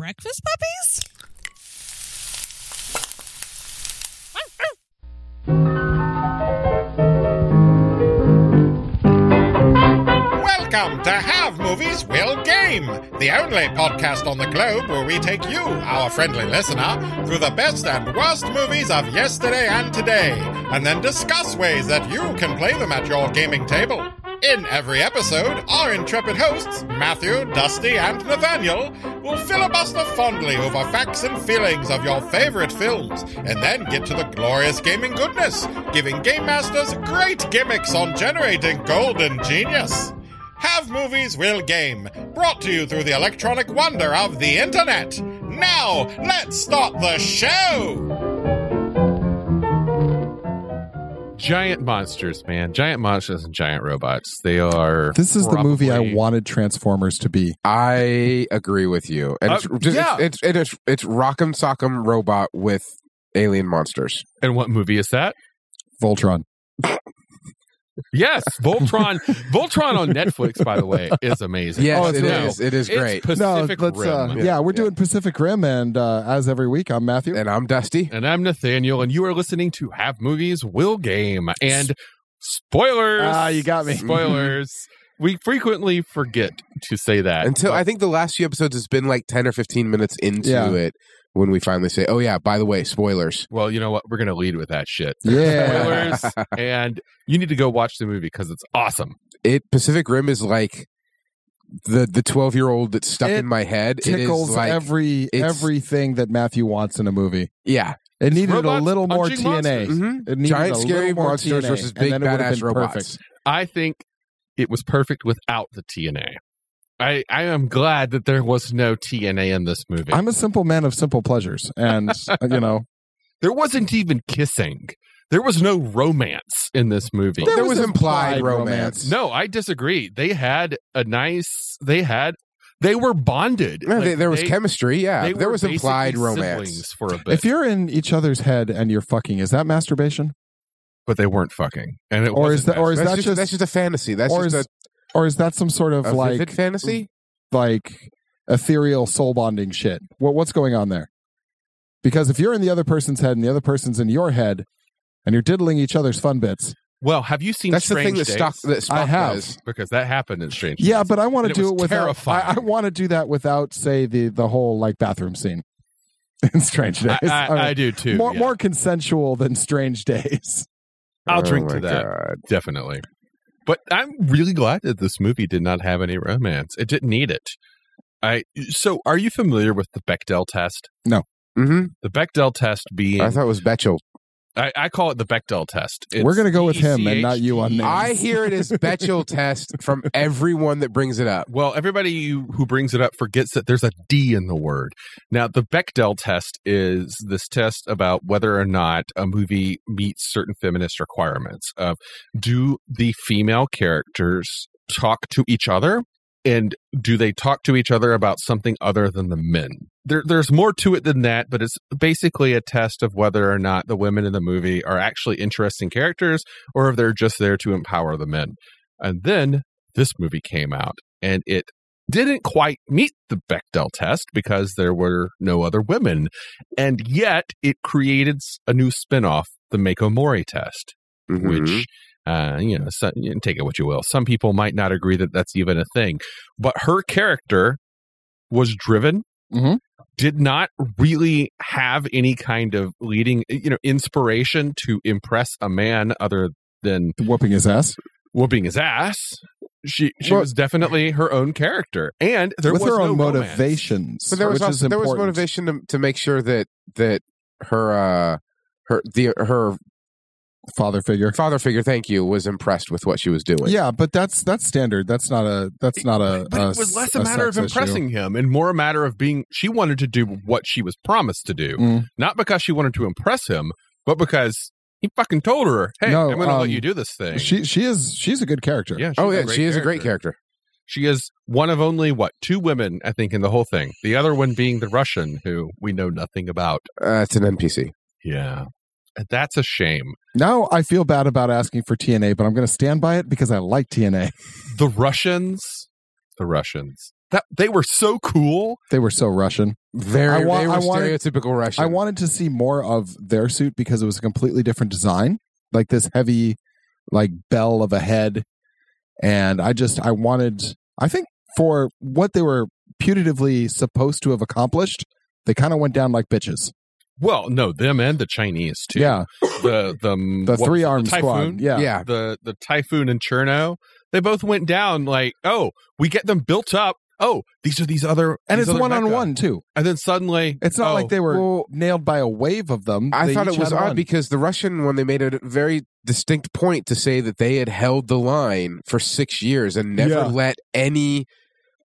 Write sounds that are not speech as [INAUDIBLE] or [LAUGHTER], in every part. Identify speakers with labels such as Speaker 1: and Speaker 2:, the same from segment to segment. Speaker 1: breakfast puppies?
Speaker 2: Welcome to Have Movies Will Game, the only podcast on the globe where we take you, our friendly listener, through the best and worst movies of yesterday and today, and then discuss ways that you can play them at your gaming table. In every episode, our intrepid hosts, Matthew, Dusty, and Nathaniel, will filibuster fondly over facts and feelings of your favorite films, and then get to the glorious gaming goodness, giving game masters great gimmicks on generating golden genius. Have Movies Will Game, brought to you through the electronic wonder of the internet. Now, let's start the show!
Speaker 3: giant monsters, man. Giant monsters and giant robots. They are.
Speaker 4: This is the movie I
Speaker 3: probably-
Speaker 4: wanted Transformers to be.
Speaker 5: I agree with you. And
Speaker 3: Uh,
Speaker 5: it's, just,
Speaker 3: yeah.
Speaker 5: it's, it's, it's, it's Rock'em Sock'em Robot with alien monsters.
Speaker 3: And what movie is that?
Speaker 4: Voltron.
Speaker 3: Yes, Voltron.
Speaker 4: [LAUGHS]
Speaker 3: Voltron on Netflix, by the way, is amazing.
Speaker 5: Yes,
Speaker 4: Oh,
Speaker 5: it
Speaker 4: it's
Speaker 5: is.
Speaker 4: really-
Speaker 5: It is
Speaker 3: It's
Speaker 5: great.
Speaker 3: Pacific
Speaker 4: no, let's.
Speaker 3: Rim.
Speaker 4: Uh, yeah, we're doing Pacific Rim, and uh, as every week, I'm Matthew.
Speaker 5: and I'm Dusty.
Speaker 3: And I'm Nathaniel, and you are listening to Have Movies Will Game. And spoilers.
Speaker 4: Ah, you got me.
Speaker 3: Spoilers. we frequently forget to say that.
Speaker 5: Until
Speaker 3: but
Speaker 5: I think the last few episodes, it's been like 10 or 15 minutes into
Speaker 4: Yeah.
Speaker 5: it when we finally say, oh, yeah, by the way, spoilers.
Speaker 3: Well, you know what? We're going to lead with that shit.
Speaker 5: [LAUGHS]
Speaker 4: Yeah,
Speaker 3: Spoilers.
Speaker 4: [LAUGHS]
Speaker 3: and you need to go watch the movie because it's awesome.
Speaker 5: It Pacific Rim is like the the 12 year old that's stuck
Speaker 4: It
Speaker 5: in my head. It is
Speaker 4: tickles
Speaker 5: like,
Speaker 4: every
Speaker 5: it's-
Speaker 4: everything that Matthew wants in a movie.
Speaker 5: Yeah.
Speaker 4: It needed a
Speaker 3: robots
Speaker 4: little more
Speaker 3: punching
Speaker 4: TNA.
Speaker 3: monsters.
Speaker 5: Mhm.
Speaker 4: It needed Mm-hmm.
Speaker 5: Giant
Speaker 4: a
Speaker 5: scary
Speaker 4: little more
Speaker 5: monsters
Speaker 4: TNA,
Speaker 5: versus
Speaker 4: and
Speaker 5: big
Speaker 4: then it would've
Speaker 5: badass
Speaker 4: been
Speaker 5: robots.
Speaker 4: perfect.
Speaker 3: I think it was perfect without the TNA. I, I am glad that there was no TNA in this movie.
Speaker 4: I'm a simple man of simple pleasures,
Speaker 3: [LAUGHS]
Speaker 4: and you know
Speaker 3: there wasn't even kissing. There was no romance in this movie.
Speaker 5: There was implied
Speaker 4: implied
Speaker 5: romance.
Speaker 3: No, I disagree. They had a nice. They had. They were bonded.
Speaker 5: Yeah,
Speaker 3: Like,
Speaker 5: they- there was
Speaker 3: they-
Speaker 5: chemistry. Yeah.
Speaker 3: they
Speaker 5: There
Speaker 3: were
Speaker 5: was implied
Speaker 3: basically
Speaker 5: romance.
Speaker 3: siblings for a bit,
Speaker 4: if you're in each other's head and you're fucking, is that masturbation,
Speaker 3: but they weren't fucking. And it
Speaker 4: or is
Speaker 3: wasn't
Speaker 4: that, or is
Speaker 5: That's
Speaker 4: that
Speaker 5: just,
Speaker 4: just,
Speaker 5: that's just a fantasy. That's
Speaker 4: or
Speaker 5: just
Speaker 4: is- or is that some sort
Speaker 5: a,
Speaker 4: of
Speaker 5: a
Speaker 4: like
Speaker 5: vivid fantasy.
Speaker 4: like ethereal soul bonding shit. What what's going on there? Because if you're in the other person's head and the other person's in your head, and you're diddling each other's fun bits,
Speaker 3: well, have you seen
Speaker 5: That's the
Speaker 3: Strange
Speaker 5: thing that
Speaker 3: Days?
Speaker 5: Stock that Spock
Speaker 4: I have.
Speaker 5: does.
Speaker 3: because that happened in Strange.
Speaker 4: yeah,
Speaker 3: Days.
Speaker 4: but I want to
Speaker 3: And it
Speaker 4: do
Speaker 3: was
Speaker 4: it without. I,
Speaker 3: terrifying.
Speaker 4: I want to do that without say the the whole like bathroom scene [LAUGHS] in Strange Days.
Speaker 3: I, I,
Speaker 4: I mean,
Speaker 3: I do too.
Speaker 4: more
Speaker 3: yeah.
Speaker 4: more consensual than Strange Days.
Speaker 3: I'll
Speaker 5: Oh
Speaker 3: drink to
Speaker 5: my
Speaker 3: that.
Speaker 5: God.
Speaker 3: definitely. But I'm really glad that this movie did not have any romance. It didn't need it. I so are you familiar with the Bechdel test?
Speaker 5: Mhm.
Speaker 3: The Bechdel test being
Speaker 5: I
Speaker 3: I,
Speaker 5: thought it was Betchel.
Speaker 3: I, call it the Bechdel test. E
Speaker 4: We're gonna go with him and not you on
Speaker 3: PCHD.
Speaker 4: names.
Speaker 5: I hear it is
Speaker 4: [LAUGHS]
Speaker 5: Betchel test from everyone that brings it up.
Speaker 3: Well, everybody who brings it up forgets that there's a D in the word. Now, the Bechdel test is this test about whether or not a movie meets certain feminist requirements of do the female characters talk to each other and do they talk to each other about something other than the men? There, there's more to it than that, but it's basically a test of whether or not the women in the movie are actually interesting characters or if they're just there to empower the men. And then this movie came out and it didn't quite meet the Bechdel test because there were no other women. And yet it created s- a new spin-off, the Mako Mori test,
Speaker 5: Mm-hmm.
Speaker 3: which uh, you know, so, you know, take it what you will. Some people might not agree that that's even a thing, but her character was driven,
Speaker 4: Mhm.
Speaker 3: did not really have any kind of leading, you know, inspiration to impress a man other than
Speaker 4: Whooping his ass
Speaker 3: whooping his ass. She she
Speaker 5: Well-
Speaker 3: was definitely her own character, and there
Speaker 4: with
Speaker 3: was
Speaker 4: her
Speaker 3: no
Speaker 4: own
Speaker 3: romance.
Speaker 4: motivations,
Speaker 5: but there was
Speaker 4: which is
Speaker 5: also, there was
Speaker 4: important.
Speaker 5: motivation to, to make sure that that her uh her the her
Speaker 4: father figure.
Speaker 5: father figure thank you was impressed with what she was doing.
Speaker 4: Yeah, but that's that's standard. That's not a that's not a.
Speaker 3: But
Speaker 4: a
Speaker 3: it was less
Speaker 4: uh, a
Speaker 3: a matter of
Speaker 4: sex issue.
Speaker 3: impressing him and more a matter of being. She wanted to do what she was promised to do,
Speaker 4: Mm.
Speaker 3: not because she wanted to impress him, but because he fucking told her, "Hey,
Speaker 4: No,
Speaker 3: I'm going to
Speaker 4: um,
Speaker 3: let you do this thing."
Speaker 4: She she is she's a good character.
Speaker 3: yeah, she's
Speaker 5: Oh yeah, she is a great character.
Speaker 3: She is one of only what two women, I think, in the whole thing. The other one being the Russian, who we know nothing about.
Speaker 5: Uh, it's an NPC.
Speaker 3: Yeah, that's a shame.
Speaker 4: Now I feel bad about asking for TNA, but I'm going to stand by it because I like TNA.
Speaker 3: The Russians, the Russians. that they were so cool.
Speaker 4: [LAUGHS] They were so Russian.
Speaker 5: Very,
Speaker 4: I wa-
Speaker 5: they were
Speaker 4: I wanted-
Speaker 5: stereotypical Russian.
Speaker 4: I wanted to see more of their suit because it was a completely different design, like this heavy, like bell of a head, and I just I wanted. I think for what they were putatively supposed to have accomplished, they kind of went down like bitches.
Speaker 3: Well, no, them and the Chinese too.
Speaker 4: Yeah,
Speaker 3: the the um,
Speaker 4: the
Speaker 3: what was
Speaker 4: three
Speaker 3: it, the
Speaker 4: arm
Speaker 3: Typhoon?
Speaker 4: squad. Yeah.
Speaker 5: yeah.
Speaker 3: the the typhoon and cherno they both went down like oh we get them built up oh these are these other
Speaker 4: and
Speaker 3: these
Speaker 4: it's
Speaker 3: other
Speaker 4: one on
Speaker 3: mecha.
Speaker 4: one too.
Speaker 3: and then suddenly
Speaker 4: It's not
Speaker 3: oh,
Speaker 4: like they were
Speaker 5: Well,
Speaker 4: nailed by a wave of them.
Speaker 5: I
Speaker 4: They
Speaker 5: thought
Speaker 4: each
Speaker 5: it was
Speaker 4: had
Speaker 5: odd
Speaker 4: one.
Speaker 5: because the Russian one they made a very distinct point to say that they had held the line for six years and never
Speaker 4: Yeah.
Speaker 5: let any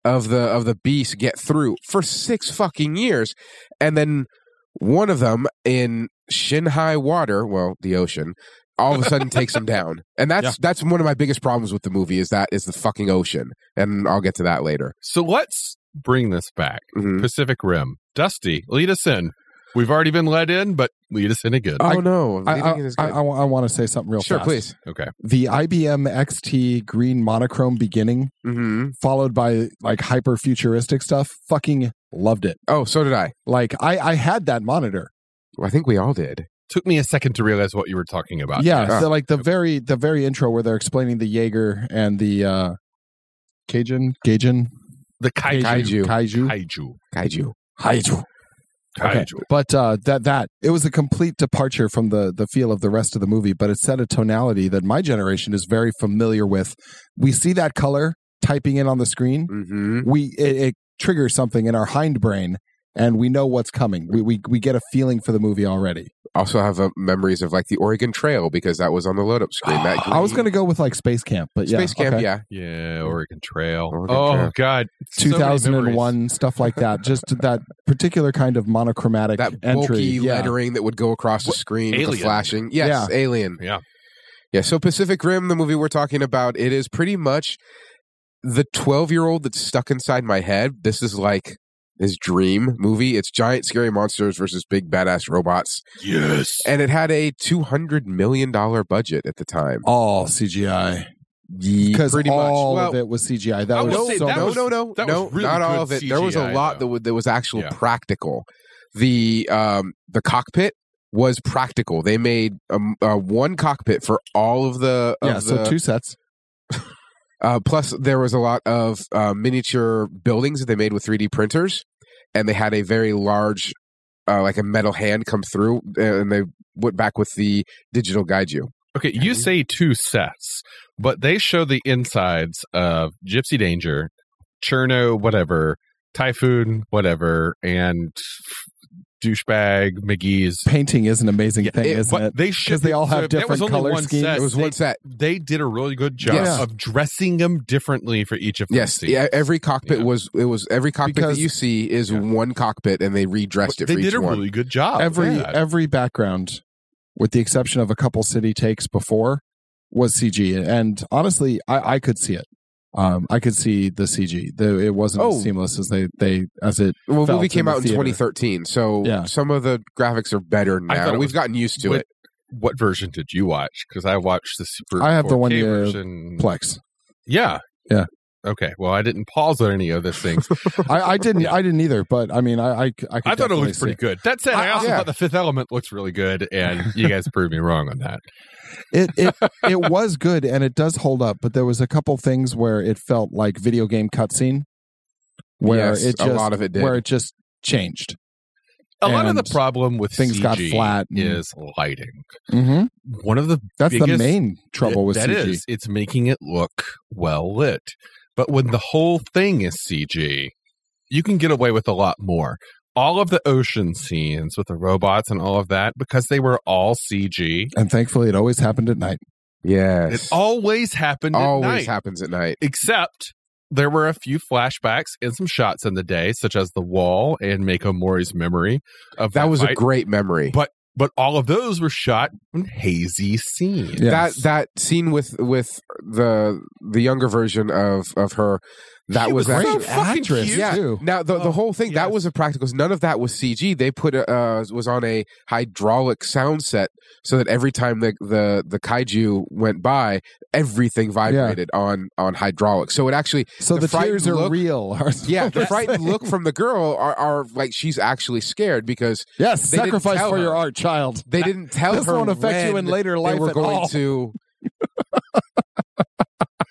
Speaker 5: of the of the beasts get through for six fucking years, and then one of them in shin high water, well, the ocean, all of a sudden
Speaker 4: [LAUGHS]
Speaker 5: takes them down, and that's that's one of my biggest problems with the movie is that is the fucking ocean, and I'll get to that later.
Speaker 3: so let's bring this back
Speaker 4: Hmm?
Speaker 5: Mhm.
Speaker 3: pacific rim dusty lead us in we've already been let in but lead us in again
Speaker 4: Uh,
Speaker 5: Oh no!
Speaker 4: I,
Speaker 5: leading
Speaker 4: I,
Speaker 5: is
Speaker 4: I,
Speaker 5: good.
Speaker 4: want to say something real
Speaker 5: sure,
Speaker 4: fast.
Speaker 5: please.
Speaker 3: okay
Speaker 4: The IBM XT green monochrome beginning,
Speaker 5: hmm
Speaker 4: followed by like hyper futuristic stuff, fucking loved it.
Speaker 5: Oh, so did I.
Speaker 4: Like I, I had that monitor.
Speaker 5: I think we all did.
Speaker 3: took me a second to realize what you were talking about
Speaker 4: yeah,
Speaker 5: yeah.
Speaker 4: so like the very the very intro where they're explaining the Jaeger and the uh Cajun Cajun
Speaker 3: the kaiju
Speaker 5: Kaiju.
Speaker 4: Kaiju
Speaker 3: kaiju
Speaker 5: Kaiju.
Speaker 4: Kaiju. Okay.
Speaker 3: kaiju
Speaker 4: But uh, that that it was a complete departure from the the feel of the rest of the movie, but it set a tonality that my generation is very familiar with. We see that color typing in on the screen.
Speaker 5: Mm-hmm.
Speaker 4: We it, it triggers something in our hindbrain, and we know what's coming. We we we get a feeling for the movie already.
Speaker 5: Also have uh, memories of like the Oregon Trail because that was on the load up screen.
Speaker 4: [GASPS]
Speaker 5: That
Speaker 4: I was
Speaker 5: green-
Speaker 4: going to go with like Space Camp, but yeah,
Speaker 5: [GASPS] Space Camp,
Speaker 4: okay.
Speaker 5: yeah.
Speaker 3: yeah oregon trail
Speaker 5: Oregon
Speaker 3: oh
Speaker 5: Trail.
Speaker 3: god So many
Speaker 4: 2001 stuff like that. Just that particular kind of monochromatic
Speaker 5: That
Speaker 4: entry.
Speaker 5: bulky
Speaker 4: Yeah.
Speaker 5: lettering that would go across the
Speaker 3: What-
Speaker 5: screen with
Speaker 3: Alien.
Speaker 5: the flashing. Yes, Alien.
Speaker 3: Yeah.
Speaker 5: Yeah, so Pacific Rim, the movie we're talking about, it is pretty much the 12-year-old that's stuck inside my head. This is like his dream movie. It's giant scary monsters versus big badass robots.
Speaker 3: yes
Speaker 5: And it had a $200 million budget at the time.
Speaker 4: All CGI because
Speaker 5: Pretty much.
Speaker 4: Oh, all
Speaker 5: Well,
Speaker 4: of it was CGI. That
Speaker 3: I
Speaker 4: was
Speaker 3: would
Speaker 5: no,
Speaker 3: say
Speaker 4: so
Speaker 3: that
Speaker 5: no,
Speaker 3: was-
Speaker 5: no, no,
Speaker 3: that
Speaker 5: no,
Speaker 3: was really
Speaker 5: not all of
Speaker 3: good
Speaker 5: it. there was a
Speaker 3: CGI
Speaker 5: lot
Speaker 3: though.
Speaker 5: that was, that was actual
Speaker 3: Yeah.
Speaker 5: practical. The um, the cockpit was practical. They made um, uh, one cockpit for all of the. Of
Speaker 4: yeah, so
Speaker 5: the-
Speaker 4: two sets.
Speaker 5: uh, plus, there was a lot of uh, miniature buildings that they made with 3D printers, and they had a very large, uh, like a metal hand come through, and they went back with the digital gaiju.
Speaker 3: Okay, you
Speaker 5: Mhm.
Speaker 3: say two sets, but they show the insides of Gypsy Danger, Cherno, whatever, Typhoon, whatever, and douchebag McGee's.
Speaker 4: Painting is an amazing
Speaker 3: Yeah,
Speaker 4: thing,
Speaker 5: it-
Speaker 4: isn't it?
Speaker 3: But they should
Speaker 4: they all have
Speaker 3: that was
Speaker 4: different
Speaker 3: only
Speaker 4: color
Speaker 3: one
Speaker 4: schemes.
Speaker 3: Set.
Speaker 5: It was
Speaker 3: they,
Speaker 5: one set.
Speaker 3: They did a really good job
Speaker 5: Yes.
Speaker 3: of dressing them differently for each of
Speaker 5: Yes,
Speaker 3: Those scenes.
Speaker 5: yeah. Every cockpit
Speaker 3: Yeah.
Speaker 5: was it was every cockpit
Speaker 4: Because-
Speaker 5: that you see is
Speaker 3: Yeah.
Speaker 5: one cockpit, and they redressed it.
Speaker 3: they
Speaker 5: for
Speaker 3: did
Speaker 5: each
Speaker 3: a
Speaker 5: one.
Speaker 3: really good
Speaker 5: Oh,
Speaker 3: job. of
Speaker 4: every
Speaker 3: that.
Speaker 4: every background, with the exception of a couple city takes before, was CG. And honestly, I, I could see it. Um, I could see the CG. The, it wasn't
Speaker 5: Oh.
Speaker 4: as seamless as they they as it.
Speaker 5: Well, the
Speaker 4: felt
Speaker 5: movie
Speaker 4: in
Speaker 5: came
Speaker 4: the
Speaker 5: out in
Speaker 4: theater.
Speaker 5: 2013, so
Speaker 4: Yeah.
Speaker 5: some of the graphics are better
Speaker 3: I thought
Speaker 5: now.
Speaker 3: it
Speaker 5: We've
Speaker 3: was-
Speaker 5: gotten used to
Speaker 3: with-
Speaker 5: it.
Speaker 3: What version did you watch? Because I watched the super.
Speaker 4: I have the one
Speaker 3: 4K
Speaker 4: you
Speaker 3: version.
Speaker 4: Plex.
Speaker 3: Yeah.
Speaker 4: Yeah.
Speaker 3: Okay. Well, I didn't pause on any of those things.
Speaker 4: [LAUGHS] I, I
Speaker 5: [LAUGHS]
Speaker 4: didn't.
Speaker 3: Yeah.
Speaker 4: I didn't either. But I mean, I I, could
Speaker 3: I thought it
Speaker 4: definitely
Speaker 3: looked
Speaker 4: see
Speaker 3: pretty good. That said, I,
Speaker 4: I-
Speaker 3: also
Speaker 5: yeah.
Speaker 3: thought the Fifth Element looks really good, and you
Speaker 4: [LAUGHS]
Speaker 3: guys proved me wrong on that.
Speaker 4: it it
Speaker 5: [LAUGHS]
Speaker 4: it was good and it does hold up but there was a couple things where it felt like video game cutscene where
Speaker 5: Yes,
Speaker 4: it just
Speaker 5: a lot of it did.
Speaker 4: where it just changed
Speaker 3: A lot of the
Speaker 4: And
Speaker 3: problem with
Speaker 4: things
Speaker 3: CG
Speaker 4: got flat and-
Speaker 3: is lighting.
Speaker 4: mm-hmm.
Speaker 3: One of the
Speaker 4: that's the
Speaker 3: biggest-
Speaker 4: main trouble with
Speaker 3: that
Speaker 4: cg
Speaker 3: is, it's making it look well lit, but when the whole thing is CG, you can get away with a lot more. All of the ocean scenes with the robots and all of that, because they were all CG.
Speaker 4: and thankfully it always happened at night
Speaker 5: Yes,
Speaker 3: It always happened. at
Speaker 5: always
Speaker 3: night.
Speaker 5: happens at night.
Speaker 3: except there were a few flashbacks and some shots in the day, such as the wall and Mako Mori's memory of that,
Speaker 5: That was a
Speaker 3: fight.
Speaker 5: great memory.
Speaker 3: But- but all of those were shot in hazy scenes.
Speaker 4: yes.
Speaker 5: That that scene with with the the younger version of of her That
Speaker 3: She
Speaker 5: was,
Speaker 3: was
Speaker 5: actually-
Speaker 3: so fucking
Speaker 4: actress
Speaker 3: cute.
Speaker 5: yeah.
Speaker 4: too.
Speaker 5: Now the, the
Speaker 3: Oh,
Speaker 5: whole thing that
Speaker 3: yes.
Speaker 5: was a practical. None of that was CG. They put a, uh was on a hydraulic sound set so that every time the the the kaiju went by, everything vibrated on on hydraulic. So it actually
Speaker 4: So the,
Speaker 5: The
Speaker 4: tears
Speaker 5: frightened
Speaker 4: are
Speaker 5: look-
Speaker 4: real.
Speaker 5: [LAUGHS] yeah, the frightened look from the girl are, are like she's actually scared because
Speaker 4: Yes,
Speaker 5: They didn't
Speaker 4: sacrifice
Speaker 5: tell
Speaker 4: for your
Speaker 5: her.
Speaker 4: art, child.
Speaker 5: they didn't tell
Speaker 4: this
Speaker 5: her
Speaker 4: won't affect you in
Speaker 5: when
Speaker 4: later life
Speaker 5: they were
Speaker 4: at
Speaker 5: going
Speaker 4: all.
Speaker 5: to.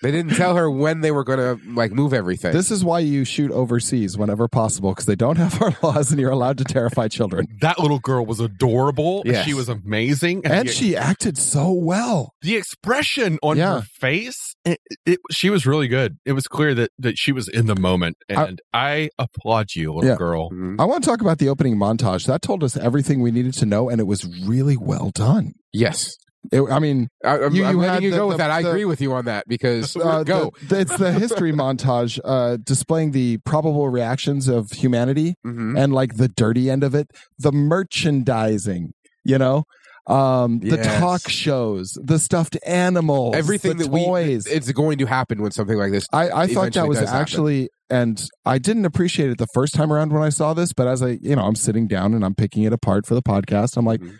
Speaker 5: they didn't tell her when they were going to like move everything.
Speaker 4: This is why you shoot overseas whenever possible because they don't have our [LAUGHS] laws and you're allowed to terrify
Speaker 5: [LAUGHS]
Speaker 4: children.
Speaker 3: That little girl was adorable.
Speaker 5: Yes.
Speaker 3: She was amazing.
Speaker 4: And
Speaker 3: the,
Speaker 4: she acted so well.
Speaker 3: the expression on
Speaker 4: Yeah.
Speaker 3: her face, it, it, she was really good. It was clear that, that she was in the moment. And I, applaud you, little
Speaker 4: Yeah.
Speaker 3: girl.
Speaker 5: Mhm.
Speaker 4: I want to talk about the opening montage. That told us everything we needed to know, and it was really well done.
Speaker 5: yes,
Speaker 4: It, I mean,
Speaker 5: I, am
Speaker 4: You- you had
Speaker 5: letting you
Speaker 4: the-
Speaker 5: go with
Speaker 4: the-
Speaker 5: that. I
Speaker 4: the-
Speaker 5: agree with you on that because
Speaker 4: uh,
Speaker 5: go.
Speaker 4: the- the- [LAUGHS] it's the history montage uh, displaying the probable reactions of humanity
Speaker 5: Mhm.
Speaker 4: and like the dirty end of it, the merchandising, you know, um, the
Speaker 5: Yes.
Speaker 4: talk shows, the stuffed animals,
Speaker 5: Everything
Speaker 4: the
Speaker 5: that we-
Speaker 4: toys.
Speaker 5: it's going to happen when something like this.
Speaker 4: I, I thought
Speaker 5: eventually
Speaker 4: that was
Speaker 5: does happen.
Speaker 4: actually, and I didn't appreciate it the first time around when I saw this, but as I, you know, I'm sitting down and I'm picking it apart for the podcast, I'm like,
Speaker 5: Mhm.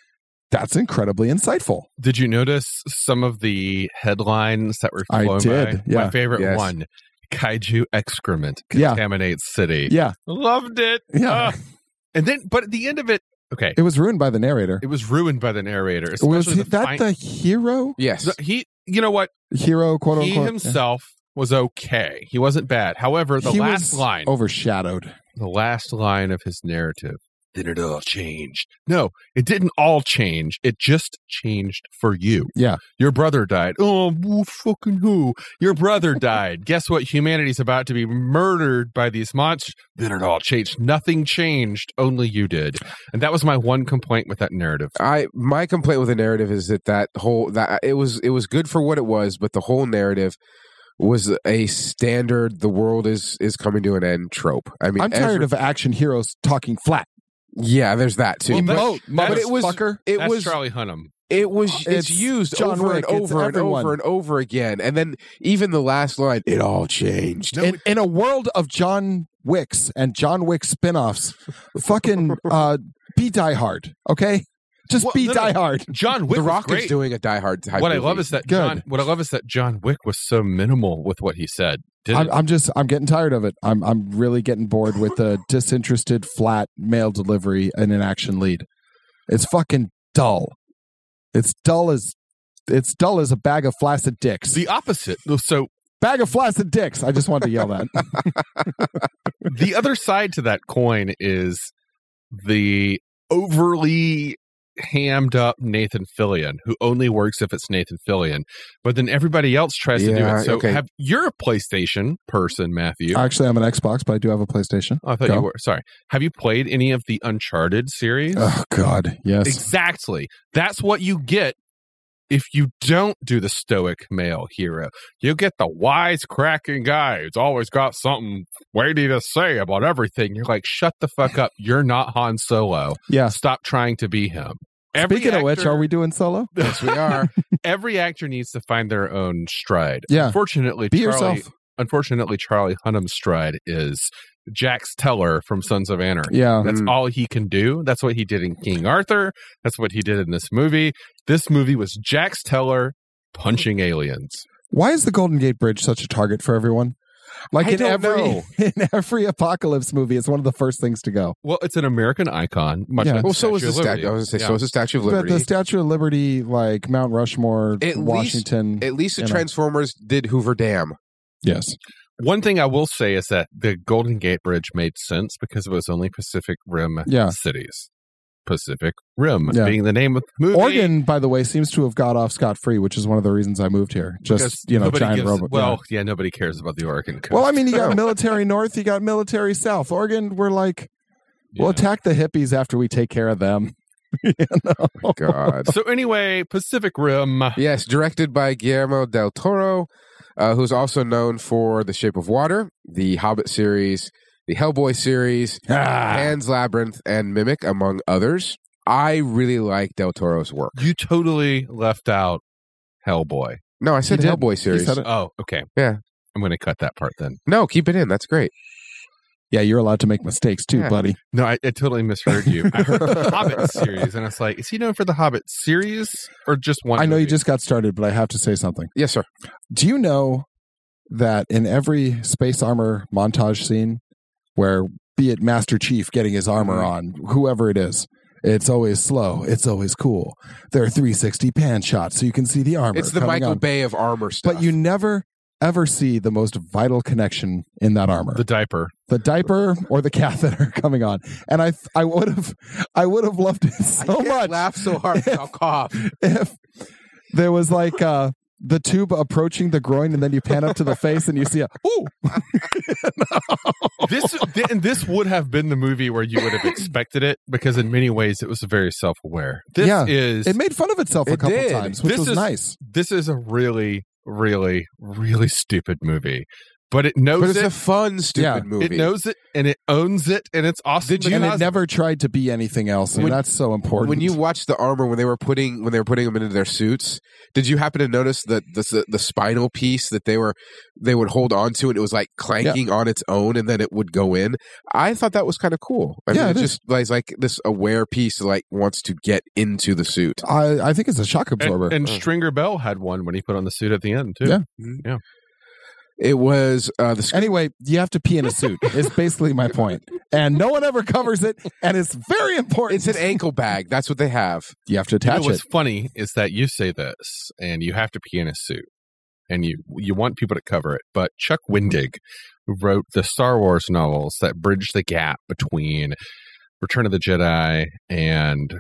Speaker 4: that's incredibly insightful.
Speaker 3: Did you notice some of the headlines that were
Speaker 4: I
Speaker 3: flown
Speaker 4: did,
Speaker 3: by?
Speaker 4: yeah.
Speaker 3: My favorite
Speaker 5: Yes.
Speaker 3: one. Kaiju excrement
Speaker 4: Yeah.
Speaker 3: contaminates city.
Speaker 4: Yeah.
Speaker 3: Loved it.
Speaker 4: Yeah.
Speaker 3: Ah. and then, but at the end of it, okay,
Speaker 4: It was ruined by the narrator.
Speaker 3: it was ruined by the narrator.
Speaker 4: Was
Speaker 3: especially
Speaker 4: he-
Speaker 3: the
Speaker 4: that
Speaker 3: fin-
Speaker 4: the hero?
Speaker 5: Yes,
Speaker 3: the- he, you know what?
Speaker 4: Hero, quote
Speaker 3: he
Speaker 4: unquote.
Speaker 3: himself was okay. He wasn't bad. However, the
Speaker 4: He
Speaker 3: last
Speaker 4: was
Speaker 3: line,
Speaker 4: Overshadowed.
Speaker 3: the last line of his narrative, then it all changed. No, it didn't all change. It just changed for you.
Speaker 4: Yeah.
Speaker 3: Your brother died. Oh, who fucking who? Your
Speaker 5: [LAUGHS]
Speaker 3: brother died. Guess what? Humanity's about to be murdered by these monsters. Then it all changed. Nothing changed. Only you did. And that was my one complaint with that narrative.
Speaker 5: I my complaint with the narrative is that that whole that it was it was good for what it was, but the whole narrative was a standard. The world is is coming to an end trope. I mean,
Speaker 4: I'm tired
Speaker 5: every-
Speaker 4: of action heroes talking flat.
Speaker 5: yeah. There's that too.
Speaker 3: Well,
Speaker 5: but
Speaker 3: Emote,
Speaker 5: but it was
Speaker 4: motherfucker.
Speaker 5: it
Speaker 3: That's
Speaker 5: was
Speaker 3: Charlie Hunnam.
Speaker 5: it was
Speaker 4: It's
Speaker 5: it's, used
Speaker 4: John
Speaker 5: over
Speaker 4: Wick,
Speaker 5: and
Speaker 4: it's
Speaker 5: over and
Speaker 4: everyone.
Speaker 5: over and over again, and then even the last line, it all changed.
Speaker 3: No,
Speaker 4: in, in a world of John Wicks and John Wick [LAUGHS] spin-offs, fucking uh, be Die Hard, okay? Just
Speaker 3: Well,
Speaker 4: be
Speaker 3: no, no.
Speaker 4: Die Hard.
Speaker 3: John Wick
Speaker 5: the
Speaker 3: was
Speaker 5: Rock
Speaker 3: great.
Speaker 5: is doing a Die Hard type.
Speaker 3: what I
Speaker 5: movie.
Speaker 3: love is that
Speaker 4: Good.
Speaker 3: John. What I love is that John Wick was so minimal with what he said.
Speaker 4: I'm,
Speaker 3: Didn't
Speaker 4: I'm just I'm getting tired of it. I'm I'm really getting bored with [LAUGHS] the disinterested flat mail delivery and an action lead. It's fucking dull. It's dull as it's dull as a bag of flaccid dicks.
Speaker 3: the opposite? So
Speaker 4: bag of flaccid dicks. I just wanted to yell
Speaker 5: [LAUGHS]
Speaker 4: that.
Speaker 3: the other side to that coin is the overly hammed up Nathan Fillion, who only works if it's Nathan Fillion. But then everybody else tries to do
Speaker 5: Yeah,
Speaker 3: it. So
Speaker 5: okay. Uh,
Speaker 3: have you're a PlayStation person, Matthew. I,
Speaker 4: Actually, I'm an Xbox, but I do have a PlayStation.
Speaker 3: I thought
Speaker 4: go.
Speaker 3: you were sorry. Have you played any of the Uncharted series?
Speaker 4: Oh God, yes.
Speaker 3: Exactly. That's what you get if you don't do the stoic male hero. You get the wisecracking guy who's always got something weighty to say about everything. You're like, shut the fuck up. You're not Han
Speaker 4: [LAUGHS]
Speaker 3: Solo.
Speaker 4: Yeah.
Speaker 3: Stop trying to be him. Every
Speaker 4: Speaking of which,
Speaker 3: actor-
Speaker 4: are we doing solo?
Speaker 5: [LAUGHS] yes, we are.
Speaker 3: every actor needs to find their own stride.
Speaker 4: [LAUGHS] Yeah.
Speaker 3: Unfortunately,
Speaker 4: Be
Speaker 3: Charlie,
Speaker 4: yourself.
Speaker 3: Unfortunately, Charlie Hunnam's stride is Jax Teller from Sons of Anarchy.
Speaker 4: Yeah.
Speaker 3: That's
Speaker 5: Mm.
Speaker 3: all he can do. That's what he did in King Arthur. That's what he did in this movie. This movie was Jax Teller punching aliens.
Speaker 4: Why is the Golden Gate Bridge such a target for everyone? Like
Speaker 5: I
Speaker 4: in
Speaker 5: don't
Speaker 4: every
Speaker 5: know.
Speaker 4: [LAUGHS] in every apocalypse movie, it's one of the first things to go.
Speaker 3: Well, it's an American icon. Much
Speaker 4: Yeah.
Speaker 3: like
Speaker 5: well, so
Speaker 3: Statue
Speaker 5: was the
Speaker 3: of Liberty.
Speaker 5: statue. I was going to say,
Speaker 3: Yeah.
Speaker 5: so was the Statue of
Speaker 4: But
Speaker 5: Liberty.
Speaker 4: the Statue of Liberty, like Mount Rushmore,
Speaker 5: At least-
Speaker 4: Washington.
Speaker 5: At least the
Speaker 4: you know. Oh,
Speaker 5: Transformers did
Speaker 4: [LAUGHS]
Speaker 5: Hoover Dam.
Speaker 4: yes.
Speaker 3: One thing I will say is that the Golden Gate Bridge made sense because it was only Pacific Rim
Speaker 4: Yeah.
Speaker 3: cities. Pacific Rim
Speaker 4: Yeah.
Speaker 3: being the name of the movie.
Speaker 4: Oregon, by the way, seems to have got off scot free, which is one of the reasons I moved here. Just
Speaker 3: Because
Speaker 4: you know,
Speaker 3: nobody
Speaker 4: giant
Speaker 3: gives-
Speaker 4: robot.
Speaker 3: Well, yeah. nobody cares about the Oregon coast.
Speaker 4: yeah. well, I mean, you
Speaker 5: Oh. [LAUGHS]
Speaker 4: got military north, you got military south. Oregon, we're like, we'll
Speaker 3: Yeah.
Speaker 4: attack the hippies after we take care of
Speaker 5: [LAUGHS]
Speaker 4: them. You know?
Speaker 5: God.
Speaker 3: so anyway, Pacific Rim.
Speaker 5: Yes, directed by Guillermo del Toro, uh, who's also known for The Shape of Water, the Hobbit series, the Hellboy series,
Speaker 4: Ah.
Speaker 5: Pan's Labyrinth, and Mimic, among others. I really like del Toro's work.
Speaker 3: You totally left out Hellboy.
Speaker 5: No, I said
Speaker 4: did.
Speaker 5: Hellboy
Speaker 4: He
Speaker 5: series.
Speaker 4: said it.
Speaker 3: Oh, okay.
Speaker 5: Yeah.
Speaker 3: I'm going to cut that part then.
Speaker 5: No, keep it in. That's great.
Speaker 4: Yeah, you're allowed to make mistakes too,
Speaker 5: Yeah.
Speaker 4: buddy.
Speaker 3: No, I, I totally misheard you. I heard the [LAUGHS] Hobbit series, and I was like, is he known for the Hobbit series or just one?
Speaker 4: I know you
Speaker 3: movie?
Speaker 4: just got started, but I have to say something.
Speaker 5: Yes, sir.
Speaker 4: Do you know that in every space armor montage scene where be it Master Chief getting his armor on,
Speaker 5: Mm-hmm.
Speaker 4: whoever it is, it's always slow, it's always cool. There are 360 pan shots so you can see the armor.
Speaker 5: It's the
Speaker 4: coming
Speaker 5: Michael
Speaker 4: on.
Speaker 5: Bay of armor stuff.
Speaker 4: But you never ever see the most vital connection in that armor.
Speaker 3: the diaper.
Speaker 4: the diaper or the catheter coming on. And I I would have I would have loved it
Speaker 5: I
Speaker 4: so
Speaker 5: can't
Speaker 4: much
Speaker 5: laugh
Speaker 4: [LAUGHS]
Speaker 5: so hard. 'cause I'll cough.
Speaker 4: if there was like uh the tube approaching the groin and then you pan up to the face and you see a ooh
Speaker 3: [LAUGHS] This th- and this would have been the movie where you would have expected it because in many ways it was very self-aware. This
Speaker 4: Yeah.
Speaker 3: is
Speaker 4: it made fun of itself a
Speaker 5: It
Speaker 4: couple
Speaker 5: did.
Speaker 4: times, which
Speaker 3: This
Speaker 4: was
Speaker 3: is-
Speaker 4: nice.
Speaker 3: this is a really really really stupid movie, but it knows
Speaker 5: But it's
Speaker 3: it.
Speaker 5: a fun, stupid
Speaker 4: Yeah.
Speaker 5: movie.
Speaker 3: It knows it and it owns it and it's awesome.
Speaker 5: Did
Speaker 3: that
Speaker 5: you-
Speaker 4: And
Speaker 3: it
Speaker 4: it
Speaker 3: has it.
Speaker 4: never tried to be anything else, and
Speaker 5: When-
Speaker 4: that's so important.
Speaker 5: When you watched the armor when they were putting when they were putting them into their suits, did you happen to notice that the, the the spinal piece that they were they would hold on to and it was like clanking on its own and then it would go in? I thought that was kind of cool. I
Speaker 4: Yeah,
Speaker 5: mean,
Speaker 4: it
Speaker 5: it,
Speaker 4: is.
Speaker 5: just like like this aware piece like wants to get into the suit.
Speaker 4: I, I think it's a shock absorber.
Speaker 3: and, and Stringer Bell had one when he put on the suit at the end too.
Speaker 4: Yeah.
Speaker 5: It was uh, the sc-
Speaker 4: anyway, you have to pee in a suit. is basically my point, and no one ever covers it, and it's very important.
Speaker 5: it's an ankle bag. That's what they have.
Speaker 4: you have to
Speaker 3: You know
Speaker 4: attach
Speaker 3: what's
Speaker 4: it.
Speaker 3: funny is that you say this, and you have to pee in a suit, and you you want people to cover it. But Chuck Wendig who wrote the Star Wars novels that bridge the gap between Return of the Jedi and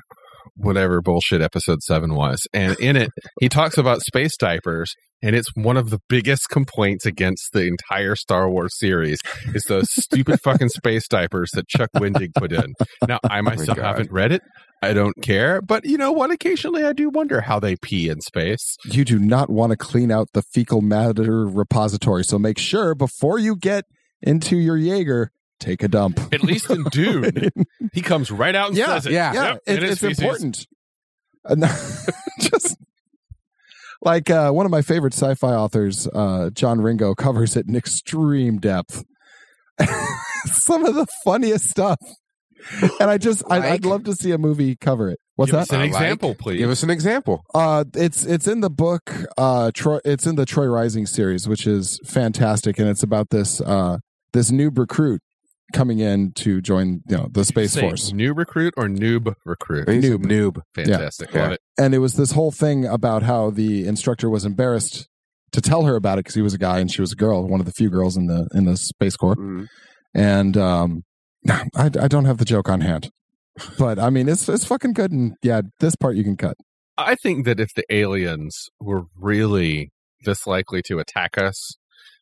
Speaker 3: whatever bullshit episode 7 was and in it he talks about space diapers and it's one of the biggest complaints against the entire star wars series is those stupid fucking space diapers that chuck wendig put in now i myself
Speaker 5: God.
Speaker 3: haven't read it I don't care, but you know what? Occasionally, I do wonder how they pee in space.
Speaker 4: You do not want to clean out the fecal matter repository, so make sure before you get into your Jaeger, take a dump.
Speaker 3: At least in Dune, [LAUGHS] he comes right out and says it.
Speaker 5: yeah.
Speaker 4: yeah,
Speaker 3: Yep,
Speaker 4: it,
Speaker 3: it is
Speaker 4: it's
Speaker 3: feces.
Speaker 4: important. And [LAUGHS] just like uh, one of my favorite sci-fi authors, uh, John Ringo, covers it in extreme depth. [LAUGHS] Some of the funniest stuff, and I just I, I'd
Speaker 5: Like?
Speaker 4: love to see a movie cover it. What's
Speaker 3: Give
Speaker 4: that?
Speaker 3: us an
Speaker 5: I like.
Speaker 3: example, please.
Speaker 5: Give us an example.
Speaker 4: Uh, it's it's in the book. Uh, Troy, it's in the Troy Rising series, which is fantastic, and it's about this uh this noob recruit coming in to join you know the space
Speaker 3: Say
Speaker 4: force.
Speaker 3: New recruit or noob recruit?
Speaker 5: He's a noob.
Speaker 3: Fantastic.
Speaker 5: Yeah.
Speaker 3: Love it.
Speaker 4: and it was this whole thing about how the instructor was embarrassed to tell her about it because he was a guy and she was a girl, one of the few girls in the in the space corps.
Speaker 5: Mm.
Speaker 4: And um, [SIGHS] I, I don't have the joke on hand, but I mean it's it's fucking good. And yeah, this part you can cut.
Speaker 3: I think that if the aliens were really this likely to attack us,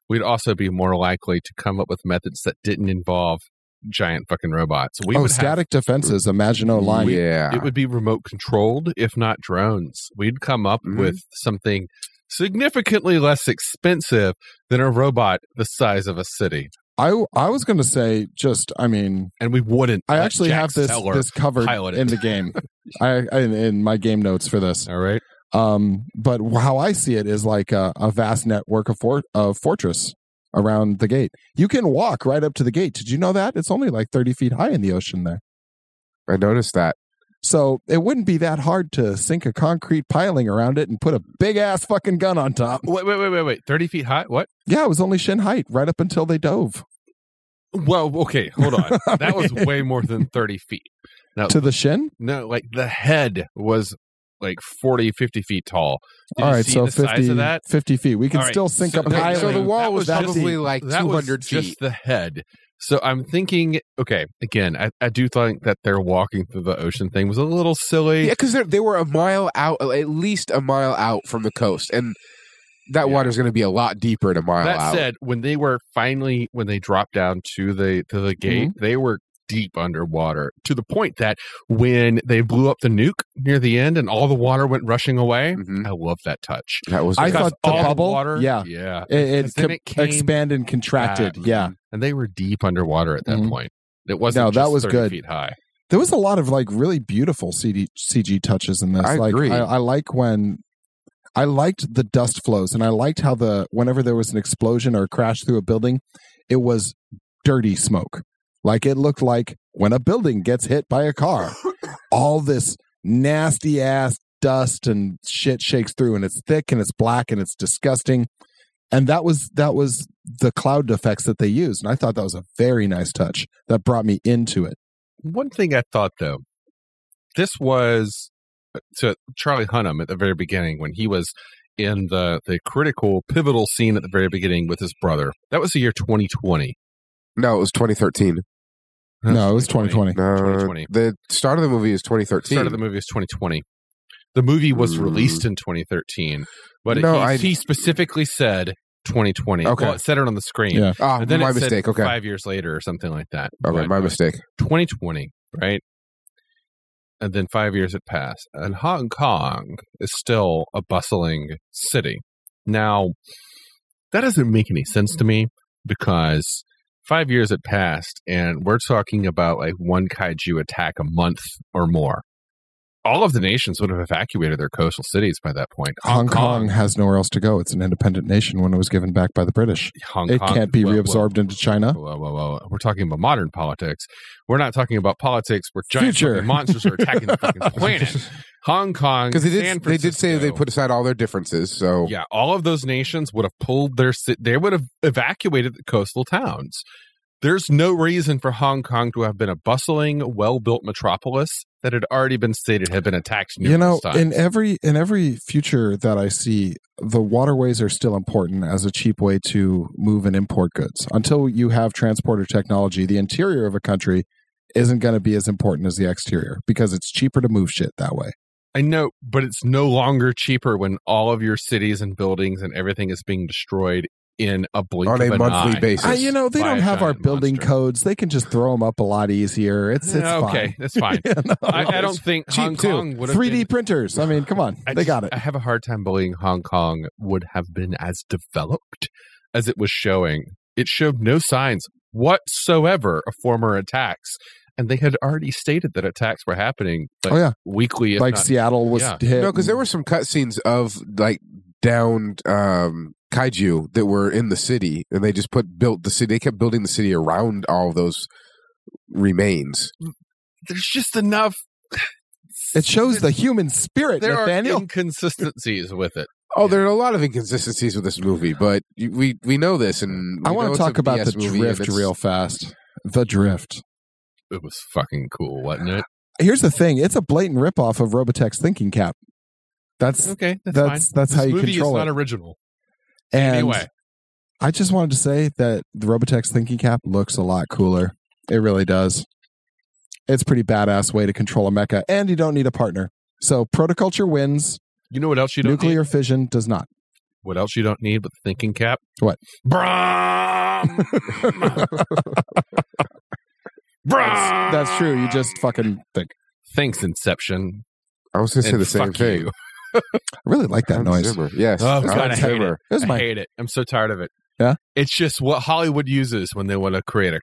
Speaker 3: we'd also be more likely to come up with methods that didn't involve giant fucking robots. We
Speaker 4: oh,
Speaker 3: would have
Speaker 4: static defenses, Imagino line.
Speaker 5: Yeah.
Speaker 3: it would be remote controlled if not drones we'd come up
Speaker 5: Mhm.
Speaker 4: Mm-hmm.
Speaker 3: with something significantly less expensive than a robot the size of a city
Speaker 4: I I was gonna say just I mean
Speaker 3: and we wouldn't
Speaker 4: I
Speaker 3: let
Speaker 4: actually
Speaker 3: Jack
Speaker 4: have this
Speaker 3: Steller-
Speaker 4: this covered
Speaker 3: pilot it.
Speaker 4: in the game. I, I in, in my game notes for this.
Speaker 3: all
Speaker 4: [LAUGHS]
Speaker 3: right
Speaker 4: Um, but how I see it is like a, a vast network of fort of fortress around the gate. You can walk right up to the gate. Did you know that? It's only like thirty feet high in the ocean there.
Speaker 5: I noticed that.
Speaker 4: So it wouldn't be that hard to sink a concrete piling around it and put a big ass fucking gun on top.
Speaker 3: wait wait wait wait wait 30 feet high what
Speaker 4: Yeah, it was only shin height right up until they dove
Speaker 3: well okay hold on [LAUGHS] that was
Speaker 4: [LAUGHS]
Speaker 3: way more than 30 feet
Speaker 4: to the shin.
Speaker 3: no like the head was like 40 50 feet tall Did
Speaker 4: All
Speaker 3: you
Speaker 4: right,
Speaker 3: see
Speaker 4: so
Speaker 3: the size
Speaker 4: 50,
Speaker 3: of that
Speaker 4: 50 feet. We can
Speaker 3: All right,
Speaker 4: still sink
Speaker 3: so-
Speaker 4: a
Speaker 3: okay, so
Speaker 4: piling.
Speaker 5: so the
Speaker 3: That
Speaker 5: wall
Speaker 3: was
Speaker 5: was,
Speaker 3: just-
Speaker 5: probably like
Speaker 3: that
Speaker 5: two
Speaker 3: was
Speaker 5: hundred feet.
Speaker 3: Just the head. So I'm thinking, okay, again, I, I do think that their walking through the ocean thing was a little silly.
Speaker 5: Yeah, because they were a mile out, uh, at least a mile out from the coast, and that
Speaker 3: Yeah.
Speaker 5: water's going to be a lot deeper in a mile
Speaker 3: that
Speaker 5: out.
Speaker 3: said, when they were finally when they dropped down to the to the gate,
Speaker 4: Mm-hmm.
Speaker 3: they were deep underwater to the point that when they blew up the nuke near the end and all the water went rushing away,
Speaker 5: Mhm.
Speaker 3: I love that touch.
Speaker 5: That was.
Speaker 4: Mm-hmm. I
Speaker 5: good.
Speaker 3: Because
Speaker 4: thought the
Speaker 3: all
Speaker 4: bubble-
Speaker 3: water,
Speaker 4: yeah.
Speaker 3: yeah,
Speaker 4: It,
Speaker 3: 'Cause
Speaker 4: it,
Speaker 3: then
Speaker 4: com-
Speaker 3: it came
Speaker 4: expanded and contracted.
Speaker 3: back.
Speaker 4: Yeah.
Speaker 3: and they were deep underwater at that
Speaker 4: Mhm.
Speaker 3: point. It wasn't
Speaker 4: No, that
Speaker 3: just
Speaker 4: was
Speaker 3: 30
Speaker 4: good.
Speaker 3: feet high.
Speaker 4: there was a lot of like really beautiful CD, CG touches in this.
Speaker 5: I
Speaker 4: like
Speaker 5: agree.
Speaker 4: I, I like when I liked the dust flows and I liked how the whenever there was an explosion or a crash through a building, it was dirty smoke. Like it looked like when a building gets hit by a
Speaker 5: [LAUGHS]
Speaker 4: car, all this nasty ass dust and shit shakes through and it's thick and it's black and it's disgusting. And that was that was the cloud effects that they used. And I thought that was a very nice touch that brought me into it.
Speaker 3: One thing I thought though, this was uh, to Charlie Hunnam at the very beginning when he was in the the critical pivotal scene at the very beginning with his brother. That was the year 2020. [LAUGHS]
Speaker 5: No, it was 2013.
Speaker 4: No, it was 2020.
Speaker 5: No,
Speaker 3: 2020.
Speaker 5: the start of the movie is
Speaker 3: The
Speaker 5: 2013.
Speaker 3: start of the movie is 2020. The movie was
Speaker 5: Hmm.
Speaker 3: released in 2013, but
Speaker 5: No,
Speaker 3: he,
Speaker 5: I-
Speaker 3: he specifically said 2020.
Speaker 5: Okay.
Speaker 3: Well, it said it on the screen.
Speaker 4: Yeah.
Speaker 5: Ah,
Speaker 3: And then
Speaker 5: my
Speaker 3: it said
Speaker 5: mistake. Okay,
Speaker 3: Five years later or something like that.
Speaker 5: okay,
Speaker 3: But
Speaker 5: my mistake.
Speaker 3: 2020, right? And then five years had passed. And Hong Kong is still a bustling city. Now, that doesn't make any sense to me because five years had passed and we're talking about like one kaiju attack a month or more. All of the nations would have evacuated their coastal cities by that point.
Speaker 4: Hong Kong has nowhere else to go. It's an independent nation when it was given back by the British.
Speaker 3: Hong
Speaker 4: It
Speaker 3: Kong-
Speaker 4: can't be
Speaker 3: whoa, whoa,
Speaker 4: reabsorbed into China.
Speaker 3: Whoa, whoa, whoa. We're talking about modern politics. We're not talking about politics where giant
Speaker 4: Future.
Speaker 3: fucking monsters are attacking the
Speaker 5: [LAUGHS]
Speaker 3: fucking planet. Hong Kong,
Speaker 5: Because they
Speaker 3: San
Speaker 5: did, they did say they
Speaker 3: Francisco.
Speaker 5: put aside all their differences. So
Speaker 3: Yeah, all of those nations would have pulled their. ci- They would have evacuated the coastal towns. There's no reason for Hong Kong to have been a bustling, well-built metropolis that had already been stated had been attacked.
Speaker 4: you know
Speaker 3: numerous times.
Speaker 4: in every in every future that i see the waterways are still important as a cheap way to move and import goods until you have transporter technology the interior of a country isn't going to be as important as the exterior because it's cheaper to move shit that way
Speaker 3: I know, but it's no longer cheaper when all of your cities and buildings and everything is being destroyed in a blink
Speaker 5: on
Speaker 3: of
Speaker 5: a
Speaker 3: an
Speaker 5: monthly
Speaker 3: eye.
Speaker 5: basis.
Speaker 4: I, you know they
Speaker 3: By
Speaker 4: don't
Speaker 3: a
Speaker 4: have our
Speaker 3: giant
Speaker 4: building
Speaker 3: monster.
Speaker 4: codes they can just throw them up a lot easier it's it's
Speaker 3: Yeah, okay,
Speaker 4: fine. [LAUGHS]
Speaker 3: that's fine.
Speaker 4: You know?
Speaker 3: I, I don't think
Speaker 4: Cheap,
Speaker 3: Hong
Speaker 4: too.
Speaker 3: Kong would have
Speaker 4: 3d
Speaker 3: been-
Speaker 4: printers i mean come on
Speaker 3: [LAUGHS] I
Speaker 4: they
Speaker 3: just-
Speaker 4: got it
Speaker 3: I have a hard time believing Hong Kong would have been as developed as it was showing. It showed no signs whatsoever of former attacks, and they had already stated that attacks were happening like,
Speaker 4: oh yeah
Speaker 3: weekly. If
Speaker 4: like
Speaker 3: not-
Speaker 4: seattle was
Speaker 3: yeah.
Speaker 4: hit
Speaker 5: no, because there were some cutscenes of like downed um, kaiju that were in the city, and they just put built the city. They kept building the city around all those remains.
Speaker 3: there's just enough.
Speaker 4: it shows the human
Speaker 3: [LAUGHS]
Speaker 4: spirit
Speaker 3: there are
Speaker 4: nathaniel
Speaker 3: inconsistencies with it.
Speaker 5: Oh,
Speaker 3: Yeah.
Speaker 5: there are a lot of inconsistencies with this movie, but you, we we know this, and
Speaker 4: I
Speaker 5: we know
Speaker 4: want to
Speaker 5: it's a
Speaker 4: talk about
Speaker 5: BS
Speaker 4: the
Speaker 5: movie, and
Speaker 4: drift
Speaker 5: it's-
Speaker 4: real
Speaker 5: [LAUGHS]
Speaker 4: fast. The drift.
Speaker 3: It was fucking cool, wasn't it?
Speaker 4: Here's the thing: it's a blatant ripoff of Robotech's thinking cap. That's
Speaker 3: Okay, that's, fine.
Speaker 4: that's that's
Speaker 3: this
Speaker 4: how you
Speaker 3: movie
Speaker 4: control
Speaker 3: is
Speaker 4: it.
Speaker 3: not original.
Speaker 4: and
Speaker 3: anyway,
Speaker 4: I just wanted to say that the Robotech's thinking cap looks a lot cooler. It really does. It's a pretty badass way to control a mecha, and you don't need a partner. So protoculture wins.
Speaker 3: you know what else you don't need?
Speaker 4: Nuclear fission does not.
Speaker 3: What else you don't need but the thinking cap?
Speaker 4: What?
Speaker 3: Brom. Brom.
Speaker 4: That's, that's true. You just fucking think.
Speaker 3: Thanks, Inception.
Speaker 5: I was going to say
Speaker 3: and
Speaker 5: the same
Speaker 3: fuck
Speaker 5: thing.
Speaker 3: you.
Speaker 4: I really like that
Speaker 5: Hans
Speaker 4: noise. It
Speaker 5: Zimmer. Yes.
Speaker 3: Oh, God,
Speaker 5: Hans
Speaker 3: I hate
Speaker 5: Zimmer.
Speaker 4: was
Speaker 3: I
Speaker 4: my
Speaker 3: hate it. I'm so tired of it.
Speaker 4: Yeah?
Speaker 3: It's just what Hollywood uses when they want to create a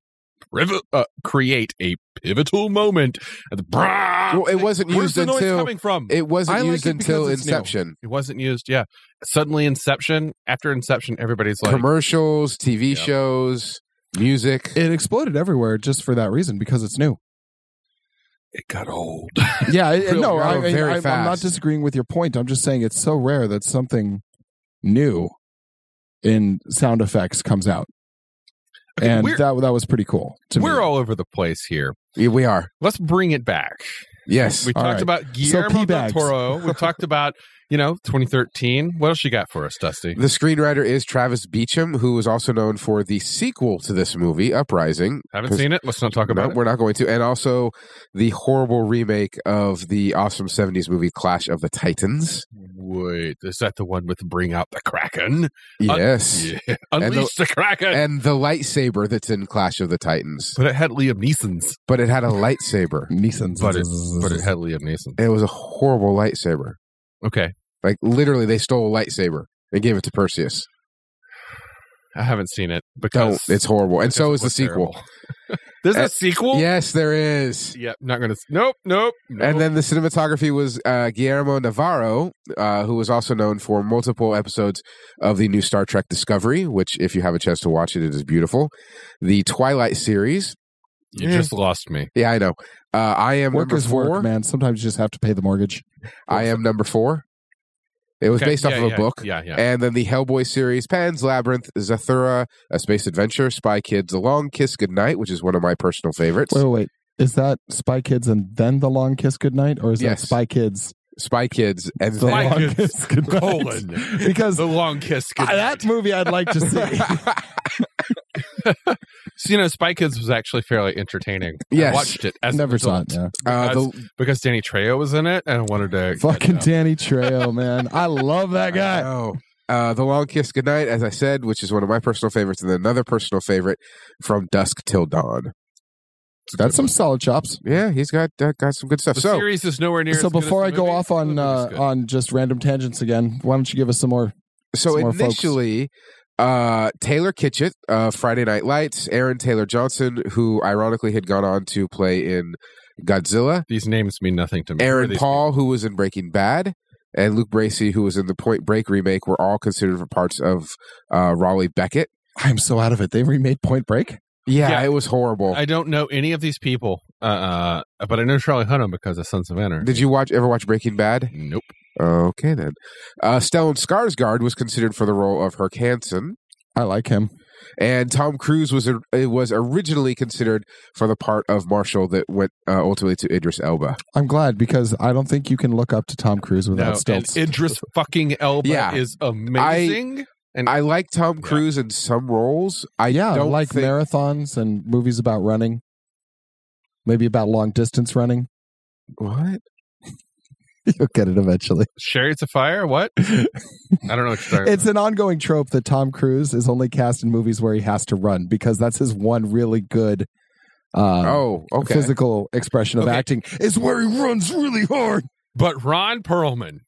Speaker 3: priv- uh, create a pivotal moment. At the Brom.
Speaker 5: Well, it wasn't
Speaker 3: Where's
Speaker 5: used
Speaker 3: the noise
Speaker 5: until
Speaker 3: coming from?
Speaker 5: it wasn't
Speaker 4: I like
Speaker 5: used
Speaker 4: it because
Speaker 5: until
Speaker 4: it's new.
Speaker 5: Inception.
Speaker 3: It wasn't used. Yeah. Suddenly, Inception. After Inception, everybody's like,
Speaker 5: Commercials, TV
Speaker 3: Yeah.
Speaker 5: shows, music.
Speaker 4: It exploded everywhere just for that reason because
Speaker 3: [LAUGHS]
Speaker 4: it's new.
Speaker 3: it got old.
Speaker 4: yeah, I- I-
Speaker 5: Real
Speaker 4: no, I,
Speaker 5: grow very
Speaker 4: I, I'm not
Speaker 5: fast.
Speaker 4: disagreeing with your point. I'm just saying it's so rare that something new in sound effects comes out,
Speaker 3: Okay,
Speaker 4: and
Speaker 3: we're-
Speaker 4: that that was pretty cool. To me.
Speaker 3: We're all over the place here.
Speaker 5: Yeah, we are.
Speaker 3: Let's bring it back.
Speaker 5: Yes.
Speaker 3: We
Speaker 4: All
Speaker 3: talked
Speaker 4: right.
Speaker 3: about Guillermo
Speaker 4: pee
Speaker 3: del
Speaker 4: bags.
Speaker 3: Toro. We talked about you know 2013. What else you got for us, Dusty?
Speaker 5: the screenwriter is Travis Beecham, who is also known for the sequel to this movie, Uprising.
Speaker 3: Haven't seen it. Let's not talk about
Speaker 5: No, we're not going to. And also the horrible remake of the awesome 70s movie Clash of the Titans.
Speaker 3: it. Wait, is that the one with "Bring Out the Kraken"? Uh,
Speaker 5: Yes.
Speaker 3: [LAUGHS] Yeah,
Speaker 5: And
Speaker 3: unleash the, Kraken.
Speaker 5: And the lightsaber that's in Clash of the Titans.
Speaker 3: but it had Liam Neeson's.
Speaker 5: But it had a lightsaber.
Speaker 4: Neeson's,
Speaker 3: But it- But it had Liam Neeson.
Speaker 5: It was a horrible lightsaber.
Speaker 3: Okay,
Speaker 5: Like literally, they stole a lightsaber and gave it to Perseus.
Speaker 3: I haven't seen it
Speaker 5: Don't.
Speaker 3: because
Speaker 5: It's horrible. And
Speaker 3: because
Speaker 5: so
Speaker 3: it
Speaker 5: is the
Speaker 3: was
Speaker 5: sequel.
Speaker 3: terrible. [LAUGHS] There's
Speaker 5: Uh,
Speaker 3: a sequel.
Speaker 5: Yes, there is.
Speaker 3: Yep. Not gonna. Nope. Nope. nope.
Speaker 5: And then the cinematography was uh, Guillermo Navarro, uh, who was also known for multiple episodes of the new Star Trek Discovery, which, if you have a chance to watch it, it is beautiful. The Twilight series.
Speaker 3: you
Speaker 5: eh.
Speaker 3: just lost me.
Speaker 5: Yeah, I know. Uh, I am
Speaker 4: Work
Speaker 5: number
Speaker 4: is
Speaker 5: four.
Speaker 4: work, man. Sometimes you just have to pay the mortgage.
Speaker 5: I am number four. It was
Speaker 3: Okay,
Speaker 5: based off
Speaker 3: yeah,
Speaker 5: of a
Speaker 3: yeah,
Speaker 5: book.
Speaker 3: Yeah. Yeah.
Speaker 5: And then the Hellboy series, Pan's Labyrinth, Zathura, A Space Adventure, Spy Kids, A Long Kiss Goodnight, which is one of my personal favorites.
Speaker 4: Wait, wait, wait. Is that Spy Kids and then the long kiss goodnight, or is
Speaker 5: Yes.
Speaker 4: that Spy Kids
Speaker 5: Spy Kids, and
Speaker 4: the
Speaker 3: Spy
Speaker 5: then,
Speaker 4: long
Speaker 3: Kids,
Speaker 4: kiss goodnight?
Speaker 3: colon.
Speaker 4: [LAUGHS] Because
Speaker 3: the long kiss.
Speaker 5: [LAUGHS]
Speaker 4: I-
Speaker 3: goodnight.
Speaker 4: that movie I'd like
Speaker 3: [LAUGHS]
Speaker 4: to see.
Speaker 3: So, you know, Spy Kids was actually fairly entertaining.
Speaker 5: Yes.
Speaker 3: I watched it. As an
Speaker 4: Never saw it.
Speaker 3: adult
Speaker 4: Yeah.
Speaker 5: uh, the,
Speaker 3: because Danny Trejo was in it, and I wanted to
Speaker 4: Fucking
Speaker 3: you know,
Speaker 4: Danny Trejo, man. I love
Speaker 3: [LAUGHS]
Speaker 4: that guy.
Speaker 5: Oh. Uh, the Long Kiss Goodnight, as I said, which is one of my personal favorites, and then another personal favorite from Dusk Till Dawn.
Speaker 4: That's some solid chops.
Speaker 5: Yeah, he's got uh, got some good stuff.
Speaker 3: the
Speaker 5: so,
Speaker 3: series is nowhere near.
Speaker 4: So
Speaker 3: as good as
Speaker 4: before
Speaker 3: the
Speaker 4: I go
Speaker 3: movie,
Speaker 4: off
Speaker 3: but
Speaker 4: on
Speaker 3: the movie's
Speaker 4: uh,
Speaker 3: good.
Speaker 4: on just random tangents again, why don't you give us some more?
Speaker 5: So
Speaker 4: Some more folks.
Speaker 5: initially, uh, Taylor Kitschett of Friday Night Lights, Aaron Taylor Johnson, who ironically had gone on to play in Godzilla,
Speaker 3: these names mean nothing to me. Who are
Speaker 5: Aaron
Speaker 3: these
Speaker 5: Paul, who was in Breaking Bad, and Luke Bracey, who was in the Point Break remake, were all considered for parts of uh, Raleigh Beckett.
Speaker 4: I'm so out of it. They remade Point Break.
Speaker 5: Yeah,
Speaker 3: Yeah.
Speaker 5: it was horrible.
Speaker 3: people? I don't know any of these people, uh, uh, but I know Charlie Hunnam because of Sons of Anarchy.
Speaker 5: Did you watch ever watch Breaking Bad?
Speaker 3: Nope.
Speaker 5: Okay then. Uh, Stellan Skarsgård was considered for the role of Herc Hansen.
Speaker 4: I like him.
Speaker 5: and Tom Cruise was it was originally considered for the part of Marshall that went uh, ultimately to Idris Elba.
Speaker 4: I'm glad because I don't think you can look up to Tom Cruise without
Speaker 3: No,
Speaker 4: stilts.
Speaker 3: and
Speaker 5: [LAUGHS]
Speaker 3: Idris fucking Elba
Speaker 5: Yeah.
Speaker 3: is amazing.
Speaker 5: I like Tom
Speaker 3: Yeah.
Speaker 5: Cruise in some roles. I
Speaker 4: Uh, yeah,
Speaker 5: don't
Speaker 4: like
Speaker 5: think,
Speaker 4: marathons and movies about running. Maybe about long distance running. [LAUGHS]
Speaker 5: what
Speaker 4: You'll get it eventually.
Speaker 3: Chariots of Fire. What? I don't know what you're talking
Speaker 4: It's an ongoing trope that Tom Cruise is only cast in movies where he has to run because that's his one really good um,
Speaker 5: oh okay
Speaker 4: physical expression of
Speaker 3: Okay.
Speaker 4: acting is where he runs really hard.
Speaker 3: about. But Ron Perlman.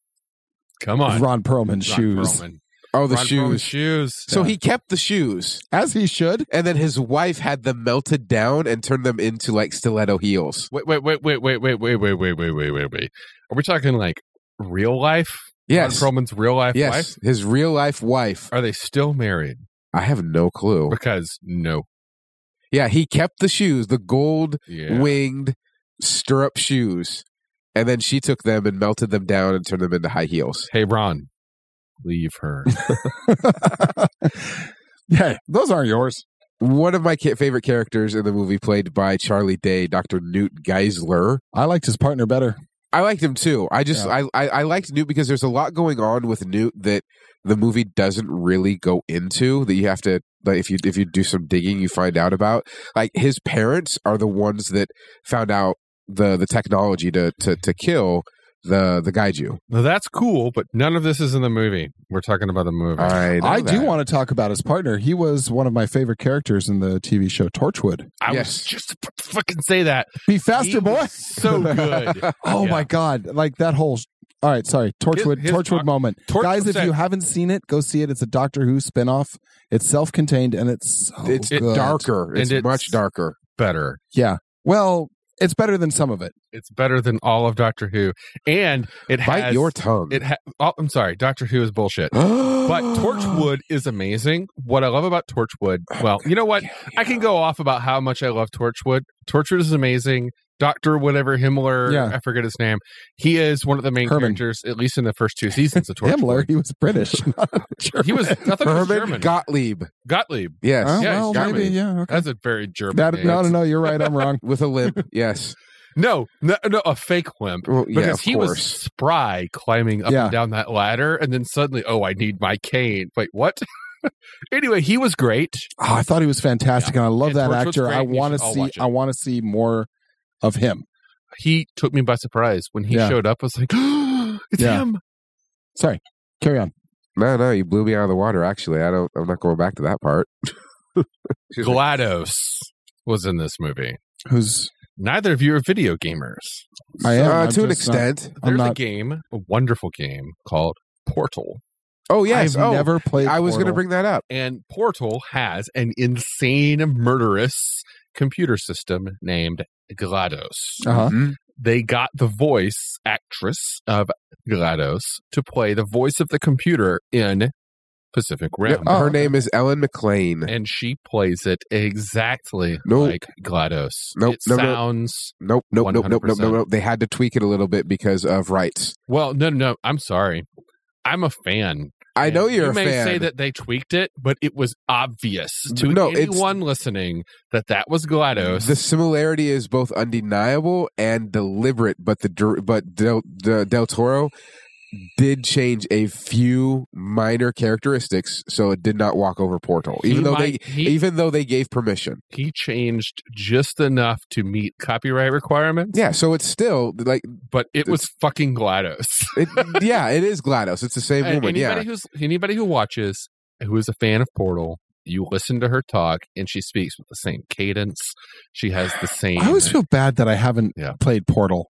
Speaker 3: Come on,
Speaker 4: Ron Perlman
Speaker 3: Ron
Speaker 4: shoes
Speaker 3: Perlman.
Speaker 5: oh the
Speaker 3: Ron Perlman's
Speaker 5: shoes.
Speaker 3: shoes.
Speaker 5: So
Speaker 4: Yeah.
Speaker 5: he kept the shoes,
Speaker 4: as he should. [LAUGHS]
Speaker 5: and then his wife had them melted down and turned them into like stiletto heels.
Speaker 3: Wait, wait, wait, wait, wait, wait, wait, wait, wait, wait, wait, wait, wait. Are we talking like real life?
Speaker 5: Yes,
Speaker 3: Ron Perlman's real life
Speaker 5: yes,
Speaker 3: wife?
Speaker 5: his real life wife.
Speaker 3: Are they still married?
Speaker 5: I have no clue.
Speaker 3: Because no.
Speaker 5: Yeah, he kept the shoes, the gold
Speaker 3: Yeah.
Speaker 5: winged stirrup shoes. And then she took them and melted them down and turned them into high heels.
Speaker 3: Hey, Ron, leave her. [LAUGHS]
Speaker 4: yeah, those aren't yours.
Speaker 5: One of my ca- favorite characters in the movie, played by Charlie Day, Dr. Newt Geisler.
Speaker 4: I liked his partner better.
Speaker 5: I liked him too. I just, I, I, I liked Newt because there's a lot going on with Newt that the movie doesn't really go into that you have to, like, if you, if you do some digging, you find out about. Like, his parents are the ones that found out the, the technology to, to, to kill the, the kaiju.
Speaker 3: now, that's cool, but none of this is in the movie. We're talking about the movie.
Speaker 5: I, know
Speaker 4: I do
Speaker 5: that.
Speaker 4: want to talk about his partner. He was one of my favorite characters in the TV show Torchwood.
Speaker 3: I
Speaker 5: yes.
Speaker 3: was just about to fucking say that.
Speaker 4: Be faster,
Speaker 3: He
Speaker 4: boy!
Speaker 3: was So good.
Speaker 4: [LAUGHS] Oh
Speaker 3: Yeah.
Speaker 4: my god! Like that whole. sh- All right, sorry. Torchwood,
Speaker 3: his
Speaker 4: Torchwood
Speaker 3: doc-
Speaker 4: moment,
Speaker 3: Torch-
Speaker 4: guys. If
Speaker 3: say-
Speaker 4: you haven't seen it, go see it. It's a Doctor Who spinoff. It's self-contained and it's so
Speaker 5: it's
Speaker 4: good.
Speaker 5: darker.
Speaker 3: Oh, And
Speaker 5: It's,
Speaker 3: it's-
Speaker 5: much darker.
Speaker 3: better.
Speaker 4: Yeah. Well, it's better than some of it.
Speaker 3: It's better than all of Doctor Who. And it
Speaker 5: Bite
Speaker 3: has.
Speaker 5: your tongue. [LAUGHS]
Speaker 3: it ha- oh, I'm sorry. Doctor Who is bullshit. [GASPS] But
Speaker 4: [GASPS]
Speaker 3: Torchwood is amazing. What I love about Torchwood,
Speaker 4: Oh,
Speaker 3: well, you know what? I can go off about how much I love Torchwood. Torchwood is amazing. Doctor whatever Himmler,
Speaker 4: Yeah.
Speaker 3: I forget his name. He is one of the main
Speaker 4: Herman.
Speaker 3: characters, at least in the first two seasons of Torchwood.
Speaker 4: [LAUGHS] Himmler, he was
Speaker 3: [LAUGHS]
Speaker 4: British. [LAUGHS]
Speaker 3: He was I thought he was
Speaker 5: Herman
Speaker 3: German.
Speaker 5: Gottlieb.
Speaker 3: Gottlieb.
Speaker 5: Yes.
Speaker 4: Oh,
Speaker 3: Yeah,
Speaker 4: well,
Speaker 3: he's
Speaker 4: maybe.
Speaker 5: German.
Speaker 4: Yeah. Okay.
Speaker 3: That's a very German.
Speaker 4: That,
Speaker 3: name.
Speaker 4: no, no, no. You're right.
Speaker 3: [LAUGHS]
Speaker 4: I'm wrong.
Speaker 5: With
Speaker 4: [LAUGHS]
Speaker 5: a limp. yes.
Speaker 3: no, no, no, a fake wimp.
Speaker 5: Well, yeah,
Speaker 3: Because
Speaker 5: of
Speaker 3: he was
Speaker 5: course.
Speaker 3: spry climbing up
Speaker 4: Yeah.
Speaker 3: and down that ladder, and then suddenly, oh, I need my cane. Wait, what? [LAUGHS] anyway, he was great.
Speaker 4: Oh, I thought he was fantastic, and I love
Speaker 3: And
Speaker 4: that
Speaker 3: Torchwood's
Speaker 4: actor.
Speaker 3: great,
Speaker 4: I
Speaker 3: and you
Speaker 4: want to
Speaker 3: should all
Speaker 4: see.
Speaker 3: watch it.
Speaker 4: I want to see more of him.
Speaker 3: He took me by surprise when he
Speaker 4: Yeah.
Speaker 3: showed up. I was like, [GASPS] it's
Speaker 4: Yeah.
Speaker 3: him.
Speaker 4: Sorry. Carry on.
Speaker 5: No, no, you blew me out of the water, actually. I don't I'm not going back to that part. Excuse me.
Speaker 3: GLaDOS was in this movie.
Speaker 4: Who's
Speaker 3: Neither of you are video gamers.
Speaker 4: I am.
Speaker 5: Uh,
Speaker 4: I'm
Speaker 5: to an
Speaker 4: just not-
Speaker 5: extent.
Speaker 4: I'm
Speaker 3: There's a
Speaker 4: not-
Speaker 3: game, a wonderful game called Portal.
Speaker 5: Oh yes.
Speaker 4: I've
Speaker 5: oh
Speaker 4: never played.
Speaker 5: I was gonna
Speaker 4: Portal.
Speaker 5: bring that up.
Speaker 3: And Portal has an insane murderous computer system named GLaDOS.
Speaker 4: Uh-huh.
Speaker 5: Mhm.
Speaker 3: They got the voice actress of GLaDOS to play the voice of the computer in Pacific
Speaker 5: Yep,
Speaker 3: Rim.
Speaker 4: Oh,
Speaker 5: her
Speaker 4: okay.
Speaker 5: name is Ellen McLean.
Speaker 3: And she plays it exactly
Speaker 5: Nope.
Speaker 3: like GLaDOS.
Speaker 5: Nope,
Speaker 3: It
Speaker 5: no, no.
Speaker 3: sounds
Speaker 5: Nope, nope, nope, nope,
Speaker 3: 100%.
Speaker 5: nope, nope, nope. They had to tweak it a little bit because of rights.
Speaker 3: well, no, no, I'm sorry. I'm a fan.
Speaker 5: I know
Speaker 3: And
Speaker 5: you're
Speaker 3: you
Speaker 5: a
Speaker 3: may
Speaker 5: fan.
Speaker 3: say that they tweaked it, but it was obvious to
Speaker 5: No, it's-
Speaker 3: anyone listening that that was GLaDOS.
Speaker 5: the similarity is both undeniable and deliberate, but the dir- but Del, the Del Toro did change a few minor characteristics, so it did not walk over Portal,
Speaker 3: He
Speaker 5: even though
Speaker 3: might-
Speaker 5: they
Speaker 3: he-
Speaker 5: even though they gave permission.
Speaker 3: he changed just enough to meet copyright requirements,
Speaker 5: Yeah, so it's still like
Speaker 3: but it was fucking GLaDOS. [LAUGHS]
Speaker 5: it, yeah, it is Glados. It's the same
Speaker 3: And
Speaker 5: woman.
Speaker 3: anybody
Speaker 5: Yeah,
Speaker 3: who's anybody who watches who is a fan of Portal, you listen to her talk and she speaks with the same cadence. She has the same
Speaker 4: I always feel bad that I haven't
Speaker 3: Yeah.
Speaker 4: played Portal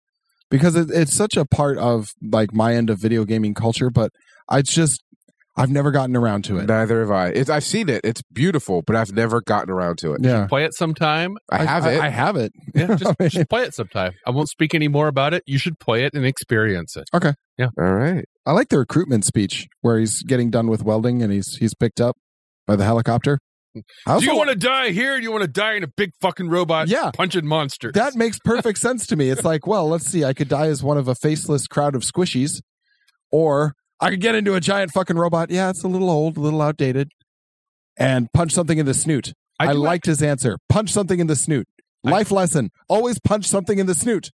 Speaker 4: because it, it's such a part of like my end of video gaming culture, but I just I've never gotten around to it.
Speaker 5: Neither have I. It's, I've seen it. It's beautiful, but I've never gotten around to it.
Speaker 4: yeah,
Speaker 3: play it sometime.
Speaker 5: I have it.
Speaker 4: I, have it.
Speaker 3: Yeah, just,
Speaker 4: [LAUGHS] I mean-
Speaker 3: just play it sometime. I won't speak any more about it. You should play it and experience it.
Speaker 5: All
Speaker 3: [LAUGHS]
Speaker 5: right.
Speaker 4: I like the recruitment speech where he's getting done with welding and he's he's picked up by the helicopter. I
Speaker 3: do
Speaker 4: also-
Speaker 3: you uh, want to die here? Or do you want to die in a big fucking robot
Speaker 4: Yeah.
Speaker 3: punching monsters?
Speaker 4: that makes perfect sense to me. It's like, well, let's see. I could die as one of a faceless crowd of squishies, or I could get into a giant fucking robot. Yeah, it's a little old, a little outdated, and punch something in the snoot. I,
Speaker 3: do
Speaker 4: liked his answer. Punch something in the snoot.
Speaker 3: I-
Speaker 4: Life lesson: always punch something in the snoot.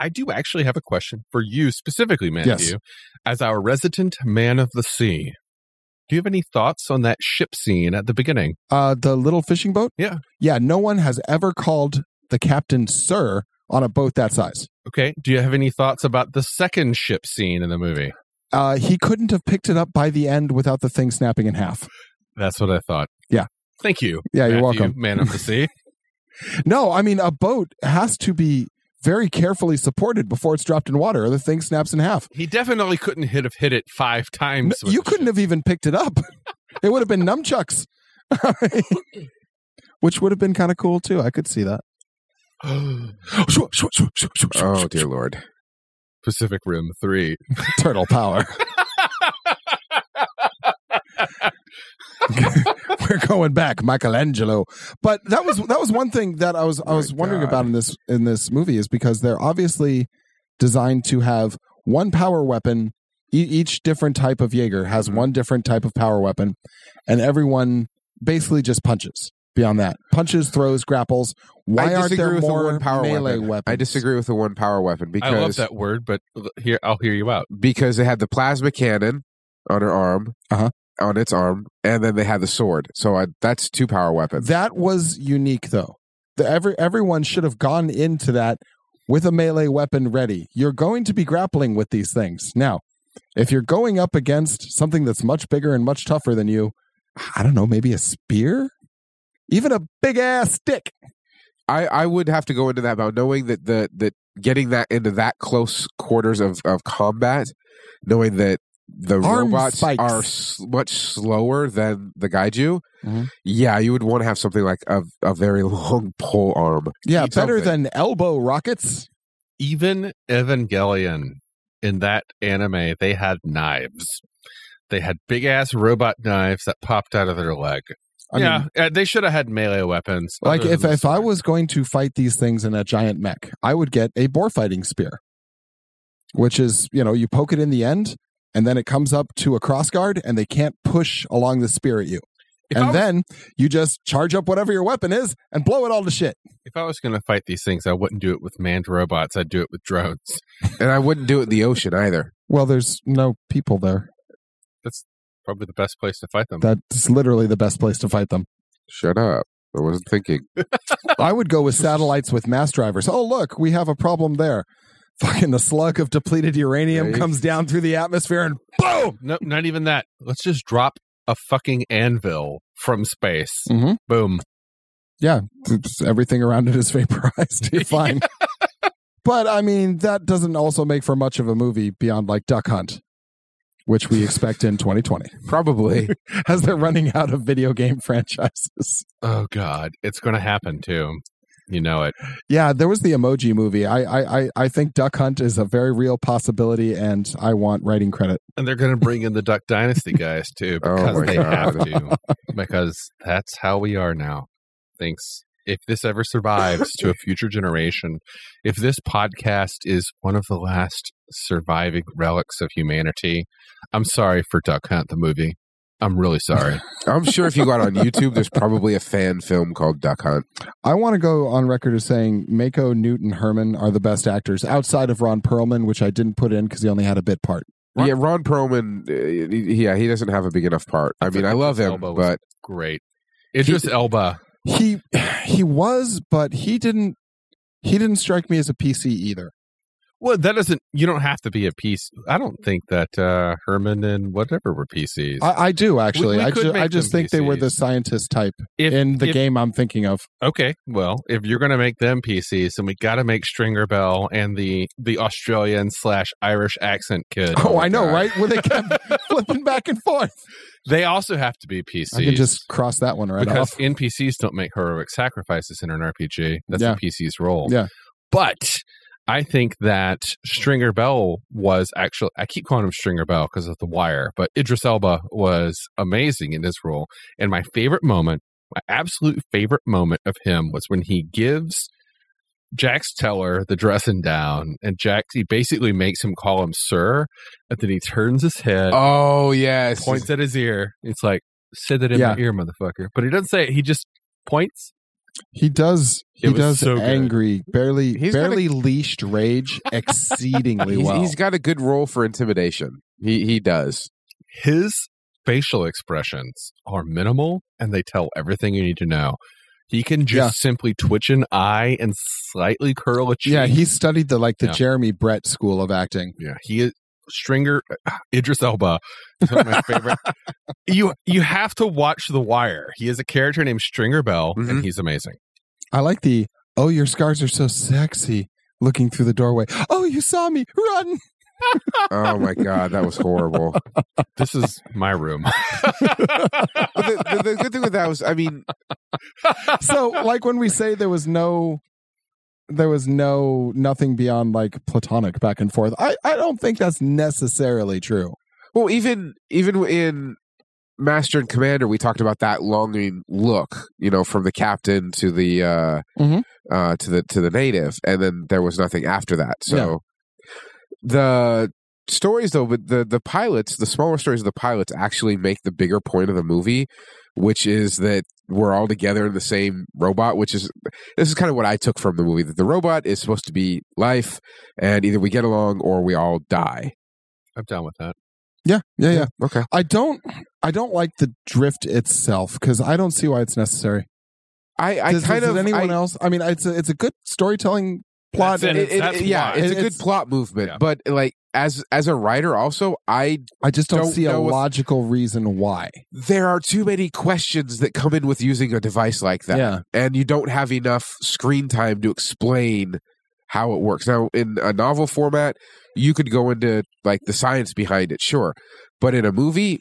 Speaker 3: I do actually have a question for you specifically, Matthew,
Speaker 4: Yes.
Speaker 3: as our resident man of the sea. Do you have any thoughts on that ship scene at the beginning?
Speaker 4: Uh, the little fishing boat.
Speaker 3: Yeah.
Speaker 4: yeah. No one has ever called the captain sir on a boat that size.
Speaker 3: Okay. Do you have any thoughts about the second ship scene in the movie?
Speaker 4: Uh, he couldn't have picked it up by the end without the thing snapping in half.
Speaker 3: That's what I thought.
Speaker 4: Yeah.
Speaker 3: Thank you.
Speaker 4: Yeah, you're
Speaker 3: Matthew,
Speaker 4: welcome.
Speaker 3: Man of the
Speaker 4: [LAUGHS]
Speaker 3: sea.
Speaker 4: No, I mean a boat has to be very carefully supported before it's dropped in water, or the thing snaps in half.
Speaker 3: he definitely couldn't hit have hit it five
Speaker 4: N-
Speaker 3: times. with
Speaker 4: You
Speaker 3: the
Speaker 4: couldn't
Speaker 3: ship.
Speaker 4: have even picked it up. [LAUGHS] It would have been nunchucks, [LAUGHS] which would have been kind of cool too. I could see that.
Speaker 5: Oh dear lord.
Speaker 3: Pacific Rim three.
Speaker 4: [LAUGHS] Turtle
Speaker 5: [LAUGHS]
Speaker 4: power. We're going back, Michelangelo. But that was that was one thing that I was I
Speaker 5: Oh My
Speaker 4: was wondering
Speaker 5: God.
Speaker 4: about in this in this movie is because they're obviously designed to have one power weapon. E- each different type of Jaeger has
Speaker 5: Mhm.
Speaker 4: one different type of power weapon, and everyone basically just punches. Beyond that, punches, throws, grapples. Why aren't
Speaker 5: disagree
Speaker 4: there
Speaker 5: with the
Speaker 4: more
Speaker 5: word power
Speaker 4: melee
Speaker 5: weapon.
Speaker 4: weapons?
Speaker 5: I disagree with the one power weapon because
Speaker 3: I love that word, but l- here I'll hear you out.
Speaker 5: because they had the plasma cannon on her arm,
Speaker 4: Uh-huh.
Speaker 5: on its arm, and then they had the sword. So I, that's two power weapons.
Speaker 4: That was unique though. The, every everyone should have gone into that with a melee weapon ready. You're going to be grappling with these things. Now, if you're going up against something that's much bigger and much tougher than you, I don't know, maybe a spear? Even a big ass stick.
Speaker 5: I, I would have to go into that about knowing that the that getting that into that close quarters of, of combat, knowing that the
Speaker 4: Arm
Speaker 5: robots
Speaker 4: spikes.
Speaker 5: are s- much slower than the kaiju.
Speaker 4: Mhm.
Speaker 5: Yeah, you would want to have something like a, a very [LAUGHS] long pole arm.
Speaker 4: Yeah,
Speaker 5: Eat
Speaker 4: better
Speaker 5: something.
Speaker 4: than elbow rockets.
Speaker 3: Even Evangelion in that anime, they had knives. They had big ass robot knives that popped out of their leg.
Speaker 4: I
Speaker 3: yeah,
Speaker 4: mean,
Speaker 3: uh, they should have had melee weapons.
Speaker 4: like
Speaker 3: other
Speaker 4: if
Speaker 3: than the
Speaker 4: if I
Speaker 3: sword.
Speaker 4: was going to fight these things in a giant mech, I would get a boar fighting spear, which is you know you poke it in the end, and then it comes up to a cross guard, and they can't push along the spear at you.
Speaker 3: If I
Speaker 4: and
Speaker 3: was-
Speaker 4: then you just charge up whatever your weapon is and blow it all to shit.
Speaker 3: if I was going to fight these things, I wouldn't do it with manned robots. I'd do it with drones.
Speaker 5: And I wouldn't do it in the ocean either.
Speaker 4: Well, there's no people there.
Speaker 3: Probably the best place to fight them.
Speaker 4: That's literally the best place to fight them.
Speaker 5: Shut up. I wasn't thinking.
Speaker 4: I would go with satellites with mass drivers. Oh, look, we have a problem there. Fucking a slug of depleted uranium
Speaker 5: Right.
Speaker 4: comes down through the atmosphere and boom.
Speaker 3: No, not even that. Let's just drop a fucking anvil from space.
Speaker 5: Mm.
Speaker 4: Mm-hmm.
Speaker 3: Boom.
Speaker 4: everything around it is [LAUGHS] vaporized. You're fine. but I mean, that doesn't also make for much of a movie beyond like Duck Hunt. which we expect in 2020
Speaker 5: Probably.
Speaker 4: [LAUGHS] as they're running out of video game franchises.
Speaker 3: Oh God, it's going to happen too. You know it.
Speaker 4: Yeah, there was the emoji movie. I, I, I, I think Duck Hunt is a very real possibility, and I want writing credit.
Speaker 3: And they're going to bring in the Duck Dynasty guys too
Speaker 5: [LAUGHS] Oh
Speaker 3: because
Speaker 5: my
Speaker 3: they
Speaker 5: God.
Speaker 3: have to. Because that's how we are now. Thanks. If this ever survives
Speaker 5: [LAUGHS]
Speaker 3: to a future generation, if this podcast is one of the last surviving relics of humanity, I'm sorry for Duck Hunt the movie. I'm really sorry.
Speaker 5: I'm sure if you got on YouTube, there's probably a fan film called Duck Hunt.
Speaker 4: I want to go on record as saying Mako, Newton, Herman are the best actors outside of Ron Perlman, which I didn't put in because he only had a bit part.
Speaker 5: yeah, Ron Perlman. Uh, he- yeah, he doesn't have a big enough part. I,
Speaker 3: I
Speaker 5: mean,
Speaker 3: thought
Speaker 5: I love him,
Speaker 3: Elba was-
Speaker 5: but
Speaker 3: Great. Idris Elba.
Speaker 4: He [SIGHS] he was, but he didn't he didn't strike me as a PC either.
Speaker 3: Well, that doesn't. You don't have to be a piece. I don't think that uh Herman and whatever were PCs.
Speaker 4: I, I do actually.
Speaker 3: we
Speaker 4: I,
Speaker 3: could
Speaker 4: ju-
Speaker 3: make
Speaker 4: I just
Speaker 3: them
Speaker 4: think they were
Speaker 3: PCs.
Speaker 4: the scientist type
Speaker 3: If-
Speaker 4: in the
Speaker 3: if-
Speaker 4: game I'm
Speaker 3: [LAUGHS]
Speaker 4: thinking of.
Speaker 3: Okay, well, if you're going to make them PCs, then we got to make Stringer Bell and the the Australian slash Irish accent kid.
Speaker 4: Oh, I know,
Speaker 5: God.
Speaker 4: right? Where they kept
Speaker 3: [LAUGHS]
Speaker 4: [LAUGHS] flipping back and forth.
Speaker 3: They also have to be PCs.
Speaker 4: I can just cross that one right
Speaker 3: because
Speaker 4: off.
Speaker 3: NPCs don't make heroic sacrifices in an RPG. That's
Speaker 4: Yeah.
Speaker 3: a PC's role.
Speaker 4: Yeah.
Speaker 3: But I think that Stringer Bell was actually, I keep calling him Stringer Bell because of The Wire, but Idris Elba was amazing in this role. And my favorite moment, my absolute favorite moment of him was when he gives Jax Teller the dressing down, and Jax, he basically makes him call him Sir, and then he turns his head
Speaker 5: oh yes,
Speaker 3: points at his ear. It's like, say that in
Speaker 4: Yeah.
Speaker 3: my ear, motherfucker. But he doesn't say it. He just points.
Speaker 4: He does
Speaker 3: It
Speaker 4: he
Speaker 3: was
Speaker 4: does
Speaker 3: so good.
Speaker 4: angry, barely
Speaker 5: He's got a-
Speaker 4: barely
Speaker 3: [LAUGHS]
Speaker 4: leashed rage exceedingly
Speaker 5: He's-
Speaker 4: well.
Speaker 5: he's got a good role for intimidation. He he does.
Speaker 3: His facial expressions are minimal and they tell everything you need to know. He can just
Speaker 4: Yeah.
Speaker 3: simply twitch an eye and slightly curl a cheek.
Speaker 4: yeah, he studied the like the
Speaker 3: Yeah.
Speaker 4: Jeremy Brett school of acting.
Speaker 3: yeah, he is Stringer [SIGHS] Idris Elba is one of my
Speaker 4: [LAUGHS]
Speaker 3: favorite. you you have to watch The Wire. He is a character named Stringer Bell,
Speaker 5: Mhm.
Speaker 4: Mm-hmm.
Speaker 3: and he's amazing.
Speaker 4: I like the oh your scars are so sexy looking through the doorway. Oh, you saw me. Run.
Speaker 5: Oh my god, that was horrible.
Speaker 3: This is my room. [LAUGHS]
Speaker 5: But the, the, the good thing with that was, I mean,
Speaker 4: So like when we say there was no there was no nothing beyond like platonic back and forth. I, I don't think that's necessarily true.
Speaker 5: well, even even in Master and Commander, we talked about that longing look, you know, from the captain to the uh,
Speaker 4: Mhm.
Speaker 5: uh, to the to the native, and then there was nothing after that. So the stories, though, but the the pilots, the smaller stories of the pilots, actually make the bigger point of the movie, which is that we're all together in the same robot. Which is this is kind of what I took from the movie that the robot is supposed to be life, and either we get along or we all die.
Speaker 3: I'm down with that.
Speaker 4: Yeah, yeah, yeah.
Speaker 5: Okay.
Speaker 4: I don't I don't like the drift itself because I don't see why it's necessary.
Speaker 5: I, I
Speaker 4: does,
Speaker 5: kind
Speaker 4: does
Speaker 5: of
Speaker 4: anyone
Speaker 5: I-
Speaker 4: else? I mean, it's a, it's a good storytelling plot.
Speaker 3: That's it.
Speaker 4: and
Speaker 5: it-
Speaker 4: it's-
Speaker 5: it-
Speaker 3: That's
Speaker 5: yeah,
Speaker 3: why.
Speaker 5: it's a
Speaker 4: It-
Speaker 5: good
Speaker 4: it's-
Speaker 5: plot movement,
Speaker 3: Yeah.
Speaker 5: but like as as a writer, also I
Speaker 4: I just don't,
Speaker 5: don't
Speaker 4: see a
Speaker 5: know if-
Speaker 4: logical reason why.
Speaker 5: there are too many questions that come in with using a device like that,
Speaker 4: Yeah.
Speaker 5: and you don't have enough screen time to explain how it works. Now, in a novel format, you could go into like the science behind it, sure, but in a movie,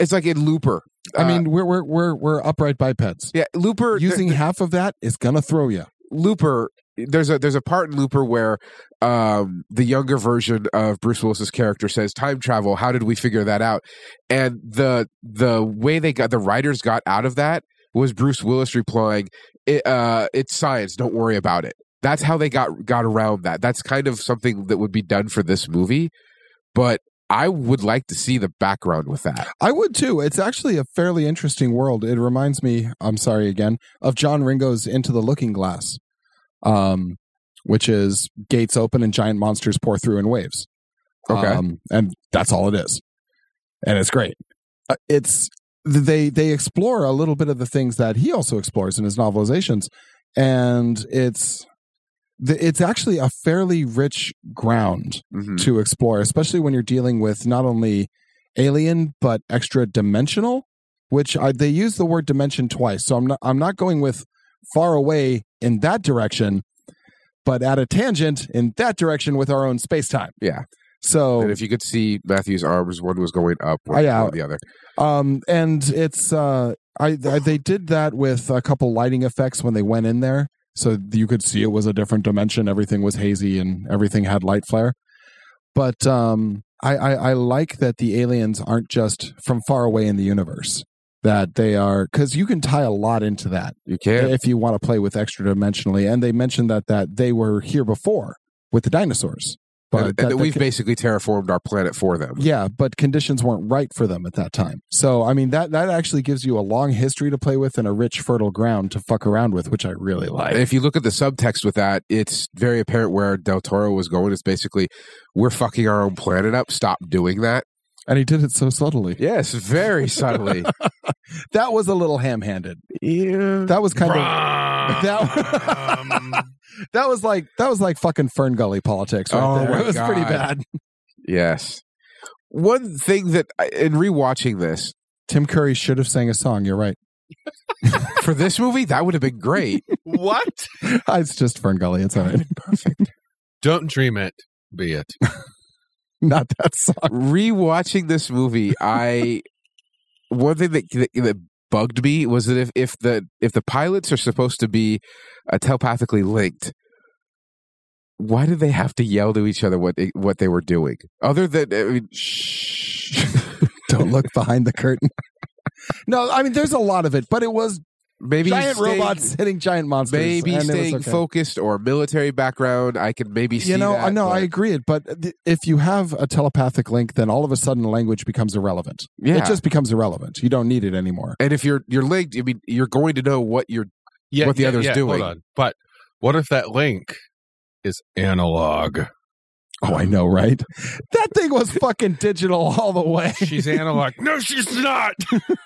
Speaker 5: it's like in Looper.
Speaker 4: I
Speaker 5: Uh,
Speaker 4: mean, we're we're we're, we're upright bipeds.
Speaker 5: yeah, Looper
Speaker 4: Using half of that is gonna throw you.
Speaker 5: Looper there's a there's a part in Looper where um the younger version of Bruce Willis's character says time travel how did we figure that out and the the way they got the writers got out of that was Bruce Willis replying it, uh it's science don't worry about it that's how they got got around that that's kind of something that would be done for this movie but I would like to see the background with that
Speaker 4: I would too. It's actually a fairly interesting world. It reminds me. I'm sorry again of John Ringo's Into the Looking Glass, um, which is gates open and giant monsters pour through in waves.
Speaker 5: okay
Speaker 4: um, and that's all it is and it's great Uh, it's they they explore a little bit of the things that he also explores in his novelizations and it's the- it's actually a fairly rich ground
Speaker 5: Mhm.
Speaker 4: to explore especially when you're dealing with not only alien but extra dimensional which I, they use the word dimension twice so i'm not i'm not going with far away in that direction but at a tangent in that direction with our own space time
Speaker 5: yeah
Speaker 4: So
Speaker 5: And if you could see Matthew's arms, one was going up, one
Speaker 4: Oh, yeah.
Speaker 5: was going the other.
Speaker 4: Um, and it's uh, I, I they did that with a couple lighting effects when they went in there, so you could see it was a different dimension. Everything was hazy and everything had light flare. But um, I, I I like that the aliens aren't just from far away in the universe. That they are because you can tie a lot into that
Speaker 5: You can.
Speaker 4: if you want to play with extra dimensionally. And they mentioned that that they were here before with the dinosaurs, but
Speaker 5: and, and
Speaker 4: that
Speaker 5: that
Speaker 4: the
Speaker 5: we've
Speaker 4: con-
Speaker 5: basically terraformed our planet for them.
Speaker 4: yeah, but conditions weren't right for them at that time. So I mean that that actually gives you a long history to play with and a rich fertile ground to fuck around with, which I really
Speaker 5: And
Speaker 4: like.
Speaker 5: if you look at the subtext with that, it's very apparent where Del Toro was going. It's basically, we're fucking our own planet up. Stop doing that.
Speaker 4: And he did it so subtly.
Speaker 5: Yes, very subtly.
Speaker 4: That was a little ham-handed.
Speaker 5: yeah.
Speaker 4: That was kind of [LAUGHS]
Speaker 2: that.
Speaker 4: that was like that was like fucking Fern Gully politics right
Speaker 5: Oh
Speaker 4: there.
Speaker 5: my
Speaker 4: it was pretty
Speaker 5: God.
Speaker 4: bad.
Speaker 5: [LAUGHS] Yes. One thing that, I- in rewatching this,
Speaker 4: Tim Curry should have sang a song. You're right. [LAUGHS]
Speaker 5: for this movie, that would have been great.
Speaker 2: what?
Speaker 4: It's just Fern Gully. It's all right.
Speaker 5: [LAUGHS] Perfect.
Speaker 3: Don't dream it, be it.
Speaker 4: [LAUGHS] Not that song.
Speaker 5: Rewatching this movie, I one thing that, that that bugged me was that if if the if the pilots are supposed to be uh, telepathically linked, why did they have to yell to each other what they, what they were doing? Other than I mean,
Speaker 4: Don't look behind the curtain. [LAUGHS] No, I mean there's a lot of it, but it was
Speaker 5: maybe
Speaker 4: giant
Speaker 5: staying-
Speaker 4: robots hitting giant monsters.
Speaker 5: Maybe
Speaker 4: and it was
Speaker 5: staying
Speaker 4: okay.
Speaker 5: focused or military background, I can maybe see
Speaker 4: you know uh,
Speaker 5: that,
Speaker 4: no i
Speaker 5: but-
Speaker 4: agree it but th- if you have a telepathic link then all of a sudden language becomes irrelevant
Speaker 5: yeah.
Speaker 4: it just becomes irrelevant you don't need it anymore
Speaker 5: and if you're you're linked, I mean, you're going to know what you're
Speaker 3: Yeah,
Speaker 5: What the
Speaker 3: yeah,
Speaker 5: other's
Speaker 3: yeah,
Speaker 5: doing.
Speaker 3: Hold on. But what if that link is analog?
Speaker 4: oh i know right [LAUGHS] that thing was fucking digital [LAUGHS] all the way
Speaker 3: She's [LAUGHS] analog. no, she's not.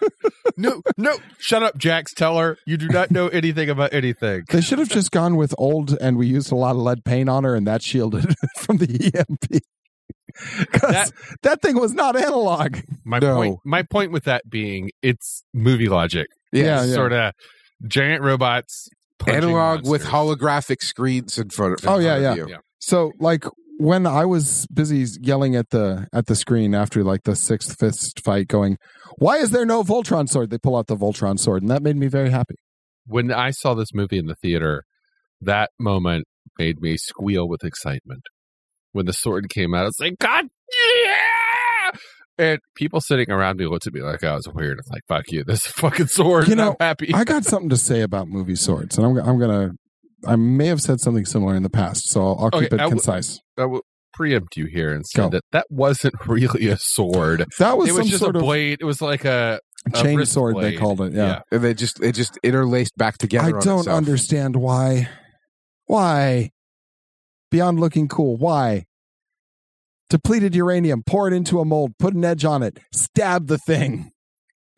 Speaker 3: [LAUGHS] no, no. Shut up, Jax. Tell her you do not know anything about [LAUGHS] anything.
Speaker 4: [LAUGHS] they should have just gone with old and we used a lot of lead paint on her and that shielded [LAUGHS] from the emp 'Cause
Speaker 3: That-
Speaker 4: that, thing was not analog
Speaker 3: My
Speaker 5: No.
Speaker 3: point. My point with that being, it's movie logic.
Speaker 4: Yeah, yeah.
Speaker 3: Sort of giant robots. punching
Speaker 5: analog with
Speaker 3: monsters.
Speaker 5: holographic screens in front of. in
Speaker 4: Oh, yeah,
Speaker 5: front of
Speaker 3: yeah.
Speaker 5: you.
Speaker 4: so like when i was busy yelling at the at the screen after like the sixth fist fight going why is there no voltron sword they pull out the voltron sword and that made me very happy
Speaker 3: When I saw this movie in the theater, that moment made me squeal with excitement. When the sword came out, it's like God, yeah! And people sitting around me looked at me like I was weird. It's like fuck you, [LAUGHS] this fucking sword.
Speaker 4: You
Speaker 3: and
Speaker 4: know,
Speaker 3: I'm happy.
Speaker 4: I got something to say about movie swords, and I'm, I'm gonna. I may have said something similar in the past, so I'll, I'll
Speaker 3: Okay,
Speaker 4: keep it
Speaker 3: I w-
Speaker 4: concise.
Speaker 3: I will preempt you here and say
Speaker 4: Go.
Speaker 3: that that wasn't [LAUGHS] really a sword.
Speaker 4: That was
Speaker 3: It
Speaker 4: some
Speaker 3: was just a
Speaker 4: sort of
Speaker 3: blade. It was like a, a
Speaker 4: chain
Speaker 3: wrist
Speaker 4: sword they
Speaker 3: blade.
Speaker 4: called it. Yeah,
Speaker 5: and they just it just interlaced back together.
Speaker 4: I
Speaker 5: on
Speaker 4: don't
Speaker 5: itself.
Speaker 4: understand why. Why? Beyond looking cool, why? Depleted uranium, pour it into a mold, put an edge on it, stab the thing.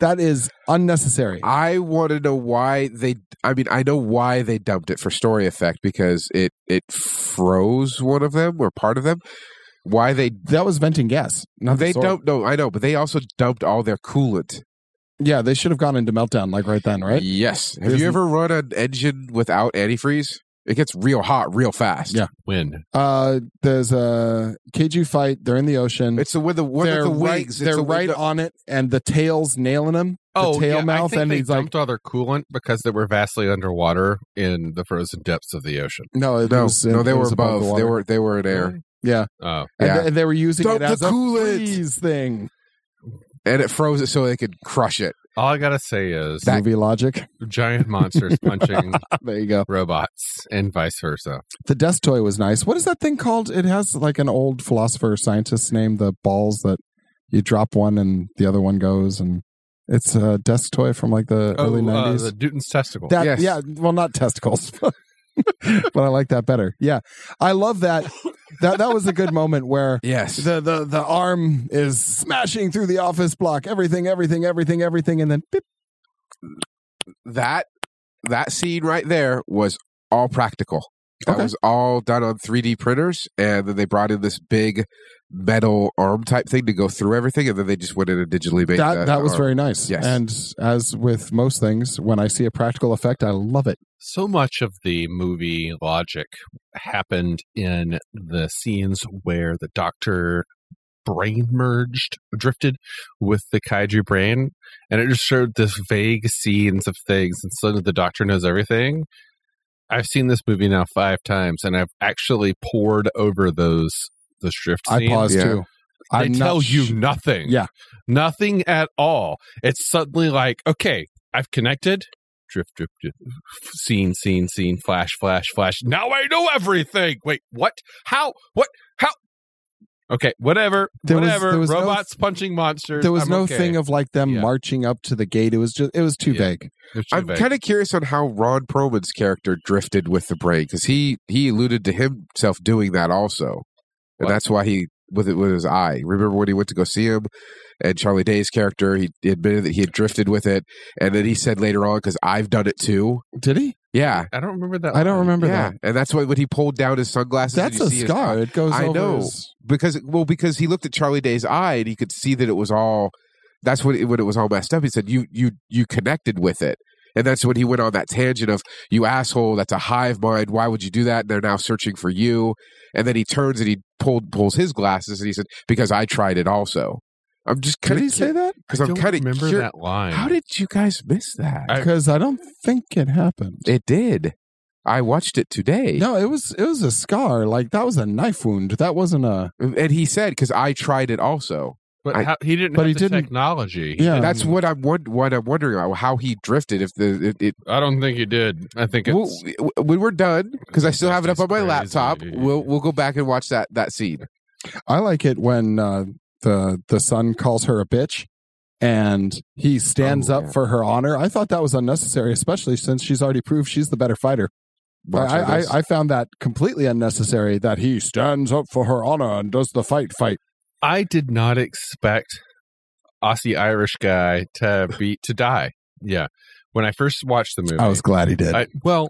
Speaker 4: That is unnecessary.
Speaker 5: I want to know why they. I mean, I know why they dumped it for story effect because it it froze one of them or part of them. Why they
Speaker 4: that was venting gas. Not the
Speaker 5: they
Speaker 4: sword.
Speaker 5: dumped? No, I know, but they also dumped all their coolant.
Speaker 4: Yeah, they should have gone into meltdown like right then, right?
Speaker 5: Yes. Have
Speaker 4: Isn't-
Speaker 5: you ever run an engine without antifreeze? It gets real hot real fast.
Speaker 4: Yeah.
Speaker 3: When
Speaker 4: Uh, there's a Keiju fight. They're in the ocean.
Speaker 5: It's the with the one of
Speaker 4: they're
Speaker 5: the
Speaker 4: right,
Speaker 5: wings.
Speaker 4: they're
Speaker 5: it's a
Speaker 4: right
Speaker 5: window-
Speaker 4: on it, and the tail's nailing him. The tail mouth,
Speaker 3: Oh, I think
Speaker 4: and
Speaker 3: they
Speaker 4: he's like,
Speaker 3: dumped all their coolant because they were vastly underwater in the frozen depths of the ocean.
Speaker 4: no, it
Speaker 5: No,
Speaker 4: was,
Speaker 5: no, they
Speaker 4: it
Speaker 5: were
Speaker 4: was above
Speaker 5: above.
Speaker 4: the
Speaker 5: they
Speaker 4: water.
Speaker 5: were they were in air,
Speaker 4: yeah,
Speaker 3: Oh,
Speaker 4: and,
Speaker 5: Yeah.
Speaker 4: they, and they were using
Speaker 5: Dump
Speaker 4: it
Speaker 5: the
Speaker 4: as a
Speaker 5: coolant.
Speaker 4: freeze thing.
Speaker 5: and it froze it so they could
Speaker 4: [LAUGHS]
Speaker 5: crush it.
Speaker 3: all I gotta say is
Speaker 5: That-
Speaker 4: Movie logic.
Speaker 3: giant monsters punching
Speaker 4: There you go.
Speaker 3: robots and vice versa.
Speaker 4: The desk toy was nice. What is that thing called? It has like an old philosopher scientist name. The balls that you drop one and the other one goes, and it's a desk toy from like the early
Speaker 3: oh, uh,
Speaker 4: nineties.
Speaker 3: the Newton's testicle.
Speaker 4: That
Speaker 5: Yes.
Speaker 4: yeah, well, not testicles, [LAUGHS] but I like that better. Yeah, I love that. That that was a good moment where
Speaker 5: Yes.
Speaker 4: the the the arm is smashing through the office block. Everything, everything, everything, everything, and then beep.
Speaker 5: that that scene right there was all practical. That
Speaker 4: Okay.
Speaker 5: was all done on 3D printers, and then they brought in this big metal arm type thing to go through everything, and then they just went in and digitally made
Speaker 4: that that was
Speaker 5: arm.
Speaker 4: very nice.
Speaker 5: Yes.
Speaker 4: and as with most things, when I see a practical effect, I love it.
Speaker 3: so much of the movie logic happened in the scenes where the doctor brain merged drifted with the kaiju brain and it just showed this vague scenes of things and suddenly the doctor knows everything i've seen this movie now five times and i've actually poured over those those drift
Speaker 4: I
Speaker 3: scenes
Speaker 4: paused
Speaker 5: Yeah.
Speaker 4: too.
Speaker 3: they
Speaker 4: I'm not
Speaker 3: tell you
Speaker 4: sh-
Speaker 3: nothing.
Speaker 4: Yeah.
Speaker 3: Nothing at all. It's suddenly like, okay, I've connected. Drift, drift, drift. Scene, scene, scene, flash, flash, flash. Now I know everything. Wait, what? How? What? How? Okay, whatever.
Speaker 4: There was-
Speaker 3: whatever.
Speaker 4: there was no-
Speaker 3: Robots punching monsters.
Speaker 4: There was
Speaker 3: I'm
Speaker 4: no
Speaker 3: okay.
Speaker 4: thing of like them
Speaker 3: Yeah.
Speaker 4: marching up to the gate. It was just it was too
Speaker 3: Yeah.
Speaker 4: vague.
Speaker 3: It's too
Speaker 5: I'm
Speaker 3: vague.
Speaker 5: kind of curious on how Ron Perlman's character drifted with the brain because he he alluded to himself doing that also, and
Speaker 3: What?
Speaker 5: that's why he with it with his eye. Remember when he went to go see him, and Charlie Day's character he admitted that he had drifted with it, and then he said later on because I've done it too.
Speaker 4: Did he?
Speaker 5: Yeah,
Speaker 3: I don't remember that.
Speaker 4: I don't
Speaker 3: line.
Speaker 4: remember
Speaker 5: Oh, yeah,
Speaker 4: that.
Speaker 5: and that's why when he pulled down his sunglasses, and
Speaker 4: That's
Speaker 5: you
Speaker 4: a
Speaker 5: see his
Speaker 4: scar. It goes
Speaker 5: I
Speaker 4: over
Speaker 5: know.
Speaker 4: his-
Speaker 5: because well because he looked at Charlie Day's eye and he could see that it was all that's what it, when it was all messed up. He said you you you connected with it, and that's when he went on that tangent of you asshole. That's a hive mind. Why would you do that? And they're now searching for you. And then he turns and he pulled pulls his glasses and he said because I tried it also. I'm just
Speaker 4: Did
Speaker 5: kind
Speaker 4: he say
Speaker 5: of
Speaker 4: that?
Speaker 5: because
Speaker 3: I
Speaker 5: I'm
Speaker 3: don't
Speaker 5: kind of
Speaker 3: remember
Speaker 5: cur-
Speaker 3: that line.
Speaker 5: How did you guys miss that?
Speaker 3: I-
Speaker 4: Because I don't think it happened.
Speaker 5: it did. I watched it today.
Speaker 4: No, it was it was a scar. Like that was a knife wound. That wasn't a
Speaker 5: And he said, because I tried it also.
Speaker 3: but
Speaker 5: I-
Speaker 3: how, he didn't
Speaker 4: but
Speaker 3: have
Speaker 4: he
Speaker 3: the
Speaker 4: didn't-
Speaker 3: technology.
Speaker 4: Yeah.
Speaker 5: That's what I'm won- what I'm wondering about how he drifted. If the it, it,
Speaker 3: I don't think he did. I think it's.
Speaker 5: we'll- when we're done, because I still have it up on my
Speaker 3: That's
Speaker 5: laptop.
Speaker 3: crazy.
Speaker 5: We'll we'll go back and watch that that scene.
Speaker 4: I like it when uh, the the son calls her a bitch and he stands
Speaker 5: Oh,
Speaker 4: up
Speaker 5: yeah.
Speaker 4: for her honor. I thought that was unnecessary, especially since she's already proved she's the better fighter. I,
Speaker 5: Watch
Speaker 4: I,
Speaker 5: this.
Speaker 4: I- I found that completely unnecessary that he stands up for her honor and does the fight fight.
Speaker 3: I did not expect Aussie Irish guy to be to die. Yeah, when I first watched the movie,
Speaker 4: I was glad he did.
Speaker 3: I- well,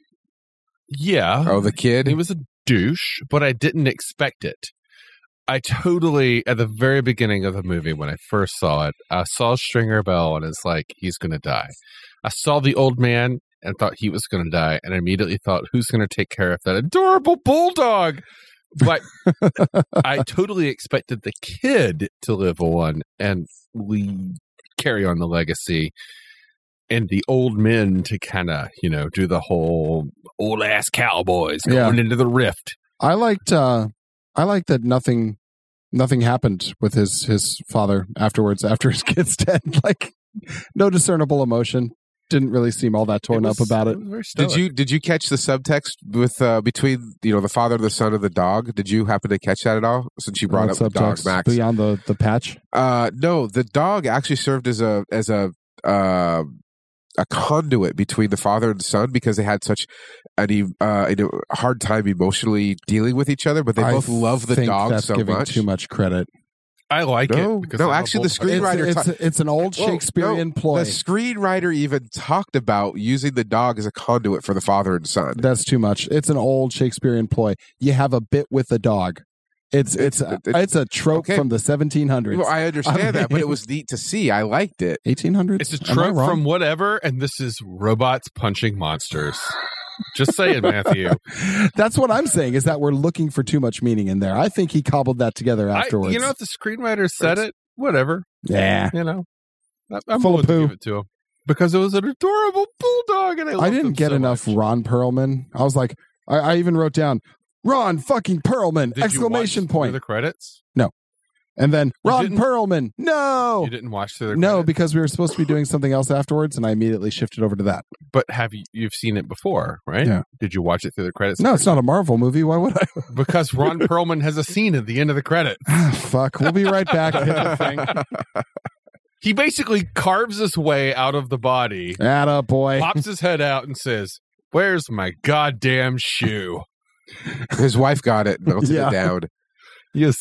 Speaker 3: yeah,
Speaker 5: oh, the kid.
Speaker 3: he was a douche, but I didn't expect it. I totally at the very beginning of the movie when I first saw it, I saw Stringer Bell and it's like he's going to die. I saw the old man and thought he was going to die, and immediately thought, who's going to take care of that adorable bulldog? But
Speaker 4: [LAUGHS]
Speaker 3: I totally expected the kid to live on and lead, carry on the legacy, and the old men to kind of you know do the whole old ass cowboys
Speaker 4: Yeah.
Speaker 3: going into the rift.
Speaker 4: I liked uh, I liked that nothing nothing happened with his his father afterwards after his kid's [LAUGHS] dead. Like no discernible emotion. Didn't really seem all that torn
Speaker 3: was-
Speaker 4: up about it.
Speaker 3: was very
Speaker 5: did
Speaker 3: stoic.
Speaker 5: you did you catch the subtext with uh, between you know the father and the son of the dog? Did you happen to catch that at all? Since you brought
Speaker 4: What
Speaker 5: up the dog,
Speaker 4: subtext
Speaker 5: Max.
Speaker 4: beyond the the patch.
Speaker 5: Uh, no, the dog actually served as a as a uh, a conduit between the father and son because they had such an e- uh, you know, hard time emotionally dealing with each other. But they
Speaker 4: I
Speaker 5: both love the
Speaker 4: think
Speaker 5: dog
Speaker 4: that's
Speaker 5: so
Speaker 4: giving
Speaker 5: much.
Speaker 4: Too much credit.
Speaker 3: I like
Speaker 5: No,
Speaker 3: it because
Speaker 5: no,
Speaker 3: I'm a
Speaker 5: actually the
Speaker 3: bull-
Speaker 5: It's- screenwriter
Speaker 4: It's,
Speaker 5: it's-
Speaker 4: an old
Speaker 5: Whoa,
Speaker 4: Shakespearean
Speaker 5: Shakespearean
Speaker 4: ploy.
Speaker 5: The screenwriter even talked about using the dog as a conduit for the father and son.
Speaker 4: That's too much. It's an old Shakespearean ploy. You have a bit with a dog. It's it's a,
Speaker 5: It's-
Speaker 4: it's a trope
Speaker 5: okay.
Speaker 4: from the 1700s.
Speaker 5: Well, I
Speaker 4: [LAUGHS]
Speaker 5: understand
Speaker 4: I
Speaker 5: that, but it
Speaker 4: mean-
Speaker 5: was neat to see. I liked it.
Speaker 4: 1800s.
Speaker 3: It's a
Speaker 4: [LAUGHS] Am I
Speaker 3: trope
Speaker 4: wrong?
Speaker 3: from whatever, and this is robots punching monsters. Just say it,
Speaker 4: [LAUGHS]
Speaker 3: Matthew. [LAUGHS]
Speaker 4: That's what I'm saying is that we're looking for too much meaning in there. I think he cobbled that together
Speaker 3: I-
Speaker 4: afterwards.
Speaker 3: you know, if the screenwriter said it, whatever.
Speaker 4: yeah.
Speaker 3: You know, I, am
Speaker 4: Full
Speaker 3: willing
Speaker 4: of
Speaker 3: to
Speaker 4: poo.
Speaker 3: give it to him because it was an adorable bulldog, and I,
Speaker 4: I
Speaker 3: loved him
Speaker 4: didn't get
Speaker 3: so
Speaker 4: enough
Speaker 3: much.
Speaker 4: Ron Perlman. I was like, I, I even wrote down Ron fucking Perlman!
Speaker 3: Did you
Speaker 4: exclamation
Speaker 3: watch through
Speaker 4: point.
Speaker 3: The credits.
Speaker 4: and then
Speaker 3: You
Speaker 4: Ron
Speaker 3: didn't-
Speaker 4: Perlman. No,
Speaker 3: You didn't watch through the
Speaker 4: Oh. no,
Speaker 3: credits?
Speaker 4: because we were supposed to be doing something else afterwards, and I immediately shifted over to that.
Speaker 3: but have you? You've seen it before, right?
Speaker 4: Yeah.
Speaker 3: Did you watch it through the credits?
Speaker 4: No, it's not a Marvel movie. Why would I?
Speaker 3: [LAUGHS] because
Speaker 4: [LAUGHS]
Speaker 3: Ron Perlman has a scene at the end of the credit.
Speaker 4: Ah, fuck. We'll be right back.
Speaker 3: He basically carves his way out of the body
Speaker 4: Atta boy.
Speaker 3: pops his head out and says, "Where's my goddamn shoe?"
Speaker 5: His wife got it, melted
Speaker 4: Yeah.
Speaker 5: it down.
Speaker 3: Yes.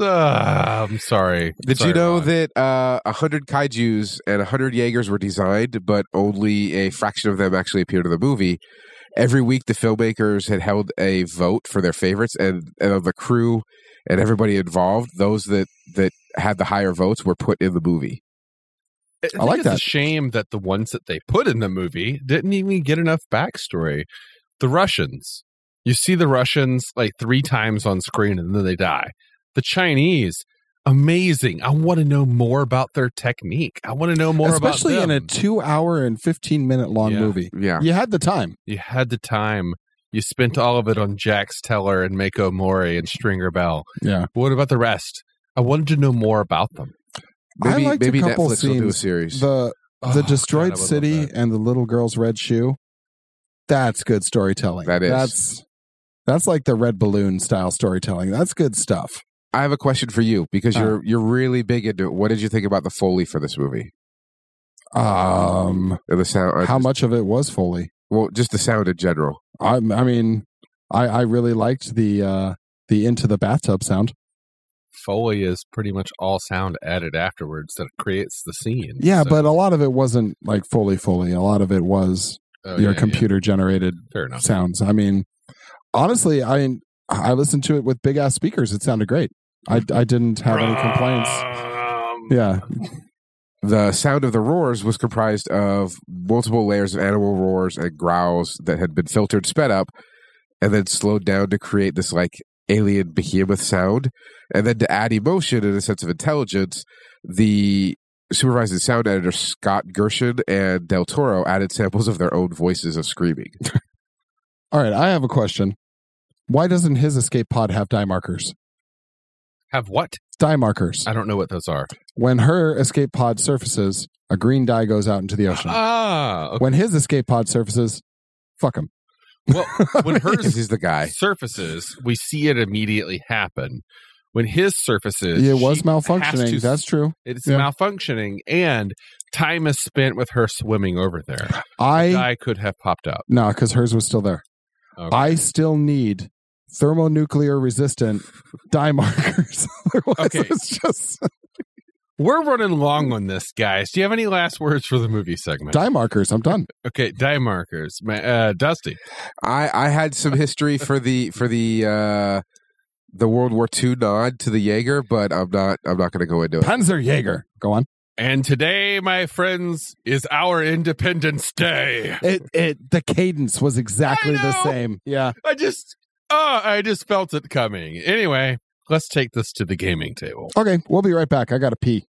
Speaker 3: Uh, I'm sorry.
Speaker 5: Did
Speaker 3: Sorry,
Speaker 5: you know
Speaker 3: Ron.
Speaker 5: that uh, 100 kaijus and 100 Jaegers were designed, but only a fraction of them actually appeared in the movie? Every week, the filmmakers had held a vote for their favorites, and, and of the crew and everybody involved, those that, that had the higher votes were put in the movie.
Speaker 3: I, think
Speaker 4: like
Speaker 3: it's a
Speaker 4: that.
Speaker 3: shame that the ones that they put in the movie didn't even get enough backstory. The Russians, you see the Russians like three times on screen and then they die. The Chinese, amazing. I want to know more about their technique. I want to know more
Speaker 4: especially
Speaker 3: about
Speaker 4: in
Speaker 3: them.
Speaker 4: a two hour and 15 minute long
Speaker 3: Yeah.
Speaker 4: movie.
Speaker 5: Yeah.
Speaker 4: You had the time.
Speaker 3: you had the time. You spent all of it on Jax Teller and Mako Mori and Stringer Bell.
Speaker 4: Yeah.
Speaker 3: But what about the rest? I wanted to know more about them.
Speaker 4: I
Speaker 5: Maybe
Speaker 4: liked a
Speaker 5: maybe
Speaker 4: couple
Speaker 5: Netflix will do a
Speaker 4: scenes.
Speaker 5: series.
Speaker 4: The
Speaker 3: Oh,
Speaker 4: the
Speaker 3: God, I
Speaker 4: destroyed
Speaker 3: would love
Speaker 4: city
Speaker 3: that.
Speaker 4: and the little girl's red shoe. That's good storytelling.
Speaker 5: That is.
Speaker 4: That's that's like the red balloon style storytelling. That's good stuff.
Speaker 5: I have a question for you because
Speaker 4: Ah.
Speaker 5: you're you're really big into it. What did you think about the foley for this movie?
Speaker 4: Um
Speaker 5: Or the sound? or
Speaker 4: how
Speaker 5: just-
Speaker 4: much of it was Foley?
Speaker 5: Well, just the sound in general.
Speaker 4: I I mean I I really liked the uh the into the bathtub sound.
Speaker 3: Foley is pretty much all sound added afterwards that creates the scene.
Speaker 4: Yeah,
Speaker 3: So-
Speaker 4: but a lot of it wasn't like Foley Foley. A lot of it was
Speaker 3: Oh,
Speaker 4: your
Speaker 3: yeah, yeah.
Speaker 4: computer generated
Speaker 3: Fair enough.
Speaker 4: sounds. I mean, honestly, I mean, I listened to it with big ass speakers. It sounded great. I, I didn't have any complaints. Yeah,
Speaker 5: The sound of the roars was comprised of multiple layers of animal roars and growls that had been filtered, sped up, and then slowed down to create this like alien behemoth sound. And then to add emotion and a sense of intelligence, the supervising sound editor Scott Gershon and Del Toro added samples of their own voices of [LAUGHS] screaming.
Speaker 4: All right, I have a question. Why doesn't his escape pod have die markers?
Speaker 3: Have what?
Speaker 4: Die markers.
Speaker 3: I don't know what those
Speaker 4: [LAUGHS]
Speaker 3: are.
Speaker 4: When her escape pod surfaces, a green die goes out into the ocean.
Speaker 3: Ah, okay.
Speaker 4: When his escape pod surfaces, fuck him.
Speaker 3: well, when
Speaker 4: [LAUGHS]
Speaker 5: This
Speaker 3: hers
Speaker 5: is the guy.
Speaker 3: surfaces, we see it immediately happen. When his surfaces,
Speaker 4: It was
Speaker 3: she has
Speaker 4: malfunctioning.
Speaker 3: to-
Speaker 4: That's true.
Speaker 3: [LAUGHS] it's
Speaker 4: yeah.
Speaker 3: malfunctioning, and time is spent with her swimming over there.
Speaker 4: I
Speaker 3: Guy could have popped up.
Speaker 4: No, because hers was still there.
Speaker 3: Okay.
Speaker 4: I still need thermonuclear resistant [LAUGHS] dye markers. [LAUGHS] Otherwise,
Speaker 3: Okay.
Speaker 4: it's just
Speaker 3: We're running long on this, guys. Do you have any last words for the movie segment?
Speaker 4: dye markers. I'm done.
Speaker 3: okay, die markers, Ma- uh, Dusty.
Speaker 5: I I had some history for the for the uh the World War II nod to the Jaeger, but I'm not I'm not going to go into it.
Speaker 4: Panzer Jaeger. Go on.
Speaker 3: And today, my friends, is our Independence Day.
Speaker 4: It, it the cadence was exactly
Speaker 3: I know.
Speaker 4: the same. Yeah.
Speaker 3: I just, oh, I just felt it coming. Anyway, let's take this to the gaming table.
Speaker 4: Okay, we'll be right back. I gotta pee.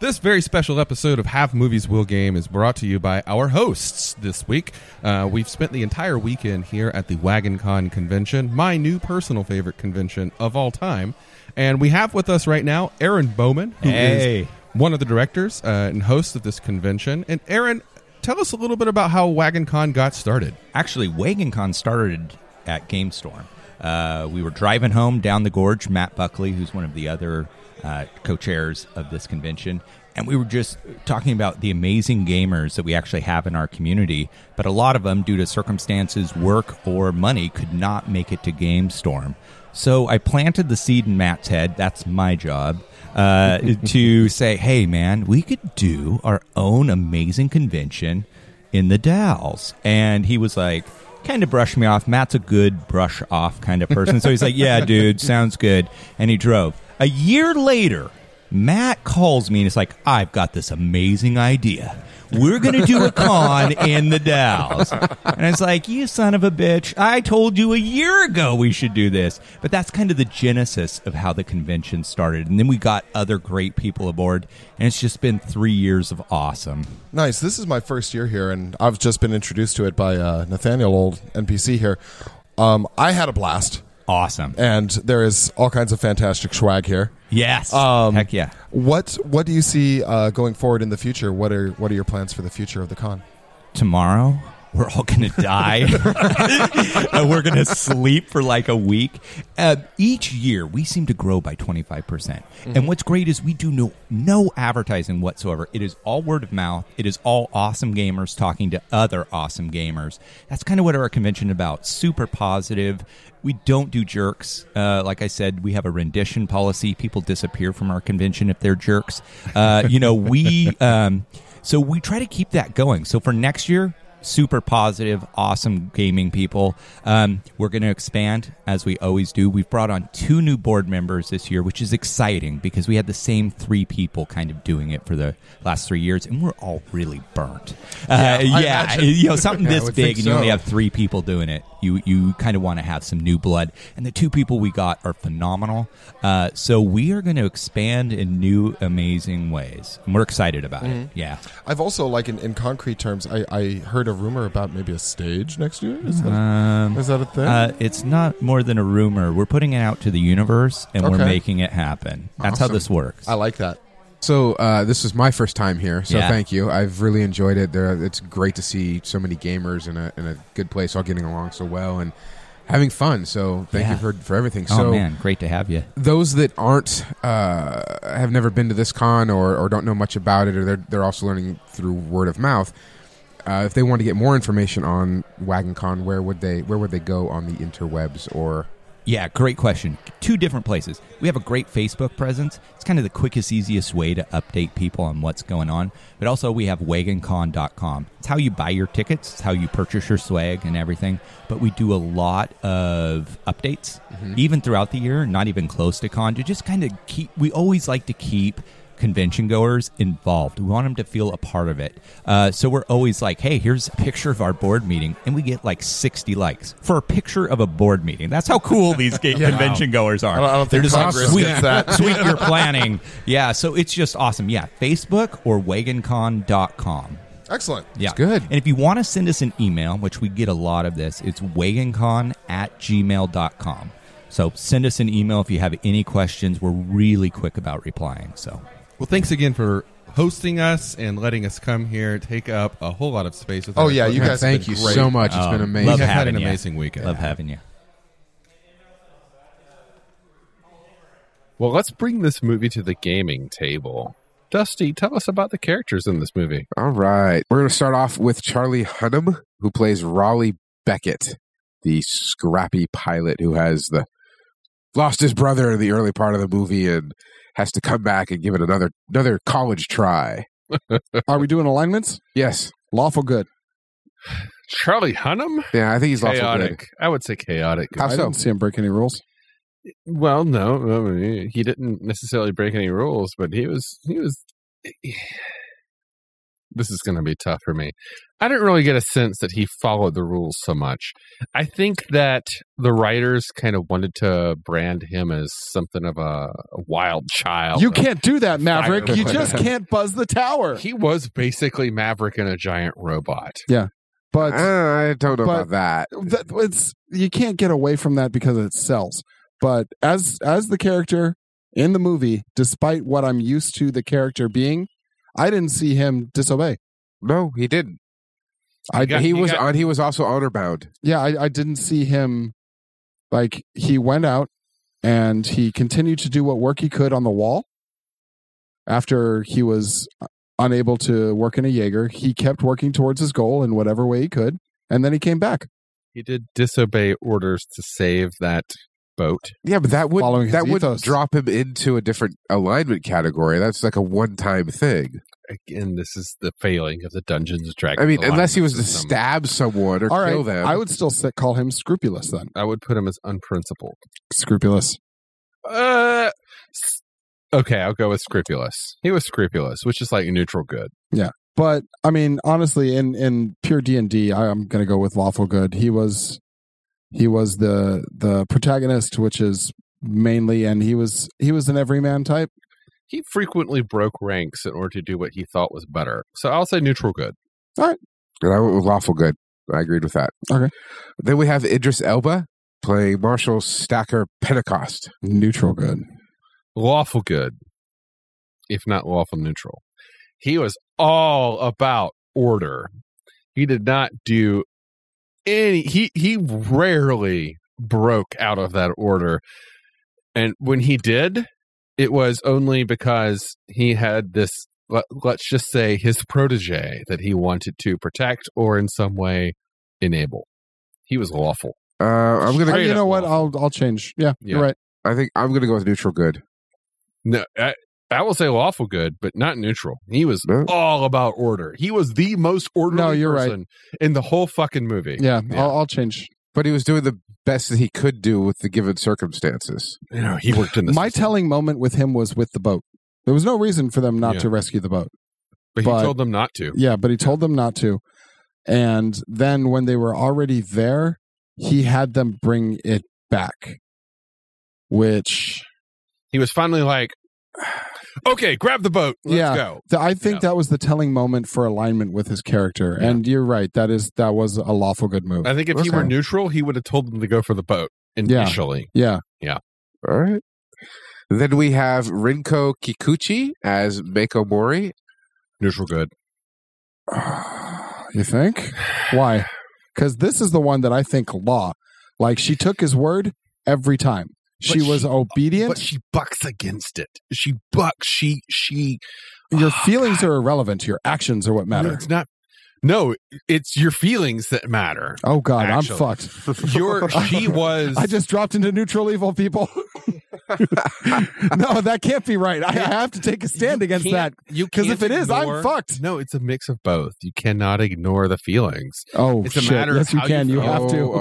Speaker 1: This very special episode of Half Movies Will Game is brought to you by our hosts this week. Uh, we've spent the entire weekend here at the Wagon Con convention, my new personal favorite convention of all time. And we have with us right now Aaron Bowman, who is
Speaker 6: Hey.
Speaker 1: one of the directors uh, and host of this convention. And Aaron, tell us a little bit about how Wagon Con got started.
Speaker 6: Actually, WagonCon started at GameStorm. Uh, we were driving home down the gorge, Matt Buckley, who's one of the other uh, co chairs of this convention, and we were just talking about the amazing gamers that we actually have in our community. But a lot of them, due to circumstances, work, or money, could not make it to GameStorm. So I planted the seed in Matt's head. That's my job. Uh, to say, hey, man, we could do our own amazing convention in the Dalles. And he was like, kind of brushed me off. Matt's a good brush off kind of person. So he's like, yeah, dude, sounds good. And he drove. A year later, Matt calls me and is like, I've got this amazing idea. We're going to do a con in the Dalles. And I was like, you son of a bitch. I told you a year ago we should do this. But that's kind of the genesis of how the convention started. And then we got other great people aboard. And it's just been three years of awesome.
Speaker 7: Nice. This is my first year here, and I've just been introduced to it by uh, Nathaniel, old NPC here. Um, I had a blast,
Speaker 6: Awesome.
Speaker 7: and there is all kinds of fantastic swag here.
Speaker 6: Yes.
Speaker 7: Um,
Speaker 6: Heck yeah.
Speaker 7: What What do you see uh, going forward in the future? What are What are your plans for the future of the con?
Speaker 6: tomorrow we're all going to die [LAUGHS] and we're going to sleep for like a week uh, each year we seem to grow by 25% percent and what's great is we do no, no advertising whatsoever it is all word of mouth it is all awesome gamers talking to other awesome gamers that's kind of what our convention is about super positive we don't do jerks uh, like i said we have a rendition policy people disappear from our convention if they're jerks uh, you know we um, so we try to keep that going. So for next year, super positive, awesome gaming people. Um, we're going to expand as we always do. We've brought on two new board members this year, which is exciting because we had the same three people kind of doing it for the last three years, and we're all really burnt. Uh, yeah, you know
Speaker 5: [LAUGHS]
Speaker 6: something
Speaker 5: Yeah, I
Speaker 6: this
Speaker 5: would
Speaker 6: big,
Speaker 5: think
Speaker 6: and you only
Speaker 5: so.
Speaker 6: have three people doing it. You you kind of want to have some new blood, and the two people we got are phenomenal. Uh, so we are going to expand in new, amazing ways, and we're excited about it.
Speaker 4: Mm-hmm.
Speaker 6: Yeah.
Speaker 4: I've also like in, in concrete terms, I, I heard a rumor about maybe a stage next year. Is that,
Speaker 6: Um,
Speaker 4: is that a thing?
Speaker 6: Uh, it's not more than a rumor. We're putting it out to the universe and we're
Speaker 4: Okay.
Speaker 6: making it happen. That's how this works.
Speaker 4: I like that.
Speaker 5: So uh, this is my first time here, so
Speaker 6: Yeah.
Speaker 5: thank you. I've really enjoyed it. There, it's great to see so many gamers in a in a good place, all getting along so well and having fun. So thank
Speaker 6: Yeah.
Speaker 5: you for for everything.
Speaker 6: oh,
Speaker 5: so
Speaker 6: man. Great to have you.
Speaker 5: those that aren't uh, have never been to this con or, or don't know much about it, or they're they're also learning through word of mouth. Uh, if they want to get more information on Wagon Con, where would they where would they go on the interwebs or
Speaker 6: Yeah, great question. Two different places. We have a great Facebook presence. It's kind of the quickest, easiest way to update people on what's going on. But also, we have wagoncon.com. It's how you buy your tickets, it's how you purchase your swag and everything. But we do a lot of updates, even throughout the year, not even close to con, to just kind of keep, we always like to keep convention goers involved. We want them to feel a part of it. Uh, so we're always like, hey, here's a picture of our board meeting, and we get like 60 likes for a picture of a board meeting. That's how cool these ga- convention goers are.
Speaker 4: I don't, I don't
Speaker 6: They're
Speaker 4: think
Speaker 6: just like,
Speaker 4: Congress
Speaker 6: sweet,
Speaker 4: gets that.
Speaker 6: sweet,
Speaker 4: [LAUGHS]
Speaker 6: you're planning. Yeah, so it's just awesome. Yeah, Facebook or wagoncon.com.
Speaker 4: Excellent.
Speaker 6: Yeah.
Speaker 5: good.
Speaker 6: And if you want to send us an email, which we get a lot of this, it's wagoncon at gmail.com. So send us an email if you have any questions. We're really quick about replying. So
Speaker 8: Well, thanks again for hosting us and letting us come here, take up a whole lot of space. With
Speaker 4: Oh,
Speaker 8: our
Speaker 4: yeah, you
Speaker 8: equipment.
Speaker 4: guys have
Speaker 5: Uh, thank
Speaker 4: been
Speaker 5: you
Speaker 4: great.
Speaker 5: so much. It's
Speaker 6: Um,
Speaker 5: been amazing.
Speaker 6: Love
Speaker 8: We have had
Speaker 6: having
Speaker 8: an
Speaker 6: you.
Speaker 8: amazing weekend.
Speaker 6: Love having you.
Speaker 3: Well, let's bring this movie to the gaming table. Dusty, tell us about the characters in this movie.
Speaker 5: All right. We're going to start off with Charlie Hunnam, who plays Raleigh Beckett, the scrappy pilot who has the lost his brother in the early part of the movie and has to come back and give it another another college try.
Speaker 9: [LAUGHS] Are we doing alignments?
Speaker 5: Yes.
Speaker 9: Lawful good.
Speaker 3: Charlie Hunnam?
Speaker 5: Yeah, I think he's lost
Speaker 3: Chaotic. I would say chaotic.
Speaker 5: How
Speaker 9: I
Speaker 5: so?
Speaker 9: didn't see him break any rules.
Speaker 3: Well, no, I mean, he didn't necessarily break any rules, but he was he was. eh, [SIGHS] This is going to be tough for me. I didn't really get a sense that he followed the rules so much. I think that the writers kind of wanted to brand him as something of a, a wild child.
Speaker 9: You can't do that, Maverick.
Speaker 3: Fire. [LAUGHS]
Speaker 9: You just can't buzz the tower.
Speaker 3: He was basically Maverick and a giant robot.
Speaker 5: Uh,
Speaker 9: But
Speaker 3: Ah.
Speaker 5: I don't know
Speaker 9: but-
Speaker 5: about that.
Speaker 9: that, it's you can't get away from that because it sells. But as as the character in the movie, despite what I'm used to the character being, I didn't see him disobey.
Speaker 5: No, he didn't.
Speaker 9: I
Speaker 3: got-
Speaker 5: he
Speaker 3: you
Speaker 5: was
Speaker 3: got-
Speaker 5: on. He was also honor bound.
Speaker 9: yeah, I, I didn't see him like he went out and he continued to do what work he could on the wall after he was unable to work in a Jaeger. He kept working towards his goal in whatever way he could, and then he came back.
Speaker 3: He did disobey orders to save that boat.
Speaker 5: Yeah, but that would
Speaker 9: Following his
Speaker 5: that would
Speaker 9: ethos.
Speaker 5: drop him into a different alignment category. That's like a one time thing.
Speaker 3: Again, this is the failing of the Dungeons and Dragons.
Speaker 5: I mean, unless he was to
Speaker 3: alignment system.
Speaker 5: stab someone or
Speaker 9: All
Speaker 5: kill
Speaker 9: right,
Speaker 5: them.
Speaker 9: I would still sit, call him scrupulous then.
Speaker 3: I would put him as unprincipled.
Speaker 9: Scrupulous.
Speaker 3: Uh, s- okay, I'll go with scrupulous. He was scrupulous, which is like neutral good.
Speaker 9: but I mean, honestly, in in pure D and D, I'm going to go with lawful good. He was he was the the protagonist, which is mainly, and he was he was an everyman type.
Speaker 3: He frequently broke ranks in order to do what he thought was better. So I'll say neutral good.
Speaker 5: and I went with lawful good. I agreed with that.
Speaker 9: Okay.
Speaker 5: Then we have Idris Elba playing Marshall Stacker Pentecost.
Speaker 9: Neutral good.
Speaker 3: Lawful good, if not lawful neutral. He was all about order. He did not do any he he rarely broke out of that order. And when he did, it was only because he had this let, let's just say his protege that he wanted to protect or in some way enable. He was lawful.
Speaker 5: Uh, I'm gonna.
Speaker 9: Uh,
Speaker 3: Straight
Speaker 9: you
Speaker 3: up
Speaker 9: know what?
Speaker 3: lawful.
Speaker 9: I'll I'll change. Yeah, you're
Speaker 3: Yeah.
Speaker 9: right.
Speaker 5: I think I'm gonna go with neutral good.
Speaker 3: No, I, I will say lawful good, but not neutral. He was
Speaker 5: No.
Speaker 3: all about order. He was the most orderly
Speaker 9: No, you're right.
Speaker 3: person in the whole fucking movie.
Speaker 9: Yeah, I'll, I'll change.
Speaker 5: But he was doing the best that he could do with the given circumstances.
Speaker 3: You know, he worked in this.
Speaker 9: My telling moment with him was with the boat. There was no reason for them not
Speaker 3: Yeah.
Speaker 9: to rescue the boat.
Speaker 3: but he
Speaker 9: but-
Speaker 3: told them not to.
Speaker 9: Yeah, but he told them not to. And then when they were already there, he had them bring it back. Which
Speaker 3: He was finally like, [SIGHS] "Okay, grab the boat. Let's
Speaker 9: Yeah.
Speaker 3: go."
Speaker 9: th- I think
Speaker 3: Yeah.
Speaker 9: that was the telling moment for alignment with his character. And you're right, that is that was a lawful good move.
Speaker 3: I think if he were
Speaker 5: Okay.
Speaker 3: neutral, he would have told them to go for the boat
Speaker 9: Yeah.
Speaker 3: initially.
Speaker 9: yeah.
Speaker 5: All right. Then we have Rinko Kikuchi as Mako Mori.
Speaker 3: Neutral good.
Speaker 9: You think? Why? Cuz this is the one that I think law like she took his word every time. She was obedient.
Speaker 3: But she bucks against it. She bucks. She she. ah,
Speaker 9: your feelings are irrelevant. Your actions are what matter.
Speaker 3: oh, It's not. No, it's your feelings that matter.
Speaker 9: Oh God,
Speaker 3: Actually.
Speaker 9: I'm
Speaker 3: [LAUGHS]
Speaker 9: fucked.
Speaker 3: Your she was.
Speaker 9: [LAUGHS] I just dropped into neutral evil, people. [LAUGHS] no, that can't be right. I have to take a stand
Speaker 3: You
Speaker 9: against that
Speaker 3: can't- You
Speaker 9: because if
Speaker 3: can't
Speaker 9: it is, I'm
Speaker 3: ignore-
Speaker 9: fucked.
Speaker 3: No, it's a mix of both. You cannot ignore the feelings.
Speaker 9: Oh
Speaker 3: It's a
Speaker 9: shit!
Speaker 3: matter of
Speaker 9: yes, you
Speaker 3: how you
Speaker 9: can. You,
Speaker 3: feel.
Speaker 9: have to.
Speaker 5: Oh,
Speaker 9: [LAUGHS]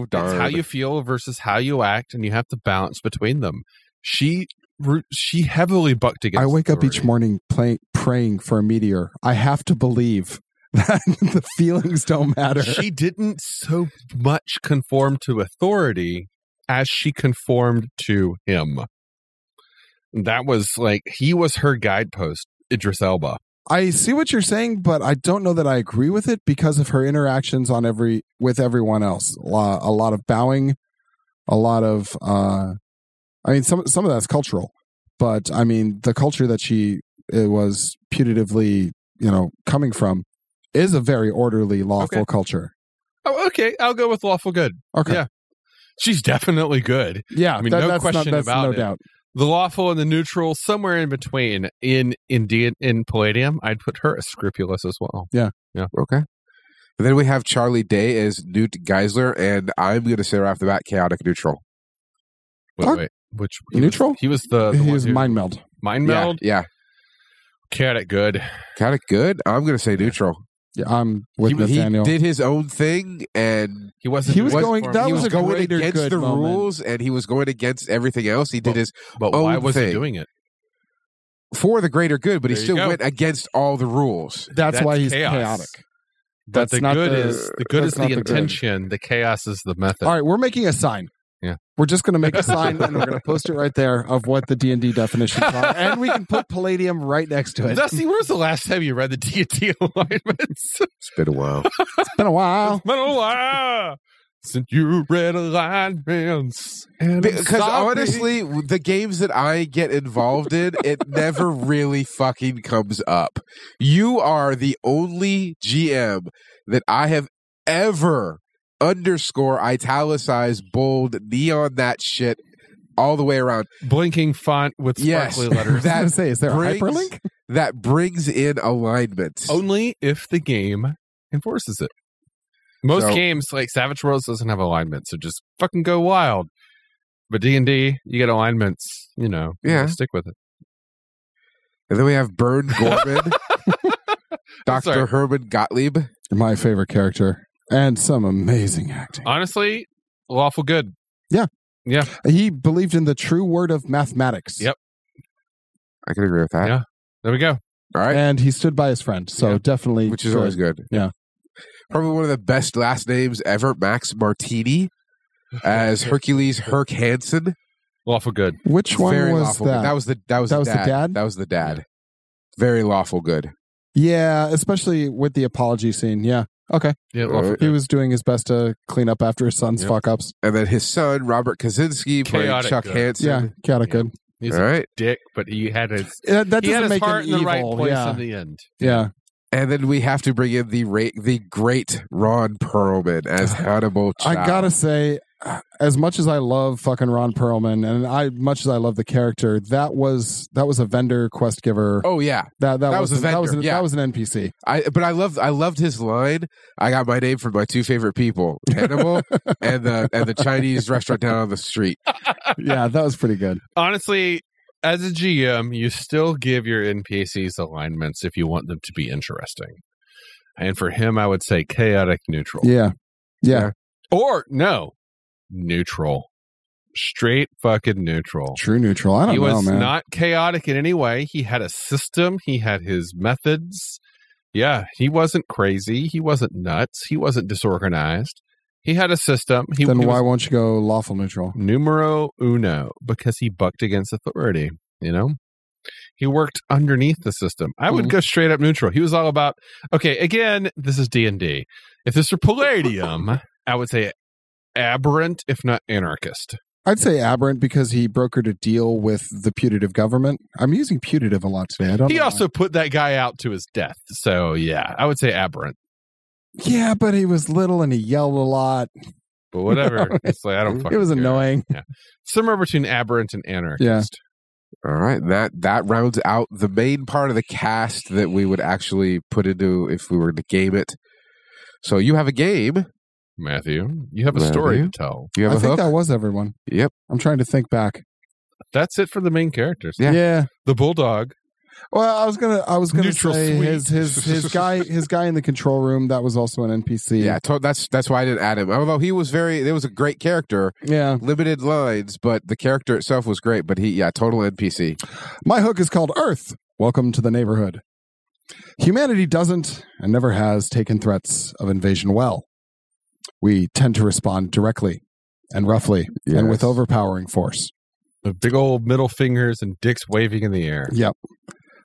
Speaker 5: oh darn.
Speaker 3: It's how you feel versus how you act, and you have to balance between them. She ru- she heavily bucked against.
Speaker 9: I wake up each
Speaker 3: authority.
Speaker 9: morning play, praying for a meteor. I have to believe [LAUGHS] that the feelings don't matter. [LAUGHS]
Speaker 3: She didn't so much conform to authority as she conformed to him. That was like he was her guidepost, Idris Elba.
Speaker 9: I see what you're saying, but I don't know that I agree with it because of her interactions on every with everyone else. A lot, a lot of bowing, a lot of uh I mean some some of that's cultural, but I mean the culture that she uh was putatively, you know, coming from is a very orderly lawful
Speaker 3: Okay.
Speaker 9: culture.
Speaker 3: Oh, okay, I'll go with lawful good.
Speaker 9: Okay.
Speaker 3: Yeah. She's definitely good.
Speaker 9: Yeah,
Speaker 3: I mean, no
Speaker 9: that's
Speaker 3: question
Speaker 9: that's
Speaker 3: about
Speaker 9: no
Speaker 3: it.
Speaker 9: doubt.
Speaker 3: the lawful and the neutral somewhere in between in in D- in palladium i'd put her as scrupulous as well
Speaker 5: Okay. Then we have Charlie Day as Newt Geisler, and I'm going to say right off the bat, chaotic neutral.
Speaker 3: wait,
Speaker 9: Aren't-
Speaker 3: wait, which he was-
Speaker 9: Neutral?
Speaker 3: he was the, the
Speaker 9: He
Speaker 3: one
Speaker 9: was
Speaker 3: who-
Speaker 9: mind meld.
Speaker 3: mind meld
Speaker 5: Yeah, yeah.
Speaker 3: chaotic good
Speaker 5: Chaotic good. I'm going to say neutral.
Speaker 9: Yeah, I'm with
Speaker 5: he, he
Speaker 9: Nathaniel.
Speaker 5: did his own thing, and
Speaker 3: he wasn't
Speaker 9: He was
Speaker 3: neutral
Speaker 9: going-
Speaker 3: for him.
Speaker 9: that
Speaker 5: he
Speaker 9: was
Speaker 5: was,
Speaker 9: a
Speaker 5: going
Speaker 9: greater
Speaker 5: against
Speaker 9: good
Speaker 5: the
Speaker 9: moment.
Speaker 5: rules, and he was going against everything else. He did
Speaker 3: Well-
Speaker 5: his
Speaker 3: but why
Speaker 5: own
Speaker 3: was he
Speaker 5: thing.
Speaker 3: doing it
Speaker 5: for the greater good, but he
Speaker 3: There you
Speaker 5: still
Speaker 3: go.
Speaker 5: went against all the rules.
Speaker 9: that's, why he's
Speaker 3: chaos.
Speaker 9: chaotic.
Speaker 3: but
Speaker 9: That's
Speaker 3: the
Speaker 9: not
Speaker 3: good
Speaker 9: the-
Speaker 3: is the good
Speaker 9: that's
Speaker 3: is the
Speaker 9: not the good.
Speaker 3: intention the chaos is the method
Speaker 9: All right, we're making a sign.
Speaker 3: Yeah.
Speaker 9: We're just going to make
Speaker 5: [LAUGHS]
Speaker 9: a sign and we're going to post it right there of what the D&D definitions are. And we can put palladium right next to it. It's
Speaker 3: Dusty, when was the last time you read the D&D [LAUGHS]
Speaker 9: [LAUGHS]
Speaker 3: alignments?
Speaker 5: It's been a while.
Speaker 9: been
Speaker 5: [LAUGHS]
Speaker 9: a while.
Speaker 3: It's been a while since you read alignments. And I'm
Speaker 5: Because
Speaker 3: sorry.
Speaker 5: honestly, the games that I get involved in, it never really fucking comes up. You are the only GM that I have ever underscore italicized bold neon that shit all the way around.
Speaker 3: blinking font with
Speaker 5: Yes.
Speaker 3: sparkly
Speaker 9: [LAUGHS]
Speaker 3: letters.
Speaker 9: I
Speaker 5: That
Speaker 9: was gonna say, is there a
Speaker 5: brings-
Speaker 9: hyperlink?
Speaker 5: That brings in alignment.
Speaker 3: only if the game enforces it. Most
Speaker 5: So-
Speaker 3: games like Savage Worlds doesn't have alignments, so just fucking go wild. But D and D, you get alignments. You know, you
Speaker 5: Yeah.
Speaker 3: gotta stick with it.
Speaker 5: And then we have Bern
Speaker 3: [LAUGHS]
Speaker 5: Gorman, Dr.
Speaker 3: Sorry.
Speaker 5: Herman Gottlieb.
Speaker 9: My favorite character and some amazing
Speaker 5: Uh,
Speaker 9: acting.
Speaker 3: Honestly, lawful good.
Speaker 9: He believed in the true word of mathematics.
Speaker 3: Yep.
Speaker 5: I can agree with that.
Speaker 3: Yeah. There we go.
Speaker 5: All right.
Speaker 9: And he stood by his friend. So
Speaker 3: Yeah.
Speaker 9: definitely.
Speaker 5: which is always good.
Speaker 9: Yeah.
Speaker 5: Probably one of the best last names ever, Max Martini, as
Speaker 3: [LAUGHS]
Speaker 5: Hercules Herc Hansen.
Speaker 3: Lawful good.
Speaker 9: Which one
Speaker 5: Very
Speaker 9: was
Speaker 5: lawful
Speaker 9: that?
Speaker 5: Good. That was the that was,
Speaker 9: That
Speaker 5: the,
Speaker 9: was the
Speaker 5: dad.
Speaker 9: dad?
Speaker 5: That was the dad. Very lawful good.
Speaker 9: yeah, especially with the apology scene. Yeah. Okay.
Speaker 3: Yeah,
Speaker 5: Oh,
Speaker 3: lawful
Speaker 9: He
Speaker 3: good.
Speaker 9: was doing his best to clean up after his son's
Speaker 3: Yep.
Speaker 9: fuck ups.
Speaker 5: And then his son, Robert Kaczynski, played
Speaker 3: Chaotic
Speaker 5: Chuck
Speaker 3: good.
Speaker 5: Hansen.
Speaker 9: Yeah, chaotic
Speaker 3: Yeah.
Speaker 9: good.
Speaker 3: He's
Speaker 5: All
Speaker 3: a
Speaker 5: right.
Speaker 3: dick, but he had his
Speaker 9: That, that
Speaker 3: he had
Speaker 9: doesn't
Speaker 3: his
Speaker 9: make
Speaker 3: heart in
Speaker 9: him
Speaker 3: the
Speaker 9: evil.
Speaker 3: right place
Speaker 9: yeah.
Speaker 3: in the end.
Speaker 9: yeah.
Speaker 5: And then we have to bring in the ra- the great Ron Perlman
Speaker 9: [LAUGHS]
Speaker 5: as Hannibal Chow.
Speaker 9: I gotta say, as much as I love fucking Ron Perlman, and I much as I love the character, that was that was a vendor quest giver.
Speaker 5: Oh yeah.
Speaker 9: that, that
Speaker 5: that
Speaker 9: was
Speaker 5: was a
Speaker 9: that was an,
Speaker 5: vendor, yeah.
Speaker 9: that was an NPC.
Speaker 5: I but I loved I loved his line. I got my name from my two favorite people,
Speaker 9: [LAUGHS]
Speaker 5: Hannibal and the and the Chinese restaurant down on the street.
Speaker 3: [LAUGHS]
Speaker 9: yeah, that was pretty good.
Speaker 3: Honestly, as a GM, you still give your NPCs alignments if you want them to be interesting. And for him, I would say chaotic neutral.
Speaker 9: Yeah. Yeah.
Speaker 3: Or no, neutral. Straight fucking neutral.
Speaker 9: True neutral. I don't
Speaker 3: He
Speaker 9: know,
Speaker 3: was
Speaker 9: man.
Speaker 3: not chaotic in any way. He had a system, he had his methods. Yeah, he wasn't crazy. He wasn't nuts. He wasn't disorganized. He had a system. He,
Speaker 9: then
Speaker 3: he
Speaker 9: why
Speaker 3: was
Speaker 9: won't you go lawful neutral?
Speaker 3: numero uno because he bucked against authority, you know? He worked underneath the system. I
Speaker 9: Mm-hmm.
Speaker 3: would go straight up neutral. He was all about okay, again, this is D&D. If this were Palladium, I would say aberrant if not anarchist.
Speaker 9: I'd say aberrant because he brokered a deal with the putative government. I'm using putative a lot today. I don't
Speaker 3: He
Speaker 9: know why.
Speaker 3: also put that guy out to his death. So, yeah, I would say aberrant.
Speaker 9: Yeah, but he was little and he yelled a lot.
Speaker 3: but
Speaker 9: [LAUGHS]
Speaker 3: whatever. it's like I don't.
Speaker 9: It
Speaker 3: Fucking
Speaker 9: was
Speaker 3: care.
Speaker 9: annoying.
Speaker 3: Somewhere between aberrant and anarchist.
Speaker 5: All right, that that rounds out the main part of the cast that we would actually put into if we were to game it. So you have a game.
Speaker 3: Matthew, you have a story to
Speaker 5: Matthew?
Speaker 3: tell.
Speaker 5: You
Speaker 9: I
Speaker 5: have a
Speaker 9: think
Speaker 5: hook.
Speaker 9: that was everyone.
Speaker 5: Yep.
Speaker 9: I'm trying to think back.
Speaker 3: That's it for the main characters.
Speaker 5: Yeah.
Speaker 3: The bulldog.
Speaker 9: Well, I was gonna, I was gonna
Speaker 3: Neutral
Speaker 9: say
Speaker 3: sweet.
Speaker 9: his his
Speaker 3: [LAUGHS]
Speaker 9: his guy his guy in the control room that was also an NPC.
Speaker 5: yeah, I told- that's that's why I didn't add him. Although he was very, there was a great character,
Speaker 9: yeah.
Speaker 5: limited lines, but the character itself was great. But he, yeah, total NPC.
Speaker 9: My hook is called Earth. Welcome to the neighborhood. Humanity doesn't and never has taken threats of invasion well. We tend to respond directly and roughly and with
Speaker 5: Yes.
Speaker 9: overpowering force.
Speaker 3: The big old middle fingers and dicks waving in the
Speaker 9: [LAUGHS]
Speaker 3: air.
Speaker 9: Yep.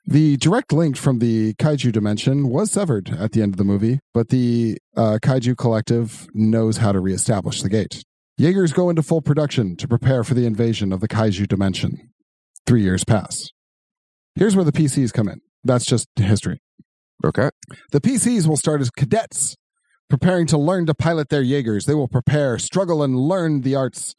Speaker 9: The direct link from the kaiju dimension was severed at the end of the movie, but the uh, kaiju collective knows how to reestablish the gate. Jaegers go into full production to prepare for the invasion of the kaiju dimension. Three years pass. Here's where the PCs come in. That's just history.
Speaker 5: Okay.
Speaker 9: The PCs will start as cadets, preparing to learn to pilot their Jaegers. They will prepare, struggle, and learn the arts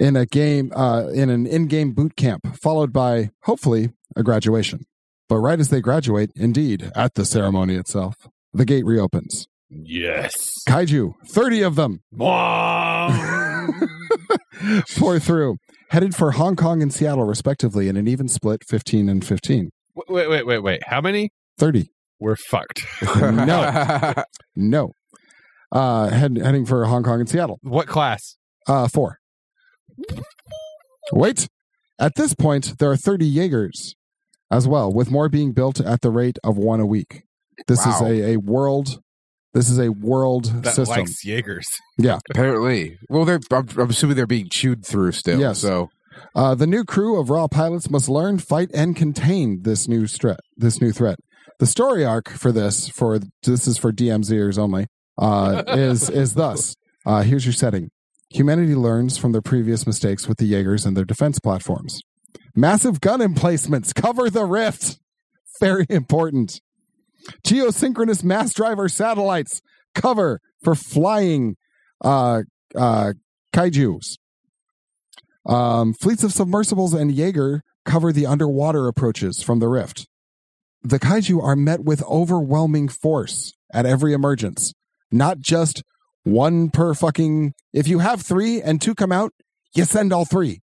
Speaker 9: in a game, uh, in an in-game boot camp, followed by hopefully a graduation. But right as they graduate, indeed, at the ceremony itself, the gate reopens.
Speaker 3: Yes.
Speaker 9: Kaiju, thirty of them, [LAUGHS]
Speaker 3: Mom.
Speaker 9: pour through, headed for Hong Kong and Seattle respectively, in an even split, fifteen and 15.
Speaker 3: [LAUGHS] wait, wait, wait, wait. How many?
Speaker 9: Thirty.
Speaker 3: We're fucked.
Speaker 5: No.
Speaker 9: [LAUGHS] No. Uh, head, heading for Hong Kong and Seattle.
Speaker 3: What class?
Speaker 9: Uh, four. Wait. At this point, there are 30 Jaegers as well, with more being built at the rate of one a week. This is
Speaker 5: Wow.
Speaker 9: a, a world. This is a world
Speaker 3: That
Speaker 9: system.
Speaker 3: likes Jaegers.
Speaker 5: [LAUGHS] Apparently, well, they're. I'm, I'm assuming they're being chewed through still.
Speaker 9: Yes.
Speaker 5: So
Speaker 9: Uh, the new crew of raw pilots must learn, fight, and contain this new threat. This new threat. The story arc for this, for this is for DM's ears only, uh, is is thus. Uh, here's your setting. Humanity learns from their previous mistakes with the Jaegers and their defense platforms. Massive gun emplacements cover the rift. Very important. Geosynchronous mass driver satellites cover for flying uh, uh, kaiju's. Um, fleets of submersibles and Jaeger cover the underwater approaches from the rift. The kaiju are met with overwhelming force at every emergence, not just one per fucking. If you have three and two come out, you send all three.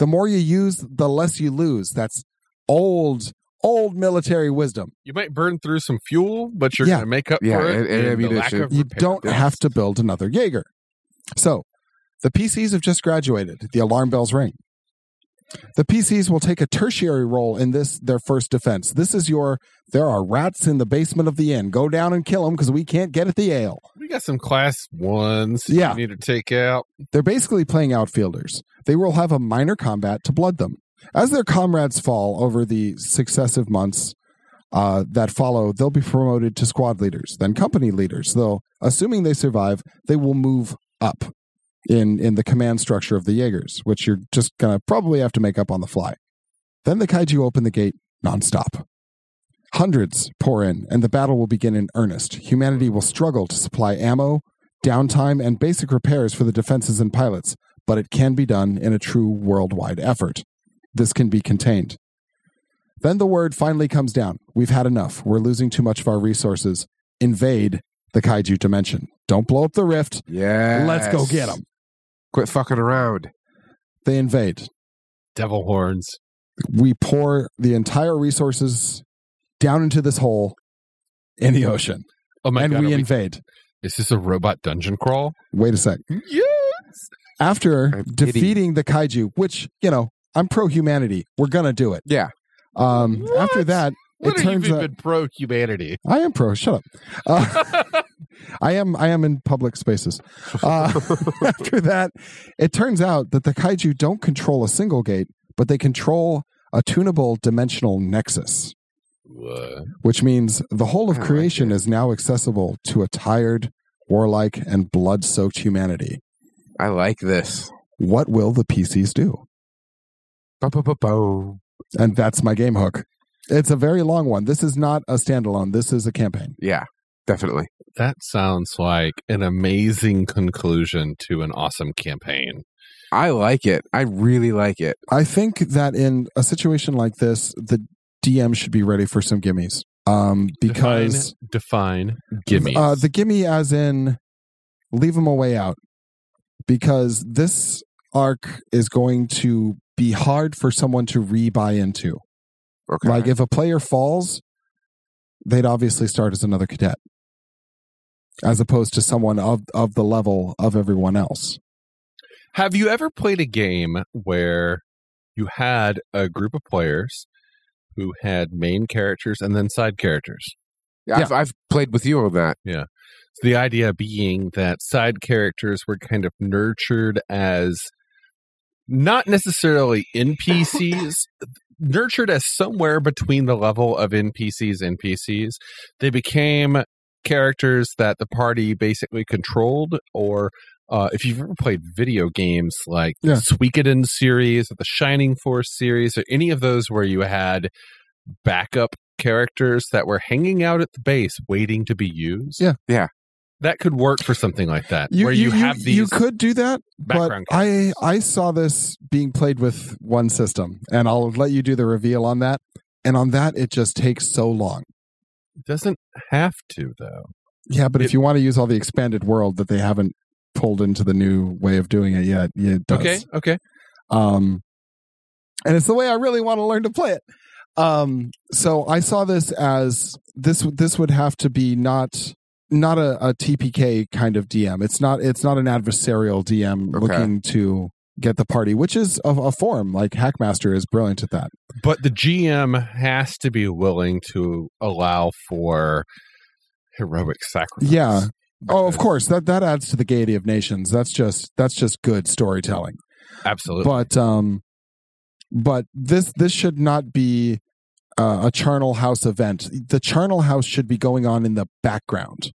Speaker 9: The more you use, the less you lose. That's old, old military wisdom.
Speaker 3: You might burn through some fuel, but you're
Speaker 9: Yeah.
Speaker 3: going to make up
Speaker 5: Yeah,
Speaker 3: for it.
Speaker 5: and-
Speaker 3: in
Speaker 5: and
Speaker 3: the lack
Speaker 5: ammunition.
Speaker 3: of
Speaker 9: You
Speaker 3: repair.
Speaker 9: don't
Speaker 3: Yeah.
Speaker 9: have to build another Jaeger. So, the PCs have just graduated. The alarm bells ring. The PCs will take a tertiary role in this their first defense. This is your there are rats in the basement of the inn. Go down and kill them because we can't get at the ale.
Speaker 3: We got some class ones.
Speaker 9: Yeah.
Speaker 3: You need to take out.
Speaker 9: They're basically playing outfielders. They will have a minor combat to blood them. As their comrades fall over the successive months uh, that follow, they'll be promoted to squad leaders, then company leaders. Though, assuming they survive, they will move up in, in the command structure of the Jaegers, which you're just going to probably have to make up on the fly. Then the kaiju open the gate nonstop. Hundreds pour in, and the battle will begin in earnest. Humanity will struggle to supply ammo, downtime, and basic repairs for the defenses and pilots, but it can be done in a true worldwide effort. This can be contained. Then the word finally comes down We've had enough. We're losing too much of our resources. Invade the kaiju dimension. Don't blow up the rift.
Speaker 5: yeah,
Speaker 9: Let's go get them.
Speaker 5: Quit fucking around.
Speaker 9: They invade.
Speaker 3: Devil horns.
Speaker 9: we pour the entire resources down into this hole in the ocean
Speaker 3: Oh my
Speaker 9: and
Speaker 3: god!
Speaker 9: we
Speaker 3: are we-
Speaker 9: invade.
Speaker 3: is this a robot dungeon crawl?
Speaker 9: Wait a sec.
Speaker 3: Yeah.
Speaker 9: After
Speaker 5: I'm giddy.
Speaker 9: defeating the kaiju, which, you know, I'm pro humanity. We're going to do it.
Speaker 5: Yeah.
Speaker 9: Um,
Speaker 3: What?
Speaker 9: after that,
Speaker 3: What
Speaker 9: it
Speaker 3: are you
Speaker 9: turns out
Speaker 3: even pro humanity?
Speaker 9: I am pro. Shut up. Uh, I am. I am in public spaces. Uh, after that, it turns out that the kaiju don't control a single gate, but they control a tunable dimensional nexus, which means the whole of
Speaker 5: I like
Speaker 9: creation is now accessible to a tired, warlike, and blood-soaked humanity.
Speaker 5: I like this.
Speaker 9: What will the PCs do?
Speaker 5: Ba-ba-ba-bo.
Speaker 9: And that's my game hook. It's a very long one. This is not a standalone. This is a campaign.
Speaker 5: Yeah, definitely.
Speaker 3: That sounds like an amazing conclusion to an awesome campaign.
Speaker 5: I like it. I really like it.
Speaker 9: I think that in a situation like this, the DM should be ready for some gimmies. Um, because
Speaker 3: define, define gimme.
Speaker 9: uh, the gimme, as in leave them a way out, because this arc is going to be hard for someone to re buy into.
Speaker 5: Okay.
Speaker 9: Like, if a player falls, they'd obviously start as another cadet, as opposed to someone of, of the level of everyone else.
Speaker 3: Have you ever played a game where you had a group of players who had main characters and then side characters?
Speaker 5: I've, I've played with you on that.
Speaker 3: The idea being that side characters were kind of nurtured as not necessarily NPCs, nurtured as somewhere between the level of NPCs and PCs. They became characters that the party basically controlled or uh, if you've ever played video games like
Speaker 9: Yeah.
Speaker 3: the Suikoden series or the Shining Force series or any of those where you had backup characters that were hanging out at the base waiting to be used
Speaker 9: Yeah.
Speaker 5: Yeah.
Speaker 3: that could work for something like that where you, have these
Speaker 9: you could do that,
Speaker 3: background
Speaker 9: but I I saw this being played with one system, and I'll let you do the reveal on that. And on that, it just takes so long.
Speaker 3: It doesn't have to though
Speaker 9: Yeah, but if
Speaker 3: It-
Speaker 9: you want to use all the expanded world that they haven't pulled into the new way of doing it yet, yeah, it does.
Speaker 3: okay okay
Speaker 9: Um, and it's the way I really want to learn to play it. Um, so I saw this as this this would have to be not not a, a TPK kind of DM. It's not it's not an adversarial DM
Speaker 5: Okay.
Speaker 9: looking to get the party, which is a, a form. Like Hackmaster is brilliant at that.
Speaker 3: but the gm has to be willing to allow for heroic sacrifice
Speaker 9: Yeah. Oh, of
Speaker 3: Because-
Speaker 9: course that that adds to the gaiety of nations. That's just that's just good storytelling.
Speaker 3: absolutely
Speaker 9: but um but this this should not be uh, a charnel house event the charnel house should be going on in the background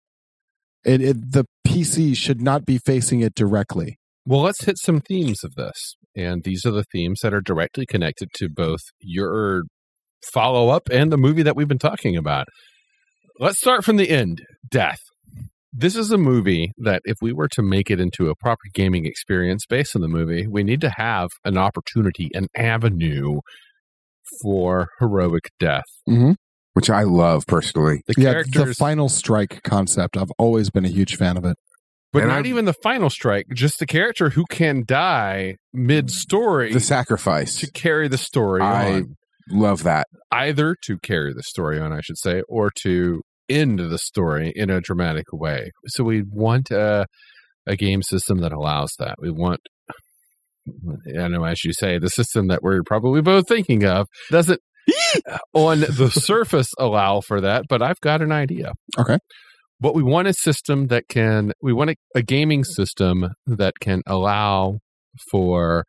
Speaker 9: it, it the pc should not be facing it directly
Speaker 3: Well, let's hit some themes of this. And these are the themes that are directly connected to both your follow up and the movie that we've been talking about. Let's start from the end Death. This is a movie that, if we were to make it into a proper gaming experience based on the movie, we need to have an opportunity, an avenue for heroic death.
Speaker 9: mm-hmm.
Speaker 5: Which I love personally.
Speaker 3: The
Speaker 9: yeah the
Speaker 3: characters,
Speaker 9: final strike concept i've always been a huge fan of it
Speaker 3: but
Speaker 5: and
Speaker 3: not
Speaker 5: I'm-
Speaker 3: even the final strike, just the character who can die mid story
Speaker 5: The sacrifice.
Speaker 3: to carry the story
Speaker 5: I-
Speaker 3: on.
Speaker 5: Love that.
Speaker 3: either to carry the story on, I should say, or to end the story in a dramatic way. So we want a, a game system that allows that. We want, I know, as you say, the system that we're probably both thinking of
Speaker 5: [LAUGHS]
Speaker 3: doesn't on the surface allow for that, but I've got an idea.
Speaker 9: Okay.
Speaker 3: What we want is system that can, we want a, a gaming system that can allow for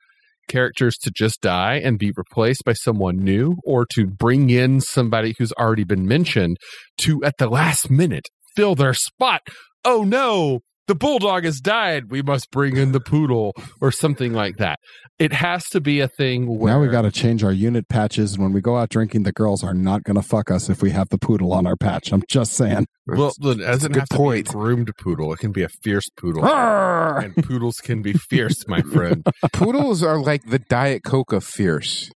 Speaker 3: characters to just die and be replaced by someone new or to bring in somebody who's already been mentioned to at the last minute fill their spot. Oh no, the bulldog has died. We must bring in the poodle or something like that. It has to be a thing where
Speaker 9: now we got to change our unit patches and when we go out drinking the girls are not going to fuck us if we have the poodle on our patch i'm just saying
Speaker 3: well, it doesn't
Speaker 5: good
Speaker 3: have to [LAUGHS]
Speaker 5: point.
Speaker 3: be a groomed poodle. It can be a fierce poodle.
Speaker 9: [LAUGHS] Arrgh!
Speaker 3: and poodles can be fierce, my friend.
Speaker 5: Poodles are like the Diet Coke of fierce.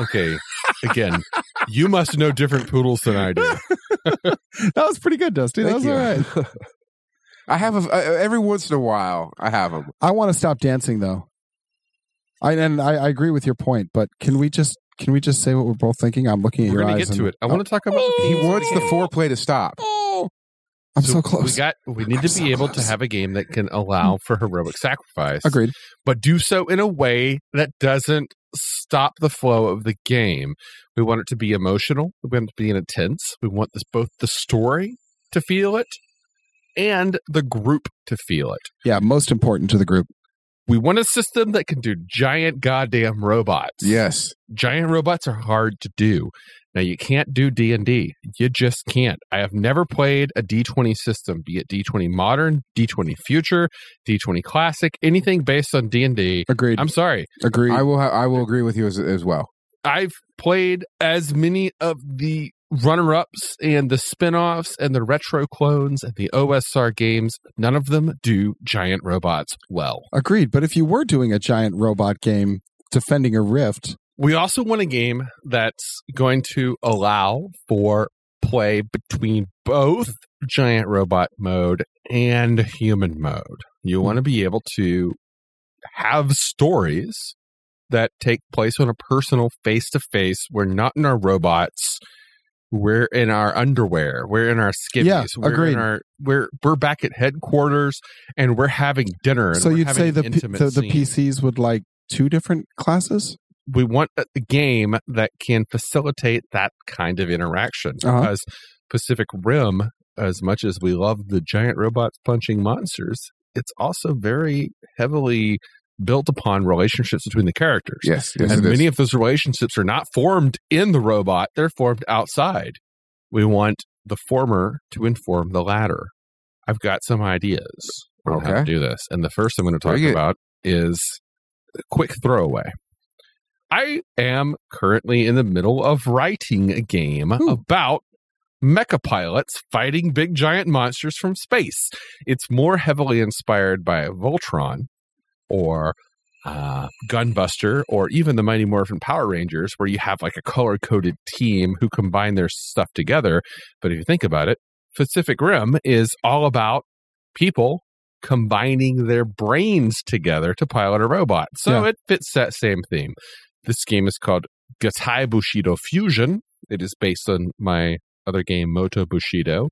Speaker 3: Okay. Again, you must know different poodles than I do.
Speaker 9: that was pretty good dusty that was all right
Speaker 5: all right. I have a, uh, every once in a while. I have them.
Speaker 9: I want to stop dancing though. I and I, I agree with your point, but can we just
Speaker 4: Can we just say what we're both thinking? I'm looking at
Speaker 3: We're
Speaker 4: your
Speaker 3: going to
Speaker 4: eyes.
Speaker 3: get to
Speaker 4: and-
Speaker 3: it. I
Speaker 4: Oh,
Speaker 3: want to talk about the
Speaker 5: Oh, He
Speaker 3: games
Speaker 5: wants
Speaker 3: we
Speaker 5: the
Speaker 3: have.
Speaker 5: foreplay to stop.
Speaker 4: I'm so,
Speaker 3: So We
Speaker 4: close.
Speaker 3: got. We need to
Speaker 4: I'm
Speaker 3: be
Speaker 4: so
Speaker 3: able to
Speaker 4: close. Mm.
Speaker 3: have a game that can allow for heroic sacrifice,
Speaker 4: Agreed.
Speaker 3: but do so in a way that doesn't stop the flow of the game. We want it to be emotional. We want it to be intense. We want this both the story to feel it and the group to feel it.
Speaker 4: Yeah, most important to the group.
Speaker 3: We want a system that can do giant goddamn robots.
Speaker 5: Yes.
Speaker 3: giant robots are hard to do. Now you can't do D and D. You just can't. I have never played a D twenty system, be it D twenty modern, D twenty future, D twenty classic, anything based on D and D.
Speaker 4: Agreed.
Speaker 3: I'm sorry.
Speaker 4: Agreed.
Speaker 5: I will. Ha- I will agree with you as, as well.
Speaker 3: I've played as many of the runner ups and the spin offs and the retro clones and the OSR games. None of them do giant robots well.
Speaker 4: Agreed. But if you were doing a giant robot game defending a rift,
Speaker 3: We also want a game that's going to allow for play between both giant robot mode and human mode. You want to be able to have stories that take place on a personal face to face. We're not in our robots. We're in our underwear. We're in our skivvies.
Speaker 4: Yeah,
Speaker 3: we're
Speaker 4: agreed.
Speaker 3: In our, we're we're back at headquarters and we're having dinner. And
Speaker 4: so
Speaker 3: we're
Speaker 4: you'd
Speaker 3: having
Speaker 4: say the
Speaker 3: an
Speaker 4: P-
Speaker 3: intimate
Speaker 4: the,
Speaker 3: scene
Speaker 4: the PCs would like two different classes.
Speaker 3: we want a a game that can facilitate that kind of interaction
Speaker 4: Uh-huh.
Speaker 3: because Pacific Rim, as much as we love the giant robots punching monsters, it's also very heavily built upon relationships between the characters.
Speaker 5: Yes. yes
Speaker 3: and
Speaker 5: it is.
Speaker 3: many of those relationships are not formed in the robot, they're formed outside. We want the former to inform the latter. I've got some ideas on how to
Speaker 5: Okay.
Speaker 3: do this. And the first I'm going to talk
Speaker 5: Bring it.
Speaker 3: about is a quick throwaway. I am currently in the middle of writing a game about mecha pilots fighting big giant monsters from space. It's more heavily inspired by Voltron or uh, Gunbuster or even the Mighty Morphin Power Rangers, where you have like a color coded team who combine their stuff together. But if you think about it, Pacific Rim is all about people combining their brains together to pilot a robot. So it fits that same theme. This game is called Gatai Bushido Fusion. It is based on my other game, Moto Bushido.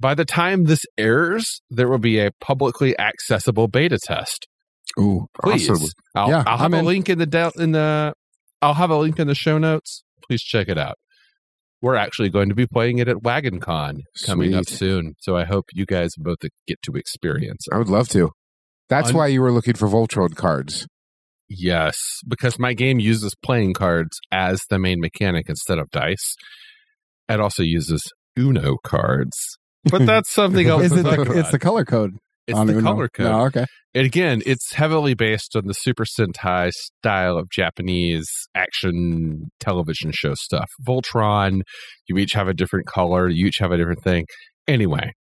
Speaker 3: By the time this airs, there will be a publicly accessible beta test.
Speaker 5: Ooh,
Speaker 3: Please,
Speaker 5: awesome.
Speaker 3: I'll,
Speaker 4: Yeah,
Speaker 3: I'll have
Speaker 4: I'm
Speaker 3: a
Speaker 4: in.
Speaker 3: link in the del- in the. I'll have a link in the show notes. Please check it out. We're actually going to be playing it at WagonCon coming up
Speaker 5: Sweet.
Speaker 3: soon, so I hope you guys both get to experience it.
Speaker 5: I would love to. That's
Speaker 3: Un-
Speaker 5: why you were looking for Voltron cards.
Speaker 3: Yes, because my game uses playing cards as the main mechanic instead of dice. It also uses Uno cards, but that's
Speaker 4: [LAUGHS]
Speaker 3: something else.
Speaker 4: Is
Speaker 3: to
Speaker 4: it
Speaker 3: talk
Speaker 4: the,
Speaker 3: about.
Speaker 4: it's the color code?
Speaker 3: It's
Speaker 4: on
Speaker 3: the
Speaker 4: Uno?
Speaker 3: color code.
Speaker 4: No, okay.
Speaker 3: And again, it's heavily based on the Super Sentai style of Japanese action television show stuff. Voltron, you each have a different color, you each have a different thing. Anyway,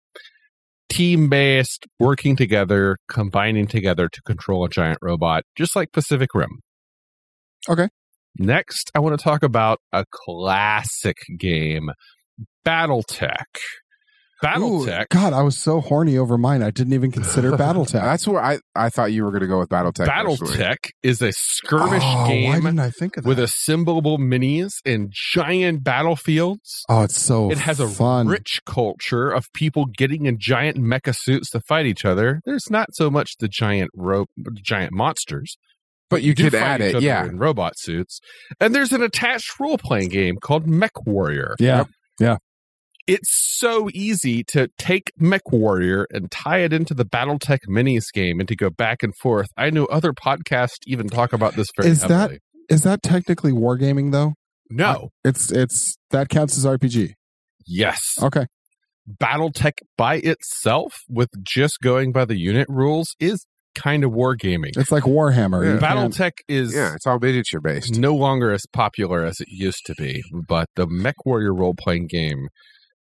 Speaker 3: team based, working together, combining together to control a giant robot, just like Pacific Rim.
Speaker 4: Okay.
Speaker 3: Next, I want to talk about a classic game, Battletech.
Speaker 4: Ooh,
Speaker 3: Battletech.
Speaker 4: God, I was so horny over mine. I didn't even consider
Speaker 3: [LAUGHS]
Speaker 4: BattleTech.
Speaker 5: That's where I, I thought you were going to go with BattleTech. personally.
Speaker 3: Battletech is a skirmish
Speaker 4: oh, Why
Speaker 3: game
Speaker 4: didn't I think of that?
Speaker 3: with assemblable minis and giant battlefields.
Speaker 4: oh, it's so
Speaker 3: it has a
Speaker 4: fun.
Speaker 3: rich culture of people getting in giant mecha suits to fight each other. There's not so much the giant rope, giant monsters,
Speaker 5: But you
Speaker 3: do
Speaker 5: could
Speaker 3: fight
Speaker 5: add
Speaker 3: each
Speaker 5: it,
Speaker 3: other
Speaker 5: yeah.
Speaker 3: in robot suits. And there's an attached role playing game called Mech Warrior.
Speaker 4: yeah.
Speaker 3: It's so easy to take Mech Warrior and tie it into the BattleTech minis game and to go back and forth. I know other podcasts even talk about this very
Speaker 4: Is that-
Speaker 3: heavily.
Speaker 4: Is that technically wargaming though?
Speaker 3: no.
Speaker 4: It's it's that counts as RPG.
Speaker 3: yes.
Speaker 4: Okay.
Speaker 3: BattleTech by itself, with just going by the unit rules, is kind of wargaming.
Speaker 4: It's like Warhammer. You can't-
Speaker 3: BattleTech is
Speaker 5: Yeah, it's all miniature based.
Speaker 3: no longer as popular as it used to be, but the Mech Warrior role playing game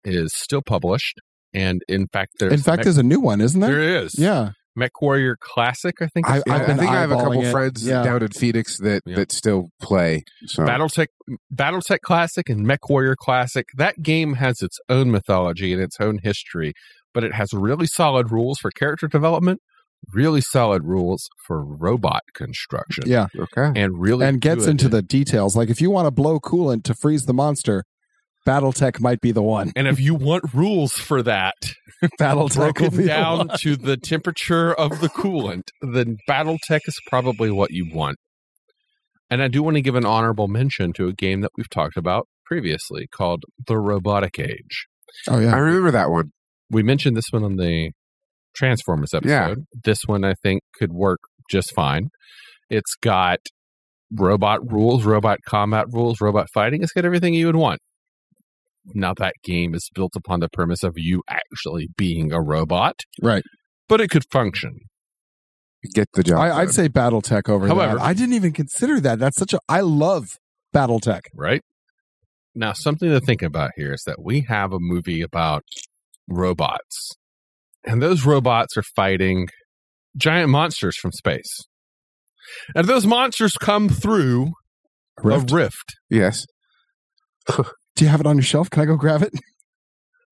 Speaker 3: is still published. And in fact, there's
Speaker 4: In fact,
Speaker 3: Mech-
Speaker 4: there's a new one, isn't there?
Speaker 3: there is
Speaker 4: Yeah.
Speaker 3: Mech Warrior Classic. I think it's
Speaker 4: I-
Speaker 5: Yeah,
Speaker 4: I've
Speaker 5: I
Speaker 4: been
Speaker 5: think I have a couple
Speaker 4: eyeballing it.
Speaker 5: friends
Speaker 4: Yeah.
Speaker 5: down in Phoenix that,
Speaker 3: Yeah.
Speaker 5: that still play. So
Speaker 3: BattleTech BattleTech Classic and Mech Warrior Classic. That game has its own mythology and its own history, but it has really solid rules for character development, really solid rules for robot construction.
Speaker 9: Yeah.
Speaker 5: Okay.
Speaker 3: And really
Speaker 9: And gets
Speaker 3: good-
Speaker 9: into the details. Like if you want to blow coolant to freeze the monster, Battletech might be the
Speaker 3: [LAUGHS]
Speaker 9: one.
Speaker 3: and if you want rules for
Speaker 9: [LAUGHS]
Speaker 3: that
Speaker 9: Battletech will
Speaker 3: broken
Speaker 9: be the one.
Speaker 3: down to the temperature of the coolant, then Battletech is probably what you want. And I do want to give an honorable mention to a game that we've talked about previously called The Robotic Age.
Speaker 9: Oh
Speaker 5: I
Speaker 9: yeah.
Speaker 5: remember that one.
Speaker 3: We mentioned this one on the Transformers episode.
Speaker 5: Yeah.
Speaker 3: This one I think could work just fine. It's got robot rules, robot combat rules, robot fighting. It's got everything you would want. Now that game is built upon the premise of you actually being a robot,
Speaker 9: Right.
Speaker 3: but it could function.
Speaker 5: Get the job.
Speaker 9: I, I'd
Speaker 5: done.
Speaker 9: say Battletech over
Speaker 3: However-
Speaker 9: that. I didn't even consider that. That's such a I love Battletech.
Speaker 3: right? Now, something to think about here is that we have a movie about robots, and those robots are fighting giant monsters from space. And those monsters come through
Speaker 9: Rift.
Speaker 3: a rift,
Speaker 5: yes.
Speaker 9: Do you have it on your shelf? Can I go grab it?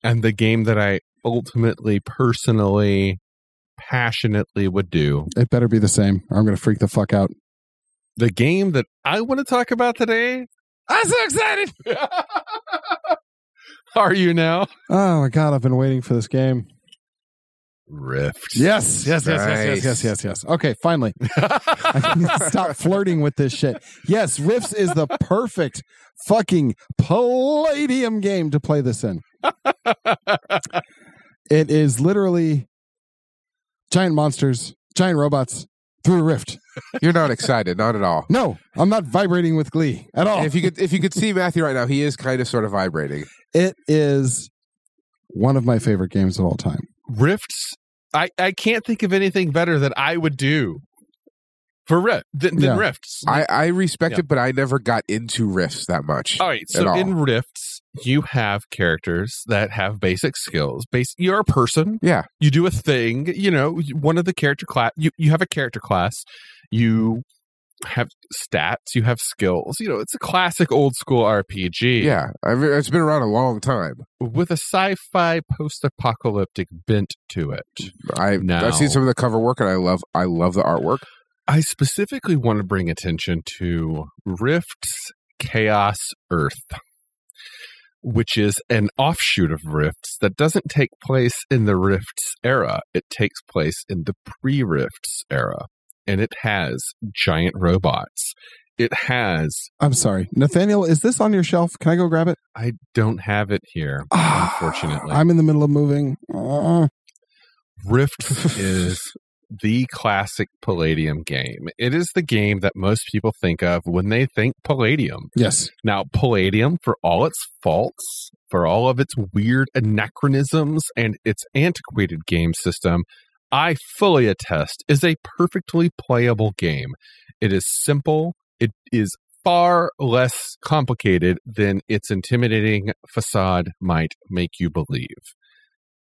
Speaker 3: and the game that I ultimately, personally, passionately would do.
Speaker 9: It better be the same. Or I'm gonna freak the fuck out.
Speaker 3: The game that I want to talk about today. I'm so excited! [LAUGHS] Are you now?
Speaker 9: Oh my god, I've been waiting for this game.
Speaker 3: [LAUGHS] Rift.
Speaker 9: Yes, yes, yes, yes, yes,
Speaker 5: Nice.
Speaker 9: yes, yes, yes. Okay, finally. I need to [LAUGHS] Stop flirting with this shit. Yes, Rifts is the perfect fucking palladium game to play this [LAUGHS] in. It is literally giant monsters, giant robots through a rift.
Speaker 5: You're not excited, not at
Speaker 9: [LAUGHS]
Speaker 5: all.
Speaker 9: No, I'm not vibrating with glee at all.
Speaker 5: If you could, if you could see Matthew right now, he is kind of sort of vibrating.
Speaker 9: It is one of my favorite games of all time.
Speaker 3: rifts i i can't think of anything better that i would do for rift than, than
Speaker 9: Yeah.
Speaker 3: rifts
Speaker 5: I, I respect
Speaker 3: Yeah. Oh.
Speaker 5: it, but I never got into riffs that much.
Speaker 3: all right so
Speaker 5: all.
Speaker 3: in rifts you have characters that have basic skills base you're a person
Speaker 5: Yeah.
Speaker 3: you do a thing you know you- one of the character class you, you have a character class you have stats you have skills you know it's a classic old school rpg
Speaker 5: Yeah, I re- it's been around a long time.
Speaker 3: with a sci-fi post-apocalyptic bent to it
Speaker 5: I
Speaker 3: No.
Speaker 5: I've seen some of the cover work, and I love I love the artwork.
Speaker 3: I specifically want to bring attention to Rift's Chaos Earth, which is an offshoot of Rifts that doesn't take place in the Rifts era. It takes place in the pre Rifts era, and it has giant robots. It has,
Speaker 9: I'm sorry. Nathaniel, is this on your shelf? Can I go grab it?
Speaker 3: I don't have it here,
Speaker 9: Ah,
Speaker 3: unfortunately.
Speaker 9: I'm in the middle of moving. Ah.
Speaker 3: Rift is the classic Palladium game. It is the game that most people think of when they think Palladium.
Speaker 9: Yes.
Speaker 3: Now, Palladium, for all its faults, for all of its weird anachronisms and its antiquated game system, I fully attest is a perfectly playable game. It is simple, it is far less complicated than its intimidating facade might make you believe.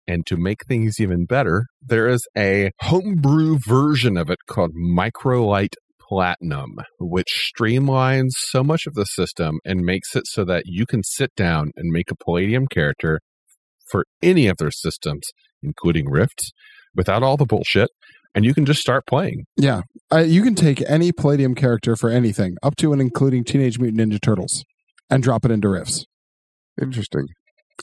Speaker 3: And to make things even better, there is a homebrew version of it called Microlite Platinum, which streamlines so much of the system and makes it so that you can sit down and make a Palladium character for any of their systems, including Rift, without all the bullshit, and you can just start playing.
Speaker 9: Yeah. Uh, you can take any Palladium character for anything, up to and including Teenage Mutant Ninja Turtles, and drop it into Rifts.
Speaker 5: Interesting.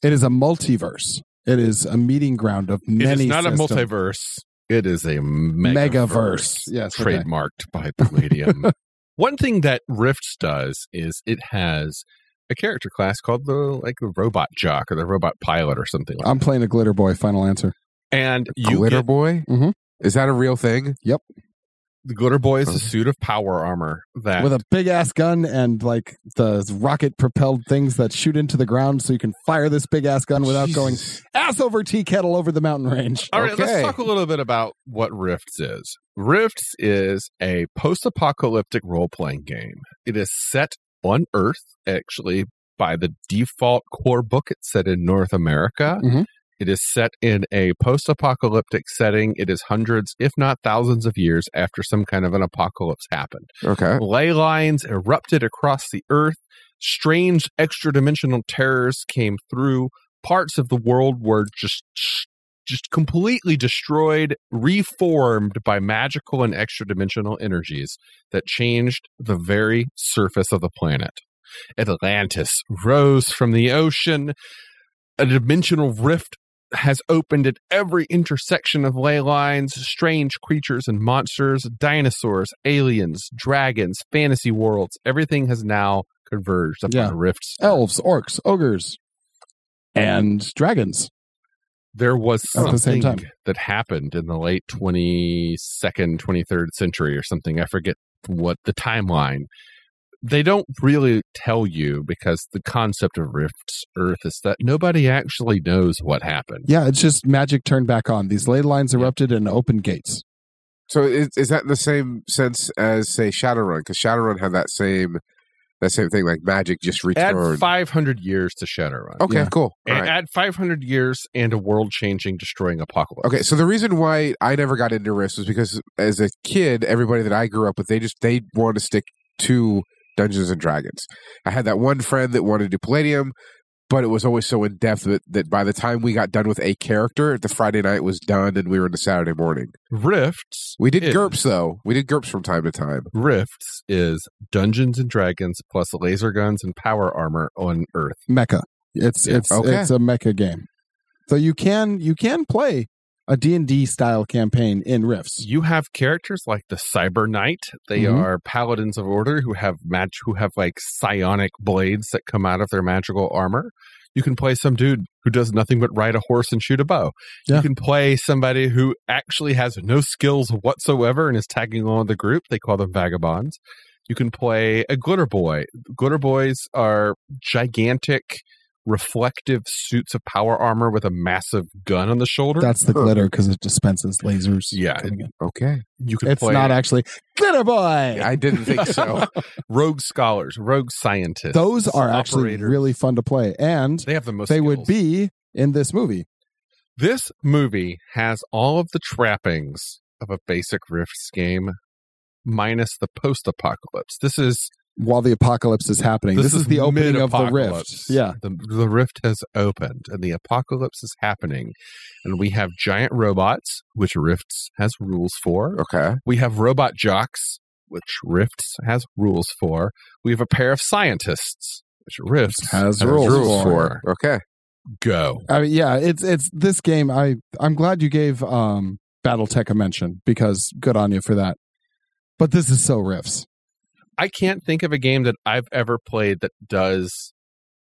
Speaker 9: It is a multiverse. It is a meeting ground of
Speaker 3: It is
Speaker 9: many.
Speaker 3: not
Speaker 9: systems.
Speaker 3: a multiverse. It is a
Speaker 9: Megaverse.
Speaker 3: megaverse.
Speaker 9: Yes, okay.
Speaker 3: trademarked by Palladium.
Speaker 9: [LAUGHS]
Speaker 3: One thing that Rifts does is it has a character class called the like the robot jock or the robot pilot or something like
Speaker 9: I'm playing a Glitter Boy. Final answer.
Speaker 3: that. And you
Speaker 5: Glitter
Speaker 3: get-
Speaker 5: Boy.
Speaker 9: Mhm.
Speaker 5: Is that a real thing?
Speaker 3: the glitter boy is
Speaker 5: Okay.
Speaker 3: a suit of power armor that
Speaker 9: With a big ass gun and like the rocket propelled things that shoot into the ground, so you can fire this big ass gun without going
Speaker 5: Jesus.
Speaker 9: ass over tea kettle over the mountain range.
Speaker 3: All right, let's
Speaker 5: Okay.
Speaker 3: talk a little bit about what Rifts is. Rifts is a post apocalyptic role playing game. It is set on Earth, actually, by the default core book. It's set in North America.
Speaker 9: Mhm.
Speaker 3: It is set in a post apocalyptic setting. It is hundreds, if not thousands, of years after some kind of an apocalypse happened.
Speaker 5: Okay.
Speaker 3: Ley lines erupted across the earth. Strange extra dimensional terrors came through. Parts of the world were just just completely destroyed, reformed by magical and extra dimensional energies that changed the very surface of the planet. Atlantis rose from the ocean. A dimensional rift has opened at every intersection of ley lines, strange creatures and monsters, dinosaurs, aliens, dragons, fantasy worlds. Everything has now converged upon
Speaker 9: Yeah.
Speaker 3: a rift's
Speaker 9: Elves, orcs, ogres, and dragons.
Speaker 3: there was
Speaker 9: At
Speaker 3: something
Speaker 9: the same time.
Speaker 3: that happened in the late 22nd 23rd century or something i forget what the timeline they don't really tell you because the concept of rifts earth is that nobody actually knows what happened
Speaker 9: Yeah, it's just magic turned back on. These ley lines erupted and opened gates.
Speaker 5: So is, is that in the same sense as say Shadowrun? Because Shadowrun had that same that same thing, like magic just
Speaker 3: add
Speaker 5: returned.
Speaker 3: 500 years to shadowrun
Speaker 5: okay,
Speaker 9: yeah.
Speaker 5: cool. All
Speaker 3: And
Speaker 5: right.
Speaker 3: add 500 years and a world changing destroying apocalypse
Speaker 5: Okay, so the reason why I never got into Rifts was because as a kid, everybody that I grew up with, they just they wanted to stick to Dungeons and Dragons. I had that one friend that wanted to do Palladium, but it was always so in depth that, that by the time we got done with a character, the Friday night was done and we were into Saturday morning.
Speaker 3: rifts
Speaker 5: We did
Speaker 3: is-
Speaker 5: GURPS though. We did GURPS from time to time.
Speaker 3: rifts is dungeons and dragons plus laser guns and power armor on earth
Speaker 9: Mecha. It's
Speaker 3: Yeah.
Speaker 9: it's
Speaker 5: Okay.
Speaker 9: it's a mecha game. So you can you can play a D&D style campaign in Rifts.
Speaker 3: you have characters like the Cyber Knight. They
Speaker 9: Mhm.
Speaker 3: are paladins of order who have match who have like psionic blades that come out of their magical armor. You can play some dude who does nothing but ride a horse and shoot a bow.
Speaker 9: Yeah.
Speaker 3: You can play somebody who actually has no skills whatsoever and is tagging along with the group. They call them vagabonds. You can play a glitter boy. Glitter boys are gigantic reflective suits of power armor with a massive gun on the shoulder.
Speaker 9: That's the
Speaker 5: Huh.
Speaker 9: glitter because it dispenses lasers.
Speaker 3: Yeah.
Speaker 5: Okay.
Speaker 3: you can
Speaker 9: It's
Speaker 3: play
Speaker 9: not actually glitter boy.
Speaker 5: I
Speaker 3: [LAUGHS]
Speaker 5: didn't think
Speaker 9: [LAUGHS]
Speaker 5: so.
Speaker 3: rogue scholars, rogue scientists.
Speaker 9: Those are actually
Speaker 3: operators.
Speaker 9: really fun to play, and
Speaker 3: They have the most.
Speaker 9: they would
Speaker 3: skills.
Speaker 9: be in this movie.
Speaker 3: This movie has all of the trappings of a basic Rifts game, minus the post-apocalypse. This is
Speaker 9: while the apocalypse is happening. This, is, the opening of the rift.
Speaker 3: mid-apocalypse.
Speaker 9: Yeah.
Speaker 3: the, the rift has opened and the apocalypse is happening, and we have giant robots, which Rifts has rules for.
Speaker 5: Okay.
Speaker 3: We have robot jocks, which Rifts has rules for. We have a pair of scientists, which Rifts
Speaker 9: Has rules
Speaker 3: for.
Speaker 5: Okay.
Speaker 3: Go.
Speaker 9: I mean, yeah, it's it's this game. I I'm glad you gave um BattleTech a mention because good on you for that. But this is so riffs.
Speaker 3: I can't think of a game that I've ever played that does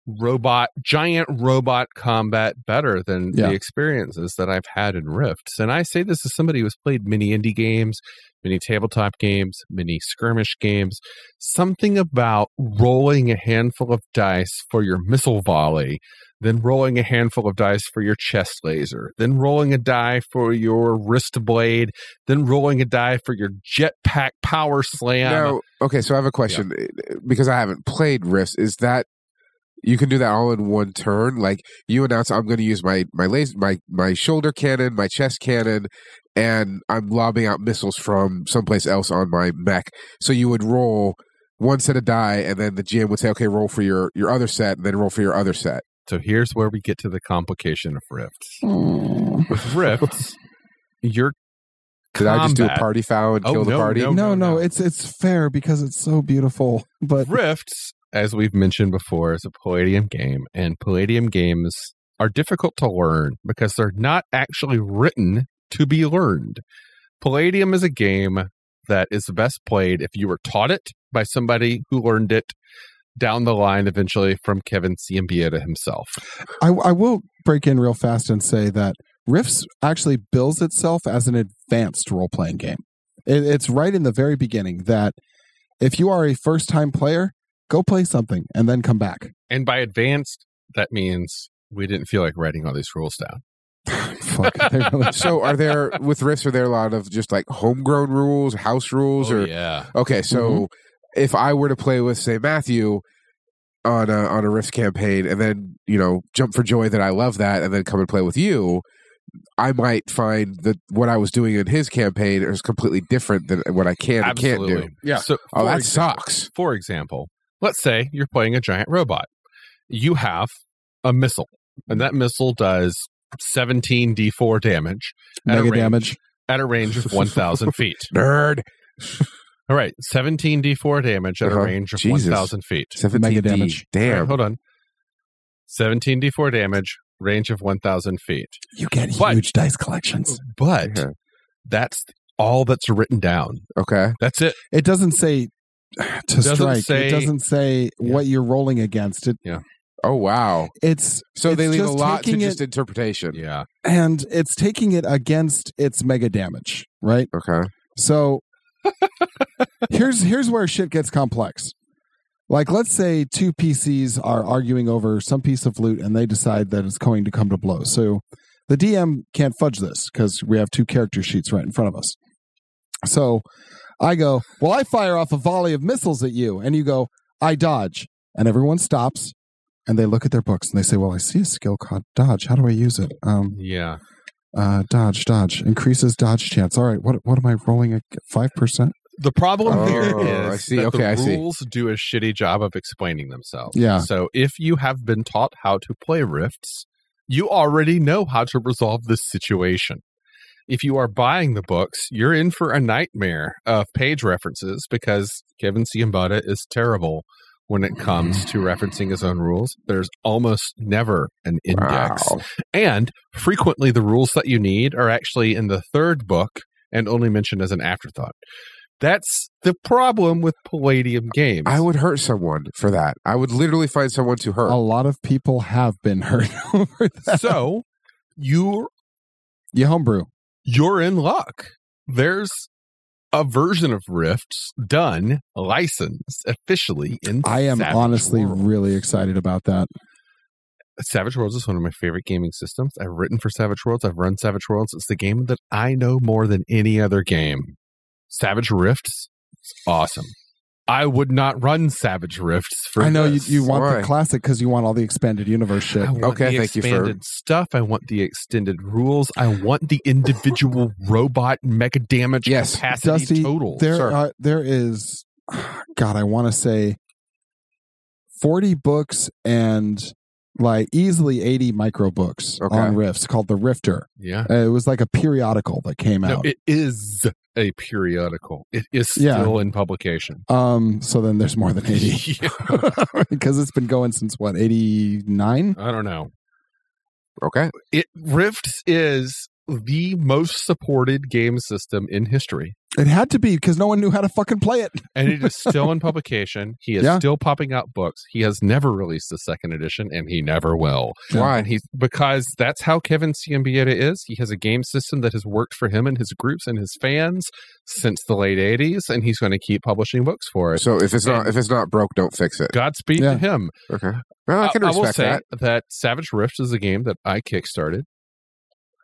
Speaker 3: robot giant robot combat better than
Speaker 9: Yeah.
Speaker 3: the experiences that I've had in Rifts. And I say this as somebody who's played many indie games, many tabletop games, many skirmish games. Something about rolling a handful of dice for your missile volley, then rolling a handful of dice for your chest laser, then rolling a die for your wrist blade, then rolling a die for your jetpack power slam.
Speaker 5: Now, okay, so I have a question eh, because I haven't played Rifts. Is that you can do that all in one turn? Like you announce, I'm going to use my my laser, my my shoulder cannon, my chest cannon, and I'm lobbing out missiles from someplace else on my mech. So you would roll one set of die, and then the GM would say, okay, roll for your your other set, and then roll for your other set.
Speaker 3: So here's where we get to the complication of rifts. With rifts, you're
Speaker 5: Did I just do a
Speaker 3: Combat.
Speaker 5: party foul and
Speaker 3: Oh,
Speaker 5: kill the
Speaker 3: no,
Speaker 5: party?
Speaker 3: no.
Speaker 9: no, no, it's it's fair because it's so beautiful. [LAUGHS] But
Speaker 3: rifts, as we've mentioned before, is a Palladium game, and Palladium games are difficult to learn because they're not actually written to be learned. Palladium is a game that is best played if you were taught it by somebody who learned it down the line eventually from Kevin Ciambietta himself.
Speaker 9: I I will break in real fast and say that Rifts actually bills itself as an advanced role playing game. It, it's right in the very beginning that if you are a first time player, go play something and then come back.
Speaker 3: And by advanced, that means we didn't feel like writing all these rules down.
Speaker 9: Fuck, they
Speaker 5: [LAUGHS]
Speaker 9: really
Speaker 5: so are there with Rifts? Are there a lot of just like homegrown rules, house rules,
Speaker 3: Oh,
Speaker 5: or
Speaker 3: yeah.
Speaker 5: Okay, so
Speaker 9: Mm-hmm.
Speaker 5: if I were to play with say Matthew on a on a Rift campaign, and then you know jump for joy that I love that, and then come and play with you, I might find that what I was doing in his campaign is completely different than what I can and can't do.
Speaker 9: Yeah.
Speaker 3: So,
Speaker 5: Oh,
Speaker 3: for
Speaker 5: that
Speaker 3: example-
Speaker 5: sucks.
Speaker 3: For example, let's say you're playing a giant robot. You have a missile, and that missile does 17 d4 damage at, a
Speaker 9: Mega
Speaker 3: range,
Speaker 9: damage.
Speaker 3: at a range of 1,000
Speaker 5: [LAUGHS]
Speaker 3: feet.
Speaker 5: Nerd.
Speaker 3: All right, 17 d4 damage at
Speaker 5: Uh-huh.
Speaker 3: a range of
Speaker 5: Jesus.
Speaker 3: 1,000 feet.
Speaker 5: 17
Speaker 9: Mega
Speaker 5: D.
Speaker 9: damage.
Speaker 3: All right,
Speaker 5: Damn.
Speaker 3: hold on. 17 d4 damage, range of 1,000 feet.
Speaker 9: You get
Speaker 3: But-
Speaker 9: huge dice collections.
Speaker 3: But
Speaker 5: Yeah.
Speaker 3: that's all that's written down.
Speaker 5: Okay.
Speaker 3: That's it.
Speaker 9: It doesn't say to
Speaker 3: Doesn't
Speaker 9: strike.
Speaker 3: say-
Speaker 9: it doesn't say what you're rolling against. It
Speaker 5: Oh wow.
Speaker 9: it's
Speaker 5: So they
Speaker 9: It's
Speaker 5: leave a
Speaker 9: just
Speaker 5: lot to
Speaker 9: taking
Speaker 5: just
Speaker 9: it-
Speaker 5: interpretation.
Speaker 3: Yeah.
Speaker 9: and it's taking it against its mega damage, right?
Speaker 5: Okay.
Speaker 9: So here's here's where shit gets complex. Like let's say two PCs are arguing over some piece of loot and they decide that it's going to come to blows. So the DM can't fudge this cuz we have two character sheets right in front of us. So I go, "Well, I fire off a volley of missiles at you." And you go, "I dodge." And everyone stops and they look at their books and they say, "Well, I see a skill called dodge. How do I use it?" Um
Speaker 3: Yeah.
Speaker 9: uh, dodge, dodge increases dodge chance. All right, what what am I rolling? Five percent.
Speaker 3: The problem
Speaker 5: Oh,
Speaker 3: here is
Speaker 5: I see.
Speaker 3: that
Speaker 5: Okay,
Speaker 3: the
Speaker 5: I see.
Speaker 3: rules do a shitty job of explaining themselves.
Speaker 9: Yeah.
Speaker 3: So if you have been taught how to play rifts, you already know how to resolve this situation. If you are buying the books, you're in for a nightmare of page references because Kevin Ciambata is terrible when it
Speaker 5: Mm-hmm.
Speaker 3: comes to referencing his own rules. There's almost never an index.
Speaker 5: Wow.
Speaker 3: And frequently, the rules that you need are actually in the third book and only mentioned as an afterthought. That's the problem with Palladium games.
Speaker 9: [LAUGHS]
Speaker 5: I would hurt someone for that. I would literally find someone to hurt.
Speaker 9: A lot of people have been hurt [LAUGHS] over that.
Speaker 3: so you're
Speaker 9: you homebrew.
Speaker 3: you're in luck. There's a version of Rifts done, licensed officially in.
Speaker 9: I am
Speaker 3: Savage
Speaker 9: honestly
Speaker 3: Worlds.
Speaker 9: really excited about that.
Speaker 3: Savage Worlds is one of my favorite gaming systems. I've written for Savage Worlds. I've run Savage Worlds. It's the game that I know more than any other game. Savage Rifts is awesome. I would not run Savage Rifts for
Speaker 9: I know you,
Speaker 3: this.
Speaker 9: you want
Speaker 5: Why?
Speaker 9: the classic because you want all the expanded universe shit.
Speaker 3: I want
Speaker 5: Okay,
Speaker 3: the
Speaker 5: thank you for-
Speaker 3: expanded stuff. I want the extended rules. I want the
Speaker 9: [LAUGHS]
Speaker 3: individual robot mega damage
Speaker 5: Yes.
Speaker 3: capacity
Speaker 9: Dusty,
Speaker 3: total.
Speaker 9: there
Speaker 3: Sir.
Speaker 9: are there is, [SIGHS] God, I want to say, forty books and like easily eighty micro books
Speaker 5: Okay.
Speaker 9: on rifts called the Rifter.
Speaker 3: yeah.
Speaker 9: Uh, it was like a periodical that came
Speaker 3: No,
Speaker 9: out.
Speaker 3: it is a periodical. It is
Speaker 9: Yeah.
Speaker 3: still in publication.
Speaker 9: um, so then there's more than eighty.
Speaker 3: [LAUGHS] Yeah,
Speaker 9: because it's been going since what 89
Speaker 3: I don't know.
Speaker 5: okay.
Speaker 3: it Rifts is the most supported game system in history,
Speaker 9: it had to be because no one knew how to fucking play it
Speaker 3: and it is still in publication. He is
Speaker 9: Yeah.
Speaker 3: still popping out books. He has never released a second edition, and he never will.
Speaker 5: Why?
Speaker 3: And he's because that's how Kevin Ciambietta is. He has a game system that has worked for him and his groups and his fans since the late '80s, and he's going to keep publishing books for it.
Speaker 5: So if it's not if it's not broke, don't fix it.
Speaker 3: Godspeed
Speaker 9: Yeah.
Speaker 3: to him.
Speaker 5: Okay. Well, I can
Speaker 3: I- I will
Speaker 5: respect
Speaker 3: say
Speaker 5: that.
Speaker 3: Savage Rift is a game that I kickstarted.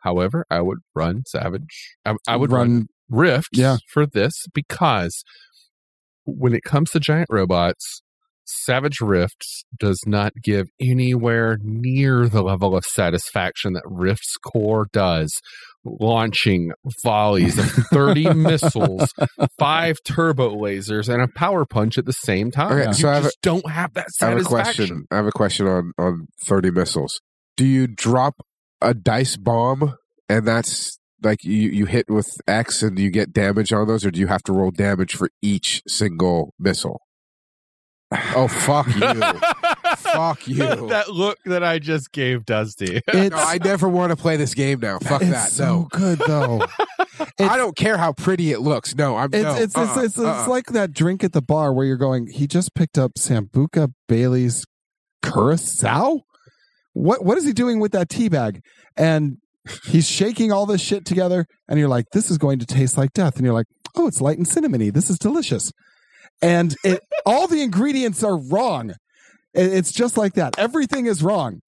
Speaker 3: However, I would run Savage. I, I would run Rift
Speaker 9: Yeah.
Speaker 3: for this because when it comes to giant robots, Savage Rifts does not give anywhere near the level of satisfaction that Rift's core does, launching volleys of
Speaker 5: [LAUGHS]
Speaker 3: 30 missiles, five turbo lasers, and a power punch at the same time.
Speaker 5: Okay,
Speaker 3: You
Speaker 5: so I have a-
Speaker 3: just don't have that
Speaker 5: I have a
Speaker 3: satisfaction.
Speaker 5: question. I have a question on on thirty missiles. Do you drop a dice bomb and that's like you you hit with X and you get damage on those, or do you have to roll damage for each single missile? Oh
Speaker 3: [LAUGHS]
Speaker 5: fuck you! fuck you!
Speaker 3: that look that I just gave Dusty.
Speaker 5: No,
Speaker 9: it's,
Speaker 5: I never want to play this game now. Fuck
Speaker 9: it's
Speaker 5: that!
Speaker 9: so
Speaker 5: No,
Speaker 9: good though it's-
Speaker 5: I don't care how pretty it looks. No, I'm
Speaker 9: it's
Speaker 5: no.
Speaker 9: it's, it's,
Speaker 5: uh-uh,
Speaker 9: it's, it's
Speaker 5: uh-uh.
Speaker 9: like that drink at the bar where you're going he just picked up sambuca bailey's curacao what what is he doing with that tea bag and he's shaking all this shit together and you're like this is going to taste like death and you're like oh it's light and cinnamony this is delicious and it all the ingredients are wrong It- it's just like that everything is wrong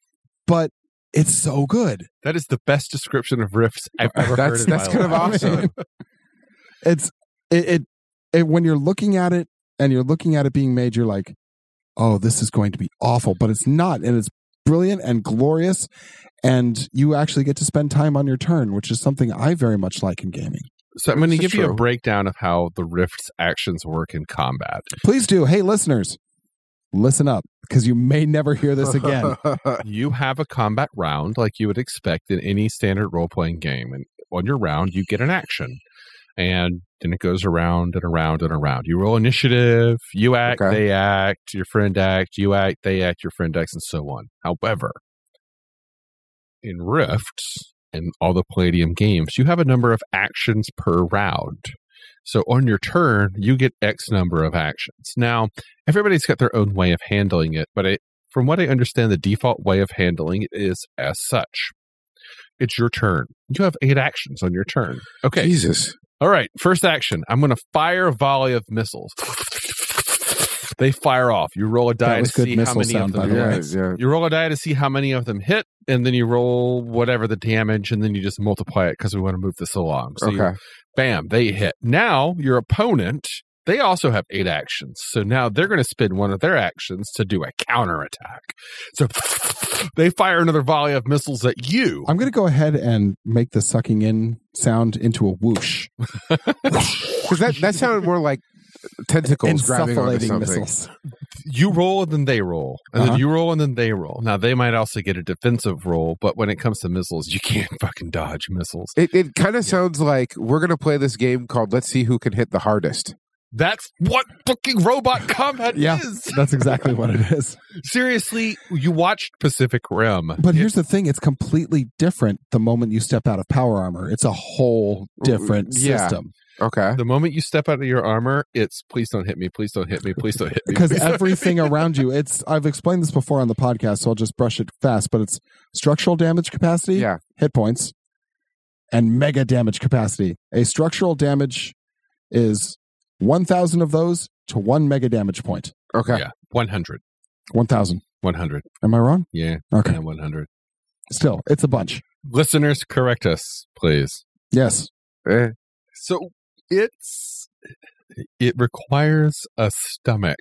Speaker 9: but it's so good
Speaker 3: That is the best description of riffs I've [LAUGHS] ever heard.
Speaker 5: that's
Speaker 3: in
Speaker 5: that's
Speaker 3: my
Speaker 5: kind of
Speaker 9: [LAUGHS]
Speaker 3: life.
Speaker 5: [LAUGHS] awesome.
Speaker 9: it's it, it it when you're looking at it and you're looking at it being made you're like oh this is going to be awful but it's not and it's brilliant and glorious and you actually get to spend time on your turn which is something i very much like in gaming
Speaker 3: So I'm going to
Speaker 5: This
Speaker 3: give
Speaker 5: is
Speaker 3: you a
Speaker 5: true.
Speaker 3: breakdown of how the rift's actions work in combat.
Speaker 9: please do hey listeners listen up because you may never hear
Speaker 5: [LAUGHS]
Speaker 9: this again.
Speaker 3: you have a combat round like you would expect in any standard role playing game. And on your round, you get an action. And then it goes around and around and around. You roll initiative, you act,
Speaker 5: Okay.
Speaker 3: they act, your friend act, you act, they act, your friend acts, and so on. However, in Rifts and all the Palladium games, you have a number of actions per round. So on your turn, you get X number of actions. Now, everybody's got their own way of handling it, but it from what I understand, the default way of handling it is as such. It's your turn. You have eight actions on your turn. Okay.
Speaker 5: Jesus.
Speaker 3: All right. First action. I'm going to fire a volley of missiles. They fire off. You roll a die
Speaker 9: was
Speaker 3: to
Speaker 9: good
Speaker 3: see how
Speaker 9: missile
Speaker 3: many
Speaker 9: sound,
Speaker 3: of
Speaker 9: by
Speaker 3: them.
Speaker 9: the way.
Speaker 5: Yeah,
Speaker 3: hit.
Speaker 5: yeah.
Speaker 3: You roll a die to see how many of them hit, and then you roll whatever the damage, and then you just multiply it because we want to move this along. So you-
Speaker 5: Okay.
Speaker 3: bam, they hit. Now your opponent, they also have eight actions. So now they're going to spend one of their actions to do a counterattack. So [LAUGHS] they fire another volley of missiles at you.
Speaker 9: I'm going to go ahead and make the sucking in sound into a whoosh.
Speaker 5: Because that, that sounded more like tentacles grabbing onto
Speaker 9: Encephalating
Speaker 5: something.
Speaker 9: missiles.
Speaker 3: You roll and then they roll. And
Speaker 9: Uh-huh.
Speaker 3: then you roll and then they roll. Now they might also get a defensive roll, but when it comes to missiles, you can't [LAUGHS] fucking dodge missiles.
Speaker 5: It, it kind of sounds like we're going to play this game called Let's See Who Can Hit the Hardest.
Speaker 3: That's what fucking robot combat
Speaker 9: Yeah.
Speaker 3: is.
Speaker 9: That's exactly what it is.
Speaker 3: Seriously, you watched Pacific Rim.
Speaker 9: [LAUGHS] But here's the thing: it's completely different the moment you step out of power armor. It's a whole different
Speaker 5: Yeah.
Speaker 9: system
Speaker 5: Okay.
Speaker 3: The moment you step out of your armor, it's please don't hit me, please don't hit me, please don't
Speaker 9: [LAUGHS]
Speaker 3: hit me.
Speaker 5: [LAUGHS]
Speaker 9: because
Speaker 3: please don't hit me."
Speaker 9: everything around you. It's I've explained this before on the podcast, so I'll just brush it fast. But it's structural damage capacity,
Speaker 5: Yeah.
Speaker 9: hit points, and mega damage capacity. A structural damage is one thousand of those to one mega damage point.
Speaker 5: Okay.
Speaker 3: Yeah, 100.
Speaker 9: One thousand.
Speaker 3: 100.
Speaker 9: Am I wrong?
Speaker 3: Yeah,
Speaker 9: Okay.
Speaker 3: yeah, 100.
Speaker 9: Still, it's a bunch.
Speaker 3: Listeners, correct us, please.
Speaker 9: Yes.
Speaker 5: Eh.
Speaker 3: So it's it requires a stomach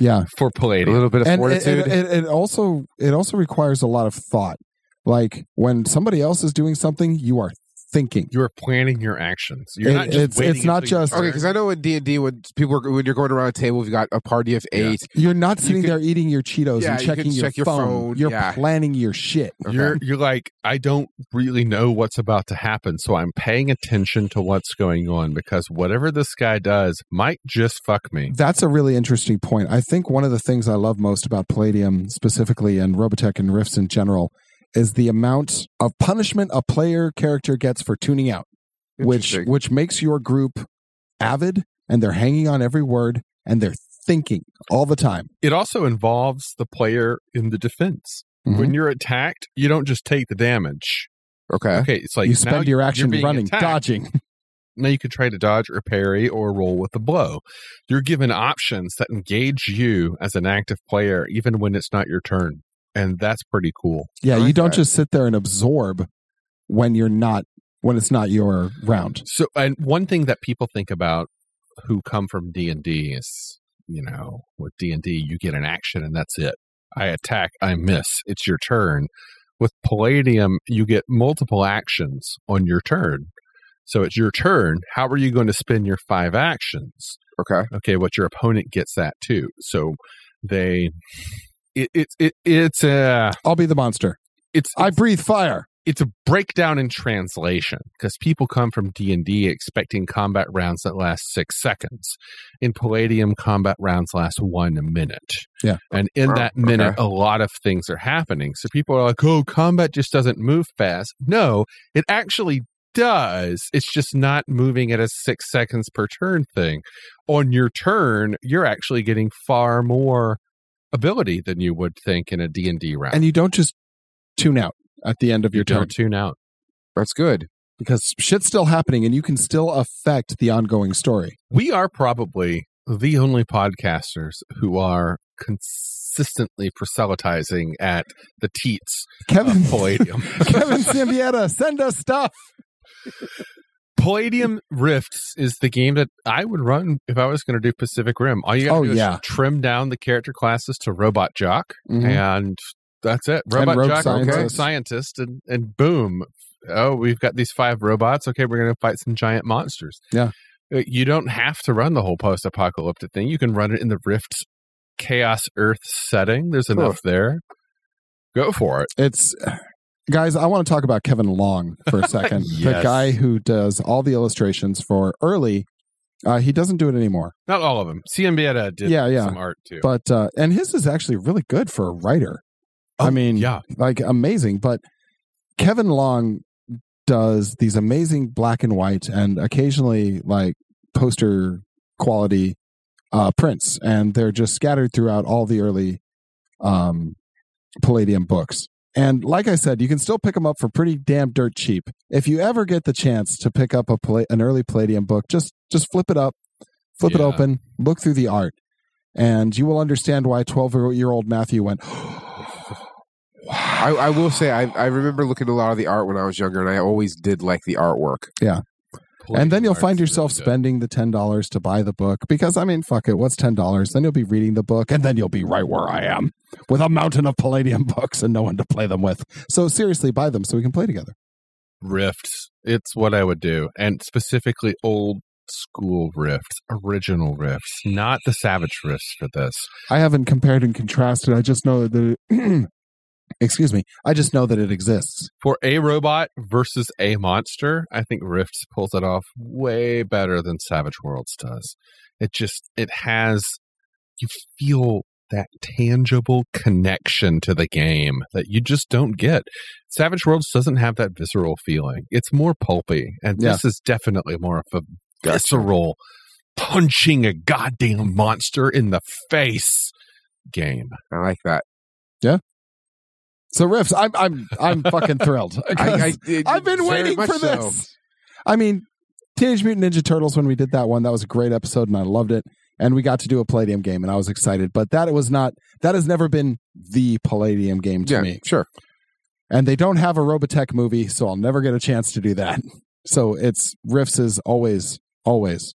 Speaker 9: Yeah.
Speaker 3: for
Speaker 5: A
Speaker 3: palladium.
Speaker 5: little bit of
Speaker 9: and it,
Speaker 5: fortitude.
Speaker 9: it, it, it also it also requires a lot of thought like when somebody else is doing something you are thinking
Speaker 3: You're planning your actions. You're
Speaker 9: It-
Speaker 3: not just
Speaker 9: it's-
Speaker 3: waiting
Speaker 9: it's not
Speaker 3: until your
Speaker 9: just-
Speaker 5: Okay,
Speaker 3: turn.
Speaker 5: because I know in D and D when people are, when you're going around a table, you've got a party of
Speaker 3: Yeah.
Speaker 5: eight.
Speaker 9: you're not sitting
Speaker 5: could-
Speaker 9: there eating your cheetos
Speaker 5: Yeah,
Speaker 9: and
Speaker 5: you could
Speaker 9: checking your,
Speaker 5: check your
Speaker 9: phone.
Speaker 5: phone,
Speaker 9: you're
Speaker 5: yeah.
Speaker 9: planning your shit
Speaker 5: Okay.
Speaker 3: You're you're like I don't really know what's about to happen, so I'm paying attention to what's going on because whatever this guy does might just fuck me.
Speaker 9: that's a really interesting point i think one of the things i love most about palladium specifically and robotech and rifts in general is the amount of punishment a player character gets for tuning out which
Speaker 5: Interesting.
Speaker 9: which makes your group avid and they're hanging on every word and they're thinking all the time
Speaker 3: It also involves the player in the defense.
Speaker 9: Mhm.
Speaker 3: When you're attacked, you don't just take the damage.
Speaker 5: okay,
Speaker 3: Okay, it's like
Speaker 9: you
Speaker 3: now
Speaker 9: spend your
Speaker 3: you're
Speaker 9: action
Speaker 3: being
Speaker 9: running,
Speaker 3: attacked. [LAUGHS]
Speaker 9: dodging.
Speaker 3: Now you can try to dodge or parry or roll with the blow. You're given options that engage you as an active player, even when it's not your turn. And that's pretty cool.
Speaker 9: Yeah,
Speaker 5: I like
Speaker 9: you don't
Speaker 5: that.
Speaker 9: just sit there and absorb when you're not when it's not your round.
Speaker 3: So, and one thing that people think about who come from D and D is, you know, with D and D, you get an action and that's it. I attack, I miss. It's your turn. With Palladium, you get multiple actions on your turn. So it's your turn. How are you going to spend your five actions?
Speaker 5: okay,
Speaker 3: okay what your opponent gets that too so they it, it, it it's uh, a
Speaker 9: I'll be the monster.
Speaker 3: it's
Speaker 9: I breathe fire.
Speaker 3: it's a breakdown in translation because people come from d&d expecting combat rounds that last six seconds in palladium combat rounds last one minute
Speaker 9: Yeah.
Speaker 3: and in
Speaker 5: Oh,
Speaker 3: that
Speaker 5: okay.
Speaker 3: minute a lot of things are happening so people are like oh combat just doesn't move fast no it actually does it's just not moving at a six seconds per turn thing on your turn you're actually getting far more ability than you would think in a d&d round
Speaker 9: And you don't just tune out at the end of your
Speaker 3: you
Speaker 9: turn
Speaker 3: don't tune out
Speaker 5: that's good.
Speaker 9: because shit's still happening and you can still affect the ongoing story.
Speaker 3: we are probably the only podcasters who are consistently proselytizing at the teats of
Speaker 9: Kevin [LAUGHS]
Speaker 3: Palladium. [LAUGHS]
Speaker 9: Kevin Sambietta, send us stuff.
Speaker 3: Palladium Rifts is the game that I would run if I was going to do Pacific Rim. All you got to
Speaker 9: Oh,
Speaker 3: do
Speaker 9: yeah.
Speaker 3: is trim down the character classes to Robot Jock,
Speaker 9: Mhm.
Speaker 3: and that's it. Robot
Speaker 9: rogue
Speaker 3: Jock,
Speaker 9: scientist.
Speaker 3: rogue scientist, and, and boom. Oh, we've got these five robots. Okay, we're going to fight some giant monsters.
Speaker 9: Yeah.
Speaker 3: Uh, You don't have to run the whole post apocalyptic thing. You can run it in the Rifts Chaos Earth setting. There's enough there. Go for it.
Speaker 9: It's guys, I want to talk about Kevin Long for a
Speaker 3: [LAUGHS]
Speaker 9: second. The
Speaker 3: Yes.
Speaker 9: guy who does all the illustrations for early. Uh, he doesn't do it anymore.
Speaker 3: Not all of them. Ciambietta did
Speaker 9: Yeah, yeah.
Speaker 3: some art too.
Speaker 9: But uh, and his is actually really good for a writer. I
Speaker 3: Oh,
Speaker 9: mean,
Speaker 3: yeah.
Speaker 9: like amazing. But Kevin Long does these amazing black and white and occasionally like poster quality uh, prints, and they're just scattered throughout all the early um, Palladium books. And like I said, you can still pick them up for pretty damn dirt cheap. If you ever get the chance to pick up a pla- an early Palladium book, just just flip it up, flip it
Speaker 3: Yeah.
Speaker 9: open, look through the art, and you will understand why twelve-year-old Matthew went.
Speaker 5: [GASPS] I, I will say I, I remember looking at a lot of the art when I was younger, and I always did like the artwork.
Speaker 9: and then
Speaker 3: Palladium
Speaker 9: you'll find
Speaker 3: art's
Speaker 9: yourself
Speaker 3: really good.
Speaker 9: spending the ten dollars to buy the book because I mean, fuck it, what's ten dollars? Then you'll be reading the book, and then you'll be right where I am with a mountain of Palladium [LAUGHS] books and no one to play them with. So seriously, buy them so we can play together.
Speaker 3: rifts. It's what I would do, and specifically old school rifts, original rifts, not the savage rifts for this.
Speaker 9: I haven't compared and contrasted. I just know that. It, [CLEARS THROAT] excuse me. I just know that it exists.
Speaker 3: For a robot versus a monster, I think Rifts pulls it off way better than Savage Worlds does. It just it has you feel that tangible connection to the game that you just don't get. Savage Worlds doesn't have that visceral feeling. It's more pulpy, and this is definitely more of a visceral punching a goddamn monster in the face game.
Speaker 5: I like that.
Speaker 9: So riffs. I'm I'm I'm fucking thrilled.
Speaker 5: I, I,
Speaker 9: I've been
Speaker 5: very
Speaker 9: waiting
Speaker 5: much
Speaker 9: for
Speaker 5: so.
Speaker 9: this. I mean, Teenage Mutant Ninja Turtles when we did that one, that was a great episode and I loved it. And we got to do a Palladium game and I was excited, but that was not that has never been the Palladium game to
Speaker 5: Yeah,
Speaker 9: me.
Speaker 5: sure.
Speaker 9: And they don't have a Robotech movie, so I'll never get a chance to do that. So it's Riffs is always always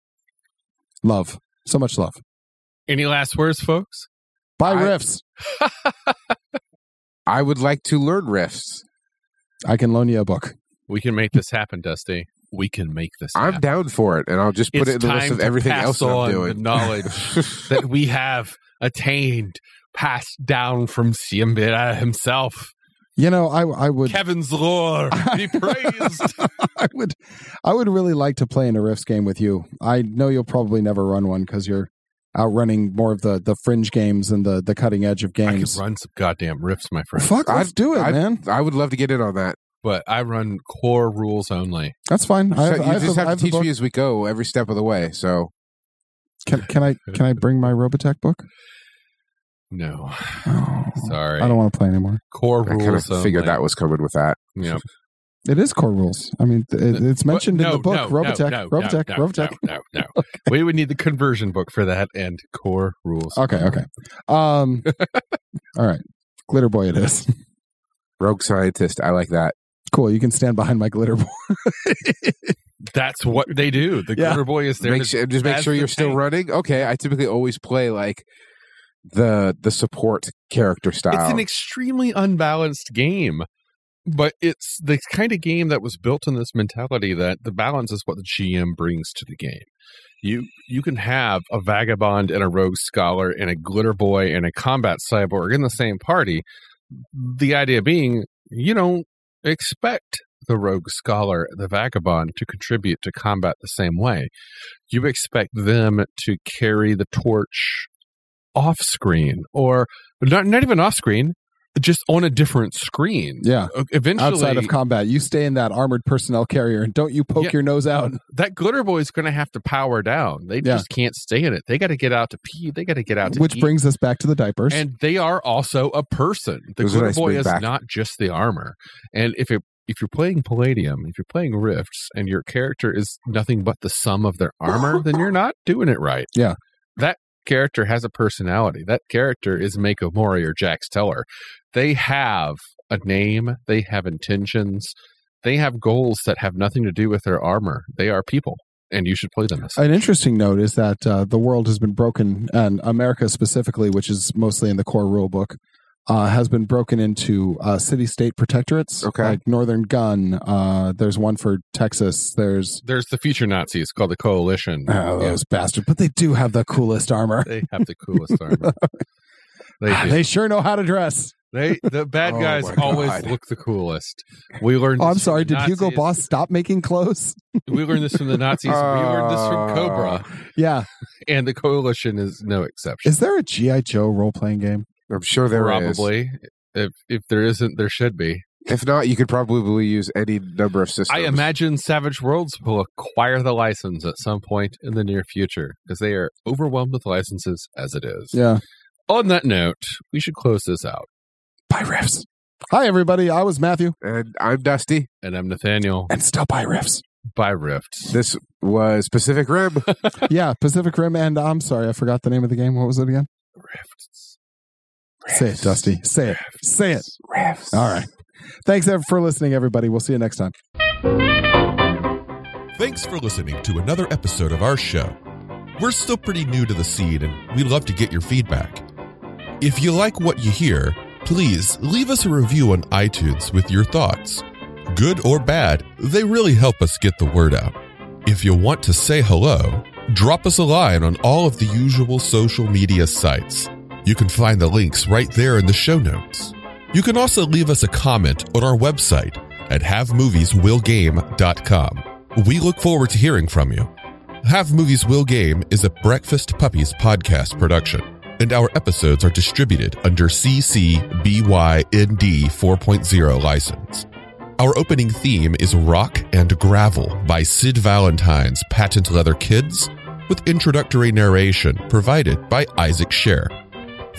Speaker 9: love. So much love.
Speaker 3: Any last words, folks?
Speaker 9: Buy
Speaker 5: I-
Speaker 9: Riffs.
Speaker 5: I would like to learn riffs.
Speaker 9: I can loan you a book.
Speaker 3: We can make this happen, Dusty. We can make this.
Speaker 5: I'm
Speaker 3: happen.
Speaker 5: down for it, and I'll just put
Speaker 3: It's
Speaker 5: it in the list
Speaker 3: time
Speaker 5: of
Speaker 3: to
Speaker 5: everything
Speaker 3: pass
Speaker 5: else that
Speaker 3: on
Speaker 5: I'm
Speaker 3: The
Speaker 5: doing. [LAUGHS]
Speaker 3: knowledge that we have attained, passed down from Siambira himself.
Speaker 9: You know, I I would
Speaker 3: Kevin's lore [LAUGHS]
Speaker 5: [LAUGHS]
Speaker 3: be praised.
Speaker 9: [LAUGHS] I would, I would really like to play in a riffs game with you. I know you'll probably never run one because you're outrunning more of the the fringe games and the the cutting edge of
Speaker 3: I could
Speaker 9: games.
Speaker 3: run some goddamn riffs, my friend,
Speaker 9: Fuck, let's
Speaker 5: I've-
Speaker 9: do it,
Speaker 5: I've-
Speaker 9: man.
Speaker 5: I would love to get in on that.
Speaker 3: but I run core rules only.
Speaker 9: That's fine. I have,
Speaker 5: So
Speaker 9: I
Speaker 5: you
Speaker 9: have,
Speaker 5: just
Speaker 9: a-
Speaker 5: have,
Speaker 9: I have
Speaker 5: to
Speaker 9: a
Speaker 5: teach
Speaker 9: book.
Speaker 5: me as we go, every step of the way. So
Speaker 9: Can, can I can I bring my Robotech book?
Speaker 5: [SIGHS]
Speaker 3: No,
Speaker 9: Oh,
Speaker 3: sorry.
Speaker 9: I don't want to play anymore.
Speaker 3: core
Speaker 5: I
Speaker 3: rules.
Speaker 5: kind of
Speaker 3: only.
Speaker 5: figured that was coming with that.
Speaker 3: Yeah.
Speaker 9: It is core rules. I mean, th- it, it's mentioned
Speaker 3: But
Speaker 9: in the book. Robotech, Robotech,
Speaker 3: no,
Speaker 9: Robotech.
Speaker 3: No, no, no. we would need the conversion book for that and core rules.
Speaker 9: Okay, okay. Um, all right, glitter boy, it is. [LAUGHS]
Speaker 5: Rogue scientist, I like that.
Speaker 9: Cool. You can stand behind my glitter boy.
Speaker 3: That's what they do. The
Speaker 9: Yeah.
Speaker 3: glitter boy is there.
Speaker 5: Make
Speaker 3: to
Speaker 5: sure, just make
Speaker 3: as
Speaker 5: sure
Speaker 3: the
Speaker 5: you're still
Speaker 3: tank.
Speaker 5: running. Okay, I typically always play like the the support character
Speaker 3: It's
Speaker 5: style.
Speaker 3: an extremely unbalanced game, but it's the kind of game that was built in this mentality that the balance is what the GM brings to the game. You you can have a vagabond and a rogue scholar and a glitter boy and a combat cyborg in the same party. The idea being, you don't expect the rogue scholar, the vagabond, to contribute to combat the same way. You expect them to carry the torch off screen or not, not even off screen, just on a different screen.
Speaker 9: Yeah.
Speaker 3: Eventually,
Speaker 9: Outside of combat, you stay in that armored personnel carrier and don't you poke
Speaker 3: Yeah.
Speaker 9: your nose out.
Speaker 3: that glitter boy is going to have to power down. They
Speaker 9: Yeah.
Speaker 3: just can't stay in it. They got to get out to pee. They got to get out to
Speaker 9: which
Speaker 3: eat.
Speaker 9: brings us back to the diapers.
Speaker 3: and they are also a person. The
Speaker 5: Those are
Speaker 3: glitter
Speaker 5: nice
Speaker 3: boy
Speaker 5: big
Speaker 3: is
Speaker 5: back.
Speaker 3: not just the armor. And if it if you're playing Palladium, if you're playing Rifts, and your character is nothing but the sum of their
Speaker 5: [LAUGHS]
Speaker 3: armor, then you're not doing it right.
Speaker 9: Yeah.
Speaker 3: That character has a personality. That character is Mako Mori or Jax Teller. They have a name, they have intentions, they have goals that have nothing to do with their armor. They are people, and you should play them as
Speaker 9: An interesting note is that uh, the world has been broken, and America specifically, which is mostly in the core rule book, uh, has been broken into uh, city-state protectorates,
Speaker 5: Okay.
Speaker 9: like Northern Gun. Uh, there's one for Texas. There's
Speaker 3: There's the future Nazis called the Coalition.
Speaker 9: oh,
Speaker 3: Yeah,
Speaker 9: those bastards, but they do have the coolest armor.
Speaker 3: they have the coolest armor. They,
Speaker 9: Ah,
Speaker 3: do.
Speaker 9: [LAUGHS] They sure know how to
Speaker 3: [LAUGHS]
Speaker 9: dress.
Speaker 3: they the bad
Speaker 5: Oh
Speaker 3: guys
Speaker 5: my
Speaker 3: always
Speaker 5: God.
Speaker 3: look the coolest. We learned.
Speaker 9: Oh,
Speaker 3: this from
Speaker 9: I'm sorry.
Speaker 3: the
Speaker 9: Did Hugo
Speaker 3: Nazis.
Speaker 9: Boss stop making clothes?
Speaker 3: We learned this from the Nazis. we learned this from
Speaker 5: Ah.
Speaker 3: Cobra,
Speaker 9: Yeah.
Speaker 3: and the Coalition is no exception.
Speaker 9: Is there a GI Joe role playing game?
Speaker 5: I'm sure there is.
Speaker 3: Probably, if if there isn't, there should be.
Speaker 5: If not, you could probably use any number of systems.
Speaker 3: I imagine Savage Worlds will acquire the license at some point in the near future because they are overwhelmed with licenses as it is.
Speaker 9: Yeah.
Speaker 3: On that note, we should close this out.
Speaker 9: Buy riffs. Hi everybody. I was Matthew,
Speaker 5: And I'm Dusty.
Speaker 3: And I'm Nathaniel
Speaker 9: and still buy riffs.
Speaker 3: by Rift.
Speaker 5: This was Pacific Rim.
Speaker 9: [LAUGHS] yeah, Pacific Rim, and I'm sorry, I forgot the name of the game. What was it again?
Speaker 3: Rifts.
Speaker 9: Say it, Dusty. Say it. Say it.
Speaker 5: Riffs.
Speaker 9: All right. Thanks ev- for listening, everybody. We'll see you next time.
Speaker 10: Thanks for listening to another episode of our show. We're still pretty new to the scene and we love to get your feedback. If you like what you hear, please leave us a review on iTunes with your thoughts. Good or bad, they really help us get the word out. If you want to say hello, drop us a line on all of the usual social media sites. You can find the links right there in the show notes. You can also leave us a comment on our website at havemovieswillgame.com. We look forward to hearing from you. Have Movies Will Game is a Breakfast Puppies podcast production, and our episodes are distributed under CC BY-ND 4.0 license. Our opening theme is Rock and Gravel by Sid Valentine's Patent Leather Kids, with introductory narration provided by Isaac Scher.